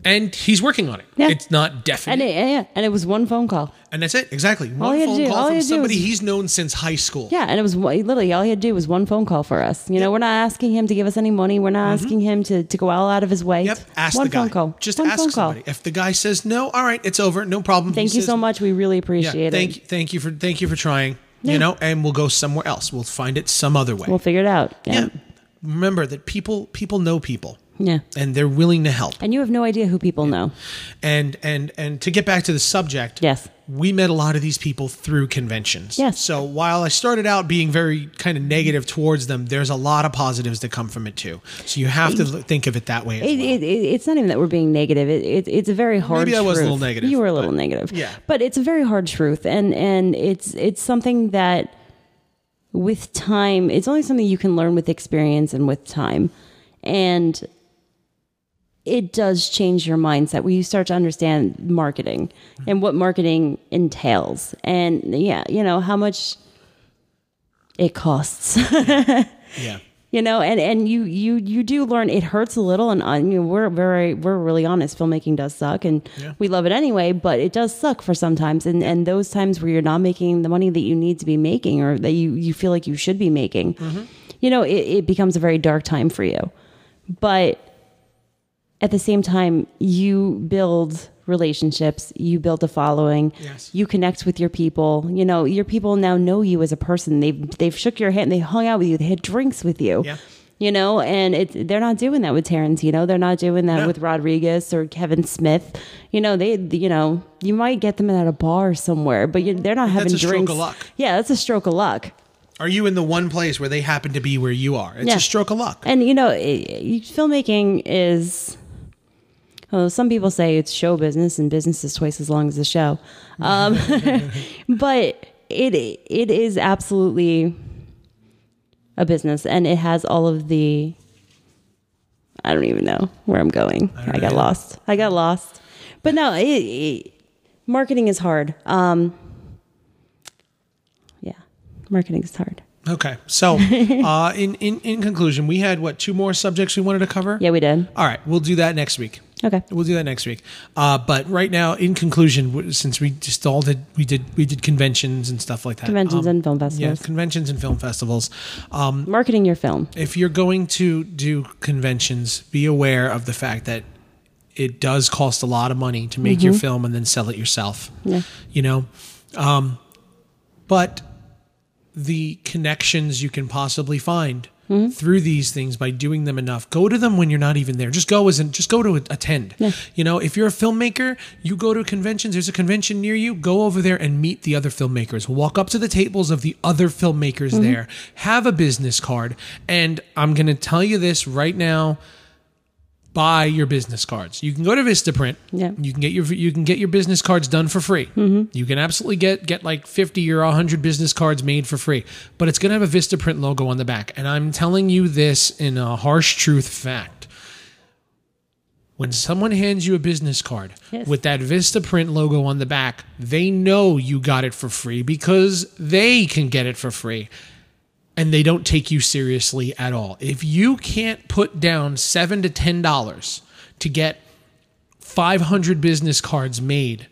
Speaker 1: and he's working on it.
Speaker 2: Yeah.
Speaker 1: It's not
Speaker 2: And
Speaker 1: definite,
Speaker 2: it, yeah, yeah, and it was one phone call.
Speaker 1: and that's it. Exactly, one
Speaker 2: he had to
Speaker 1: phone
Speaker 2: do- all
Speaker 1: call
Speaker 2: he
Speaker 1: from
Speaker 2: had to do
Speaker 1: somebody
Speaker 2: was-
Speaker 1: he's known since high school.
Speaker 2: Yeah, and it was one- literally all he had to do was one phone call for us. You know, we're not asking him to give us any money. We're not asking him to, to go all out of his way.
Speaker 1: Mm-hmm. Yep. Ask
Speaker 2: one
Speaker 1: the guy.
Speaker 2: phone call.
Speaker 1: Just
Speaker 2: one
Speaker 1: ask
Speaker 2: phone call.
Speaker 1: somebody. If the guy says no, all right, it's over. No problem. He
Speaker 2: Thank you
Speaker 1: says,
Speaker 2: so much. We really
Speaker 1: Yeah,
Speaker 2: appreciate it.
Speaker 1: thank you, thank you for thank you for trying.
Speaker 2: Yeah.
Speaker 1: You know, and we'll go somewhere else. We'll find it some other way.
Speaker 2: We'll figure it out.
Speaker 1: yeah. Remember that people people know people.
Speaker 2: Yeah.
Speaker 1: And they're willing to help.
Speaker 2: And you have no idea who people know.
Speaker 1: And and and to get back to the subject,
Speaker 2: Yes.
Speaker 1: we met a lot of these people through conventions.
Speaker 2: Yes.
Speaker 1: So while I started out being very kind of negative towards them, there's a lot of positives that come from it too. So you have to think of it that way. As
Speaker 2: It,
Speaker 1: well.
Speaker 2: it, it, it's not even that we're being negative. It, it, it's a very hard.
Speaker 1: maybe I was a
Speaker 2: truth.
Speaker 1: little negative,
Speaker 2: You were a little
Speaker 1: but-
Speaker 2: negative.
Speaker 1: yeah.
Speaker 2: but it's a very hard truth, and and it's it's something that with time, it's only something you can learn with experience and with time, and it does change your mindset when you start to understand marketing
Speaker 1: Mm-hmm.
Speaker 2: and what marketing entails, and yeah, you know how much it costs.
Speaker 1: yeah.
Speaker 2: you know and and you you you do learn it hurts a little and uh, you know, we're very we're really honest filmmaking does suck and
Speaker 1: Yeah.
Speaker 2: we love it anyway but it does suck for sometimes and and those times where you're not making the money that you need to be making or that you you feel like you should be making
Speaker 1: Mm-hmm.
Speaker 2: you know it, it becomes a very dark time for you but at the same time you build relationships you build a following
Speaker 1: Yes.
Speaker 2: you connect with your people you know your people now know you as a person they've they've shook your hand they hung out with you they had drinks with you
Speaker 1: Yeah.
Speaker 2: you know and it, they're not doing that with tarantino they're not doing that
Speaker 1: No.
Speaker 2: with rodriguez or kevin smith you know they you know you might get them at a bar somewhere but you, they're not having
Speaker 1: a stroke
Speaker 2: drinks
Speaker 1: of luck.
Speaker 2: yeah that's a stroke of luck
Speaker 1: Are you in the one place where they happen to be where you are? It's
Speaker 2: Yeah.
Speaker 1: a stroke of luck.
Speaker 2: And you know, i i- filmmaking is. Well, some people say it's show business, and business is twice as long as the show. Um, [laughs] but it it is absolutely a business, and it has all of the. I don't even know where I'm going. I,
Speaker 1: don't
Speaker 2: got
Speaker 1: know.
Speaker 2: lost. I got lost. But no, it, it, marketing is hard. Um, yeah, marketing is hard.
Speaker 1: Okay.
Speaker 2: [laughs]
Speaker 1: So, uh, in, in in conclusion, we had what two more subjects we wanted to cover.
Speaker 2: Yeah, we did.
Speaker 1: All right, we'll do that next week.
Speaker 2: Okay.
Speaker 1: We'll do that next week. Uh, but right now, in conclusion, w- since we just all did we did we did conventions and stuff like that. Um,
Speaker 2: Conventions and film
Speaker 1: yeah,
Speaker 2: festivals.
Speaker 1: conventions and film festivals. Um,
Speaker 2: Marketing your film.
Speaker 1: if you're going to do conventions, be aware of the fact that it does cost a lot of money to make your film and then sell it yourself.
Speaker 2: Mm-hmm. Yeah.
Speaker 1: You know, um, but the connections you can possibly find through these things by doing them enough. Go to them when you're not even there. Just go as in, just go to attend. You know, if you're a filmmaker, you go to conventions. There's a convention near you. Go over there and meet the other filmmakers. Walk up to the tables of the other filmmakers there. Have a business card, and I'm going to tell you this right now buy your business cards. You can go to Vistaprint.
Speaker 2: Yeah. Mm-hmm.
Speaker 1: You can get your you can get your business cards done for free. You can absolutely get get like 50 or 100 business cards made for free, but it's going to have a Vistaprint logo on the back. And I'm telling you this in a harsh truth fact. When someone hands you a business card
Speaker 2: Yes.
Speaker 1: with that Vistaprint logo on the back, they know you got it for free because they can get it for free and they don't take you seriously at all. If you can't put down seven to ten dollars to get five hundred business cards made,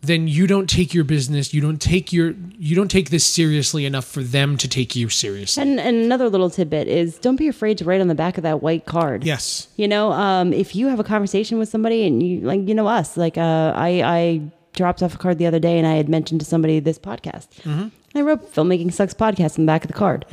Speaker 1: then you don't take your business, you don't take your you don't take this seriously enough for them to take you seriously.
Speaker 2: And, and another little tidbit is don't be afraid to write on the back of that white card.
Speaker 1: Yes.
Speaker 2: You know, um, if you have a conversation with somebody and you like, you know, us, like uh, I, I dropped off a card the other day and I had mentioned to somebody this podcast.
Speaker 1: Mm-hmm.
Speaker 2: I wrote Filmmaking Sucks podcast on the back of the card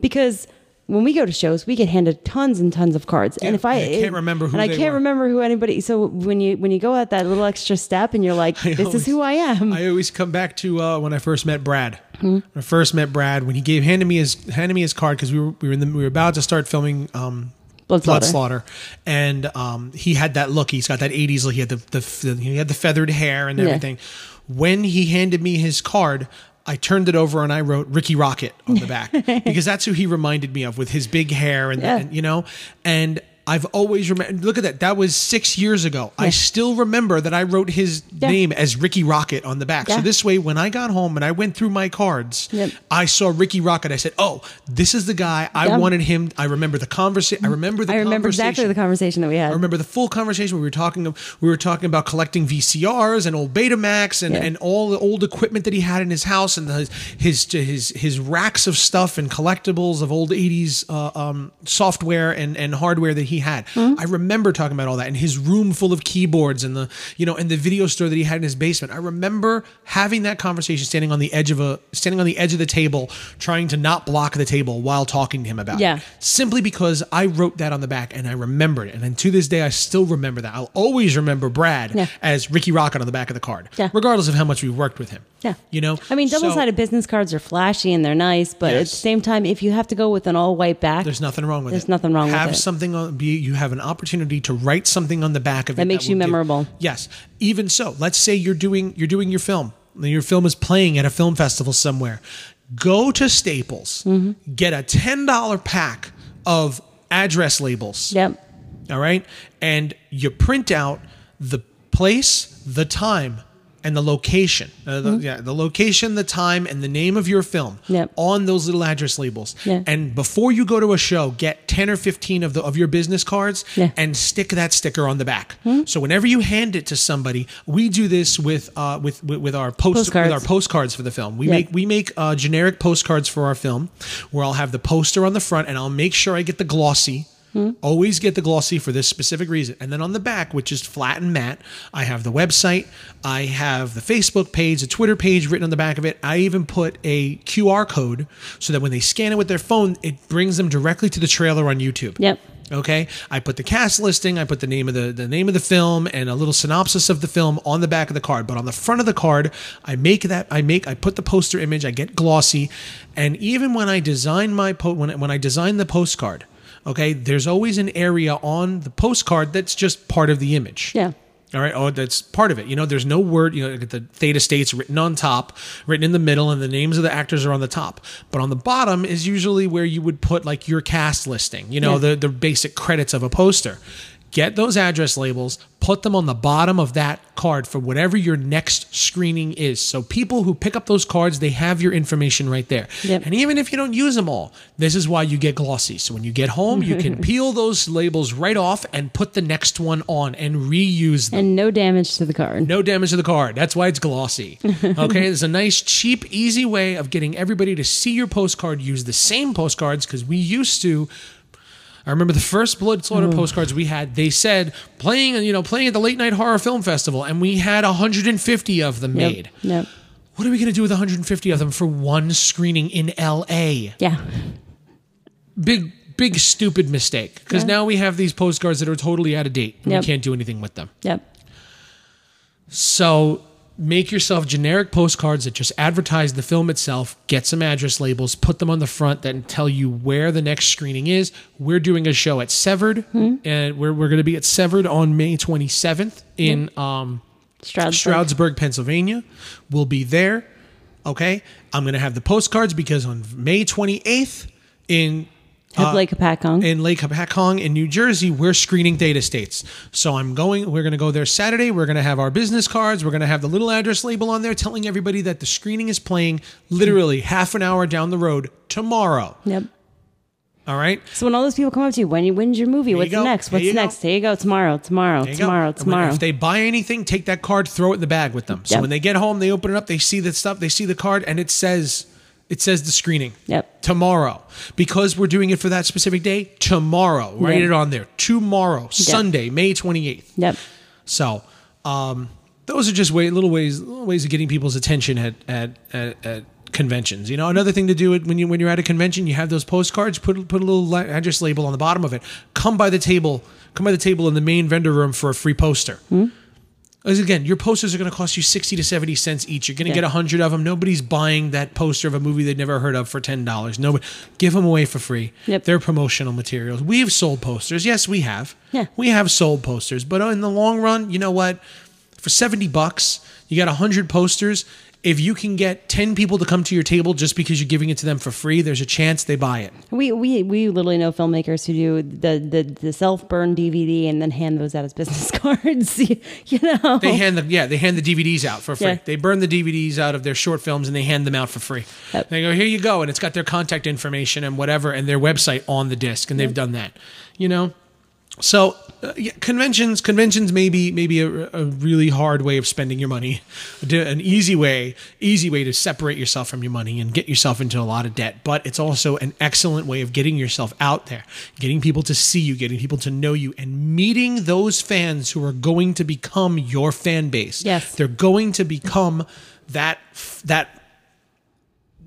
Speaker 2: because when we go to shows, we get handed tons and tons of cards. and
Speaker 1: Yeah,
Speaker 2: if I,
Speaker 1: and I can't remember who
Speaker 2: and I
Speaker 1: they
Speaker 2: can't
Speaker 1: were.
Speaker 2: remember who anybody. So when you, when you go at that little extra step and you're like,
Speaker 1: [laughs]
Speaker 2: this is
Speaker 1: always-
Speaker 2: who I am.
Speaker 1: I always come back to uh, when I first met Brad. When I first met Brad, when he gave handed me his handed me his card because we were we were in the, we were about to start filming um,
Speaker 2: Blood Slaughter.
Speaker 1: and um, he had that look. He's got that '80s look. He had the, the, he had the feathered hair and
Speaker 2: Yeah.
Speaker 1: everything. When he handed me his card. I turned it over and I wrote Ricky
Speaker 2: [laughs]
Speaker 1: Rocket on the back because that's who he reminded me of with his big hair and,
Speaker 2: Yeah.
Speaker 1: and you know and I've always remembered. Look at that. That was six years ago. I
Speaker 2: Yeah.
Speaker 1: still remember that I wrote his
Speaker 2: Yeah.
Speaker 1: name as Ricky Rocket on the back. So
Speaker 2: Yeah.
Speaker 1: this way, when I got home and I went through my cards,
Speaker 2: Yep.
Speaker 1: I saw Ricky Rocket. I said, "Oh, this is the guy I
Speaker 2: Yeah.
Speaker 1: wanted him." I remember the conversation. I remember the.
Speaker 2: I remember
Speaker 1: conversation.
Speaker 2: exactly the conversation that we had.
Speaker 1: I remember the full conversation. We were talking. We were talking about collecting VCRs and old Betamax and,
Speaker 2: Yeah.
Speaker 1: and all the old equipment that he had in his house and the, his his his racks of stuff and collectibles of old eighties uh, um, software and, and hardware that he had.
Speaker 2: Mm-hmm.
Speaker 1: I remember talking about all that and his room full of keyboards and the you know and the video store that he had in his basement. I remember having that conversation, standing on the edge of a standing on the edge of the table, trying to not block the table while talking to him about
Speaker 2: Yeah.
Speaker 1: it simply because I wrote that on the back and I remembered it. And then to this day, I still remember that. I'll always remember Brad
Speaker 2: Yeah.
Speaker 1: as Ricky Rocket on the back of the card,
Speaker 2: Yeah.
Speaker 1: regardless of how much we worked with him.
Speaker 2: Yeah.
Speaker 1: You know?
Speaker 2: I mean,
Speaker 1: So,
Speaker 2: double sided business cards are flashy and they're nice, but at
Speaker 1: Yes.
Speaker 2: the same time, if you have to go with an all white back,
Speaker 1: There's nothing wrong with
Speaker 2: There's
Speaker 1: it.
Speaker 2: nothing wrong with
Speaker 1: have
Speaker 2: it.
Speaker 1: something on be you have an opportunity to write something on the back of it
Speaker 2: That makes you
Speaker 1: will give-
Speaker 2: memorable.
Speaker 1: yes. Even so, let's say you're doing you're doing your film. Your film is playing at a film festival somewhere. Go to Staples,
Speaker 2: Mm-hmm.
Speaker 1: get a ten dollar pack of address labels.
Speaker 2: Yep.
Speaker 1: All right. And you print out the place, the time, and the location. Uh, the, Yeah, the location, the time, and the name of your film
Speaker 2: Mm-hmm. Yep.
Speaker 1: on those little address labels.
Speaker 2: Yeah.
Speaker 1: And before you go to a show, get ten or fifteen of the of your business cards
Speaker 2: Yeah. Hmm?
Speaker 1: and stick that sticker on the back. So whenever you hand it to somebody, we do this with uh, with, with with our post with
Speaker 2: Postcards.
Speaker 1: our postcards for the film. We
Speaker 2: Yeah.
Speaker 1: make we make uh, generic postcards for our film, where I'll have the poster on the front, and I'll make sure I get the glossy. Always get the glossy for this specific reason. And then on the back, which is flat and matte, I have the website, I have the Facebook page, the Twitter page written on the back of it. I even put a QR code so that when they scan it with their phone, it brings them directly to the trailer on YouTube.
Speaker 2: Yep.
Speaker 1: Okay, I put the cast listing, I put the name of the the name of the film, and a little synopsis of the film on the back of the card. But on the front of the card, I make that I make I put the poster image. I get glossy, and even when I design my po- when when I design the postcard, okay, there's always an area on the postcard that's just part of the image.
Speaker 2: Yeah.
Speaker 1: All right. Oh, that's part of it. You know, there's no word. You know, the theta states written on top, written in the middle, and the names of the actors are on the top. But on the bottom is usually where you would put like your cast listing. You know,
Speaker 2: Yeah.
Speaker 1: the the basic credits of a poster. Get those address labels, put them on the bottom of that card for whatever your next screening is. So people who pick up those cards, they have your information right there.
Speaker 2: Yep.
Speaker 1: And even if you don't use them all, this is why you get glossy. So when you get home, you can peel those labels right off and put the next one on and reuse them
Speaker 2: And no damage to the card.
Speaker 1: no damage to the card. That's why it's glossy. Okay, it's a nice, cheap, easy way of getting everybody to see your postcard. Use the same postcards because we used to. I remember the first Blood Slaughter postcards we had. They said playing, you know, playing at the late night horror film festival, and we had 150 of them
Speaker 2: Yep.
Speaker 1: made.
Speaker 2: Yep.
Speaker 1: What are we going to do with 150 of them for one screening in L.A.?
Speaker 2: Yeah.
Speaker 1: Big, big, stupid mistake. Because
Speaker 2: Yeah.
Speaker 1: now we have these postcards that are totally out of date. and
Speaker 2: Yep.
Speaker 1: We can't do anything with them.
Speaker 2: Yep.
Speaker 1: So make yourself generic postcards that just advertise the film itself. Get some address labels, put them on the front that tell you where the next screening is. We're doing a show at Severed,
Speaker 2: Hmm?
Speaker 1: and we're, we're going to be at Severed on May 27th in um,
Speaker 2: Stroud.
Speaker 1: Stroudsburg, Pennsylvania. We'll be there. Okay. I'm going to have the postcards because on May 28th in
Speaker 2: Have
Speaker 1: uh,
Speaker 2: Lake Apacong.
Speaker 1: in Lake Hong in New Jersey, we're screening data states. So I'm going, we're going to go there Saturday. We're going to have our business cards. We're going to have the little address label on there telling everybody that the screening is playing literally half an hour down the road tomorrow.
Speaker 2: Yep.
Speaker 1: All right.
Speaker 2: So when all those people come up to you, when when's your movie? What's
Speaker 1: go.
Speaker 2: next?
Speaker 1: There
Speaker 2: What's
Speaker 1: you go.
Speaker 2: next? Here you go. Tomorrow. Tomorrow.
Speaker 1: There you go.
Speaker 2: Tomorrow.
Speaker 1: And when-
Speaker 2: Tomorrow.
Speaker 1: If they buy anything, take that card, throw it in the bag with them. So
Speaker 2: Yep.
Speaker 1: when they get home, they open it up, they see the stuff, they see the card, and it says, it says the screening.
Speaker 2: Yep.
Speaker 1: Tomorrow. Because we're doing it for that specific day, tomorrow. Write
Speaker 2: Yeah.
Speaker 1: it on there. Tomorrow, Sunday, May 28th.
Speaker 2: yep.
Speaker 1: So, um, those are just way, little ways little ways of getting people's attention at at, at at conventions. You know, another thing to do it when you when you're at a convention, you have those postcards. Put put a little li- address label on the bottom of it. Come by the table. Come by the table in the main vendor room for a free poster.
Speaker 2: Hmm?
Speaker 1: Because again, your posters are going to cost you 60 to 70 cents each. You're going to
Speaker 2: Yeah.
Speaker 1: get a 100 of them. Nobody's buying that poster of a movie they've never heard of for $10. Nobody. Give them away for free.
Speaker 2: Yep.
Speaker 1: They're promotional materials. We've sold posters. Yes, we have.
Speaker 2: Yeah.
Speaker 1: We have sold posters. But in the long run, you know what? For 70 bucks, You got 100 posters. If you can get 10 people to come to your table just because you're giving it to them for free, there's a chance they buy it.
Speaker 2: We we we literally know filmmakers who do the the, the self burn DVD and then hand those out as business [laughs] cards. you know,
Speaker 1: They hand them, yeah, they hand the DVDs out for free.
Speaker 2: Yeah.
Speaker 1: They burn the DVDs out of their short films and they hand them out for free.
Speaker 2: Yep.
Speaker 1: They go, here you go, and it's got their contact information and whatever, and their website on the disc, and they've done that. You know, so uh, yeah, conventions, conventions may be maybe a, a really hard way of spending your money, Do- an easy way, easy way to separate yourself from your money and get yourself into a lot of debt. But it's also an excellent way of getting yourself out there, getting people to see you, getting people to know you, and meeting those fans who are going to become your fan base.
Speaker 2: Yes.
Speaker 1: they're going to become that f- that.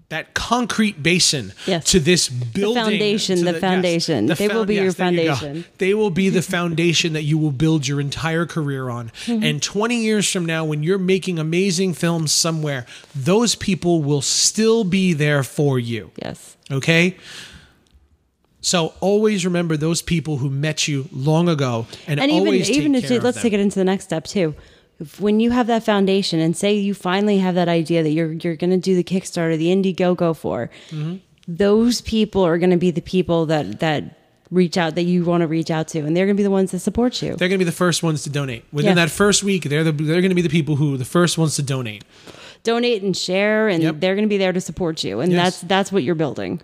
Speaker 1: That concrete basin
Speaker 2: Yes.
Speaker 1: to this building,
Speaker 2: foundation,
Speaker 1: to
Speaker 2: the foundation. They will be your
Speaker 1: there you go.
Speaker 2: foundation.
Speaker 1: They will be the foundation that you will build your entire career on.
Speaker 2: Mm-hmm.
Speaker 1: And 20 years from now, when you're making amazing films somewhere, those people will still be there for you.
Speaker 2: yes,
Speaker 1: Okay? So always remember those people who met you long ago and,
Speaker 2: and even
Speaker 1: always
Speaker 2: even
Speaker 1: take
Speaker 2: if
Speaker 1: care
Speaker 2: you,
Speaker 1: of
Speaker 2: let's
Speaker 1: them.
Speaker 2: take it into the next step too. If- When you have that foundation, and say you finally have that idea that you're you're going to do the Kickstarter, the Indiegogo for,
Speaker 1: Mm-hmm.
Speaker 2: those people are going to be the people that that reach out that you want to reach out to, and they're going to be the ones that support you.
Speaker 1: they're going to be the first ones to donate. Within
Speaker 2: Yeah.
Speaker 1: that first week, they're the, they're going to be the people who are the first ones to donate.
Speaker 2: Donate and share, and
Speaker 1: Yep.
Speaker 2: they're going to be there to support you, and
Speaker 1: Yes.
Speaker 2: that's that's what you're building.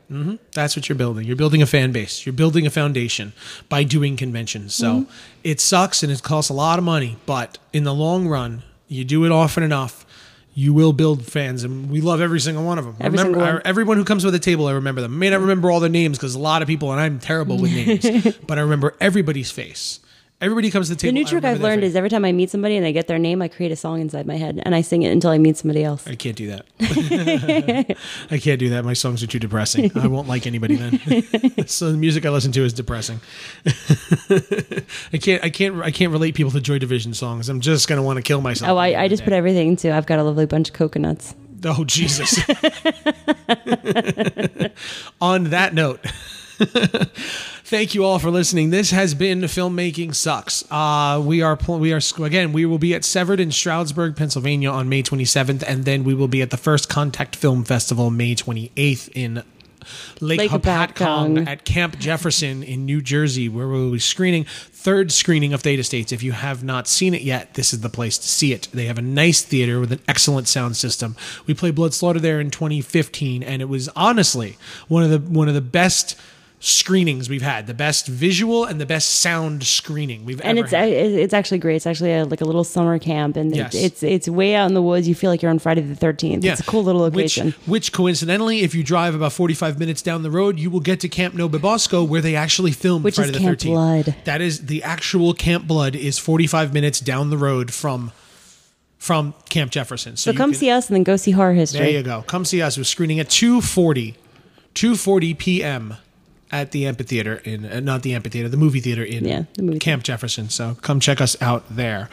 Speaker 1: That's what you're building. You're building a fan base. You're building a foundation by doing conventions. So
Speaker 2: Mm-hmm.
Speaker 1: it sucks and it costs a lot of money, but in the long run, you do it often enough, you will build fans, and we love every single one of them.
Speaker 2: Every
Speaker 1: remember,
Speaker 2: single one.
Speaker 1: I- everyone who comes with a table, I remember them. I may not remember all their names because a lot of people, and I'm terrible with
Speaker 2: [laughs]
Speaker 1: names, but I remember everybody's face. Everybody comes to the
Speaker 2: The
Speaker 1: table.
Speaker 2: new
Speaker 1: I
Speaker 2: trick I've
Speaker 1: remember their
Speaker 2: learned
Speaker 1: face.
Speaker 2: is every time I meet somebody and I get their name, I create a song inside my head and I sing it until I meet somebody else.
Speaker 1: I can't do that. [laughs] I can't do that. My songs are too depressing. I won't like anybody then. [laughs] so the music I listen to is depressing. [laughs] I can't. I can't. I can't relate people to Joy Division songs. I'm just gonna want to kill myself.
Speaker 2: Oh, I, I just put everything into I've got a lovely bunch of coconuts.
Speaker 1: Oh Jesus. On that note. Thank you all for listening. This has been Filmmaking Sucks. Uh, we are pl- we are squ- again. We will be at Severed in Stroudsburg, Pennsylvania, on May 27th, and then we will be at the First Contact Film Festival May 28th in Lake,
Speaker 2: Lake
Speaker 1: Hopatcong
Speaker 2: Hopatcong.
Speaker 1: at Camp Jefferson in New Jersey, where we will be screening third screening of Theta States. If you have not seen it yet, this is the place to see it. They have a nice theater with an excellent sound system. We played Blood Slaughter there in 2015, and it was honestly one of the one of the best screenings we've had. The best visual and the best sound screening we've
Speaker 2: And
Speaker 1: ever
Speaker 2: it's uh,
Speaker 1: had.
Speaker 2: it- it's actually great. It's actually a, like a little summer camp, and it-
Speaker 1: Yes.
Speaker 2: it's it's way out in the woods. You feel like you're on Friday the 13th. It's a cool little
Speaker 1: Which-
Speaker 2: location.
Speaker 1: Which, coincidentally, if you drive about 45 minutes down the road, you will get to Camp Nobibosco where they actually filmed
Speaker 2: Which is
Speaker 1: Friday the
Speaker 2: Camp
Speaker 1: 13th.
Speaker 2: Blood.
Speaker 1: That is the actual Camp Blood is 45 minutes down the road from from Camp Jefferson. So,
Speaker 2: so
Speaker 1: you
Speaker 2: come
Speaker 1: can-
Speaker 2: see us and then go see horror
Speaker 1: There
Speaker 2: history.
Speaker 1: you go. Come see us. We're screening at 2:40 2:40 p.m. at the amphitheater in uh, not the amphitheater, the movie theater in
Speaker 2: Yeah, the movie
Speaker 1: Camp Jefferson. So come check us out there.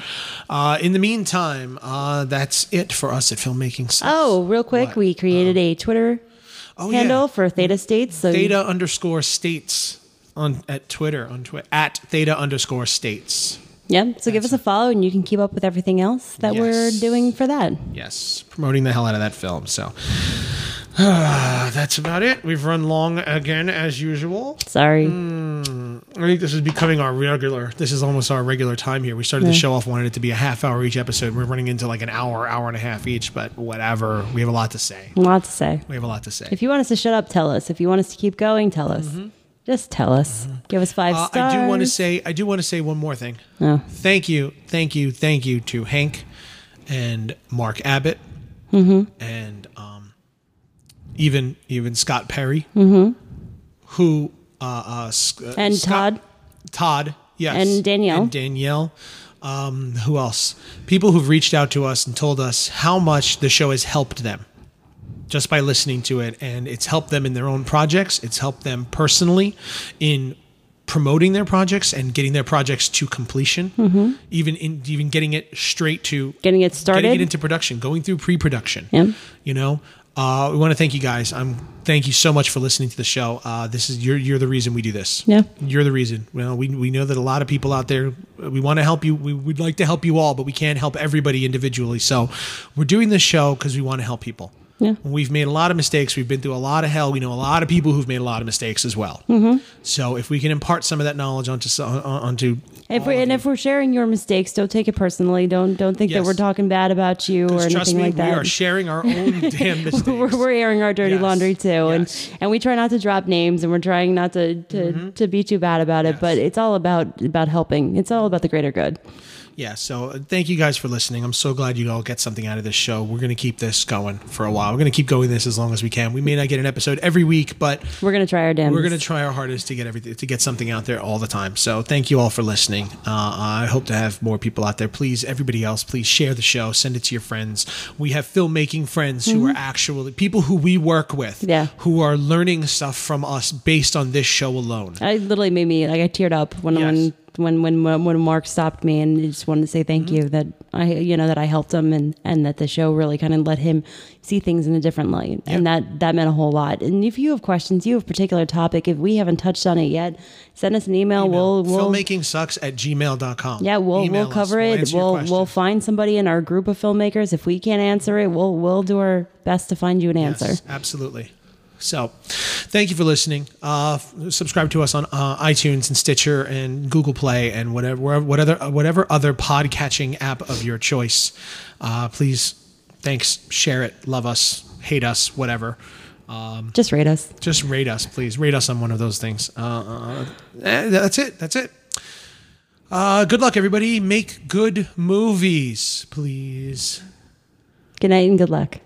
Speaker 1: Uh, in the meantime, uh, that's it for us at filmmaking. Sucks.
Speaker 2: Oh, real quick,
Speaker 1: What?
Speaker 2: we created a Twitter
Speaker 1: Oh,
Speaker 2: handle
Speaker 1: yeah.
Speaker 2: for Theta States. So you-
Speaker 1: theta underscore states on at Twitter on Twitter at theta underscore states.
Speaker 2: yeah, so give us a follow and you can keep up with everything else that we're
Speaker 1: Yes.
Speaker 2: doing for that.
Speaker 1: Yes, promoting the hell out of that film. So [sighs] Ah, that's about it. We've run long again as usual.
Speaker 2: Sorry.
Speaker 1: Mm. I think this is becoming our regular. This is almost our regular time here. We started the show off wanted it to be a half hour each episode. We're running into like an hour, hour and a half each. But whatever. We have a lot to say.
Speaker 2: A lot to say.
Speaker 1: We have a lot to say.
Speaker 2: If you want us to shut up, tell us. If you want us to keep going, tell us. Just tell us. Give us five
Speaker 1: Mm-hmm. Uh,
Speaker 2: stars.
Speaker 1: I do want to say I do want to say one more thing. Thank you, thank you, thank you to Hank and Mark Abbott
Speaker 2: Mm-hmm.
Speaker 1: and um, even even Scott Perry, who uh, uh, S- uh,
Speaker 2: Mm-hmm. And Todd.
Speaker 1: Todd, yes,
Speaker 2: And Danielle.
Speaker 1: and Danielle. Um, who else? People who've reached out to us and told us how much the show has helped them just by listening to it and it's helped them in their own projects it's helped them personally in promoting their projects and getting their projects to completion even in even getting it straight to
Speaker 2: Mm-hmm. Getting it started.
Speaker 1: getting it into production going through pre-production
Speaker 2: Yeah.
Speaker 1: you know Uh, we want to thank you guys. I'm thank you so much for listening to the show. Uh, this is you're you're the reason we do this.
Speaker 2: Yeah.
Speaker 1: you're the reason. Well, we we know that a lot of people out there. uh, We want to help you. We would like to help you all, but we can't help everybody individually. So we're doing this show because we want to help people.
Speaker 2: Yeah.
Speaker 1: We've made a lot of mistakes. We've been through a lot of hell. We know a lot of people who've made a lot of mistakes as well.
Speaker 2: Mm-hmm.
Speaker 1: So if we can impart some of that knowledge onto so- on- onto
Speaker 2: If we and if we're sharing your mistakes, don't take it personally. Don't don't think
Speaker 1: Yes.
Speaker 2: that we're talking bad about you or anything
Speaker 1: trust me,
Speaker 2: like that. [laughs]
Speaker 1: we are sharing our own damn mistakes.
Speaker 2: we're, we're airing our dirty
Speaker 1: Yes.
Speaker 2: laundry too,
Speaker 1: Yes. Mm-hmm.
Speaker 2: and and we try not to drop names, and we're trying not to to, to be too bad about it. But it's all about about helping. It's all about the greater good.
Speaker 1: yeah so uh, thank you guys for listening i'm so glad you all get something out of this show we're going to keep this going for a while we're going to keep going this as long as we can we may not get an episode every week but
Speaker 2: We're gonna try our damnedest.
Speaker 1: we're going to try our hardest to get everything to get something out there all the time so thank you all for listening uh, i hope to have more people out there please everybody else please share the show send it to your friends we have filmmaking friends who are actually people who we work with
Speaker 2: Mm-hmm. Yeah.
Speaker 1: who are learning stuff from us based on this show alone
Speaker 2: I literally made me like I teared up when
Speaker 1: Yes.
Speaker 2: when, when when when Mark stopped me and just wanted to say thank
Speaker 1: Mm-hmm.
Speaker 2: you that I you know that I helped him and and that the show really kind of let him see things in a different light and that that meant a whole lot. And if you have questions, you have a particular topic, if we haven't touched on it yet, send us an email. We'll we'll
Speaker 1: filmmaking sucks at gmail.com
Speaker 2: yeah, we'll
Speaker 1: Email
Speaker 2: we'll
Speaker 1: us.
Speaker 2: cover it.
Speaker 1: answer your
Speaker 2: We'll
Speaker 1: questions.
Speaker 2: we'll find somebody in our group of filmmakers. If we can't answer it, we'll we'll do our best to find you an
Speaker 1: Yes,
Speaker 2: answer.
Speaker 1: absolutely. So, thank you for listening. Uh, f- subscribe to us on uh, iTunes and Stitcher and Google Play and whatever, wherever- whatever, uh, whatever other pod catching app of your choice. Uh, please, thanks, share it, love us, hate us, whatever. Um,
Speaker 2: Just rate us.
Speaker 1: just rate us, please. Rate us on one of those things. Uh, Uh, eh, that's it. That's it. Uh, good luck, everybody. Make good movies, please.
Speaker 2: Good night and good luck.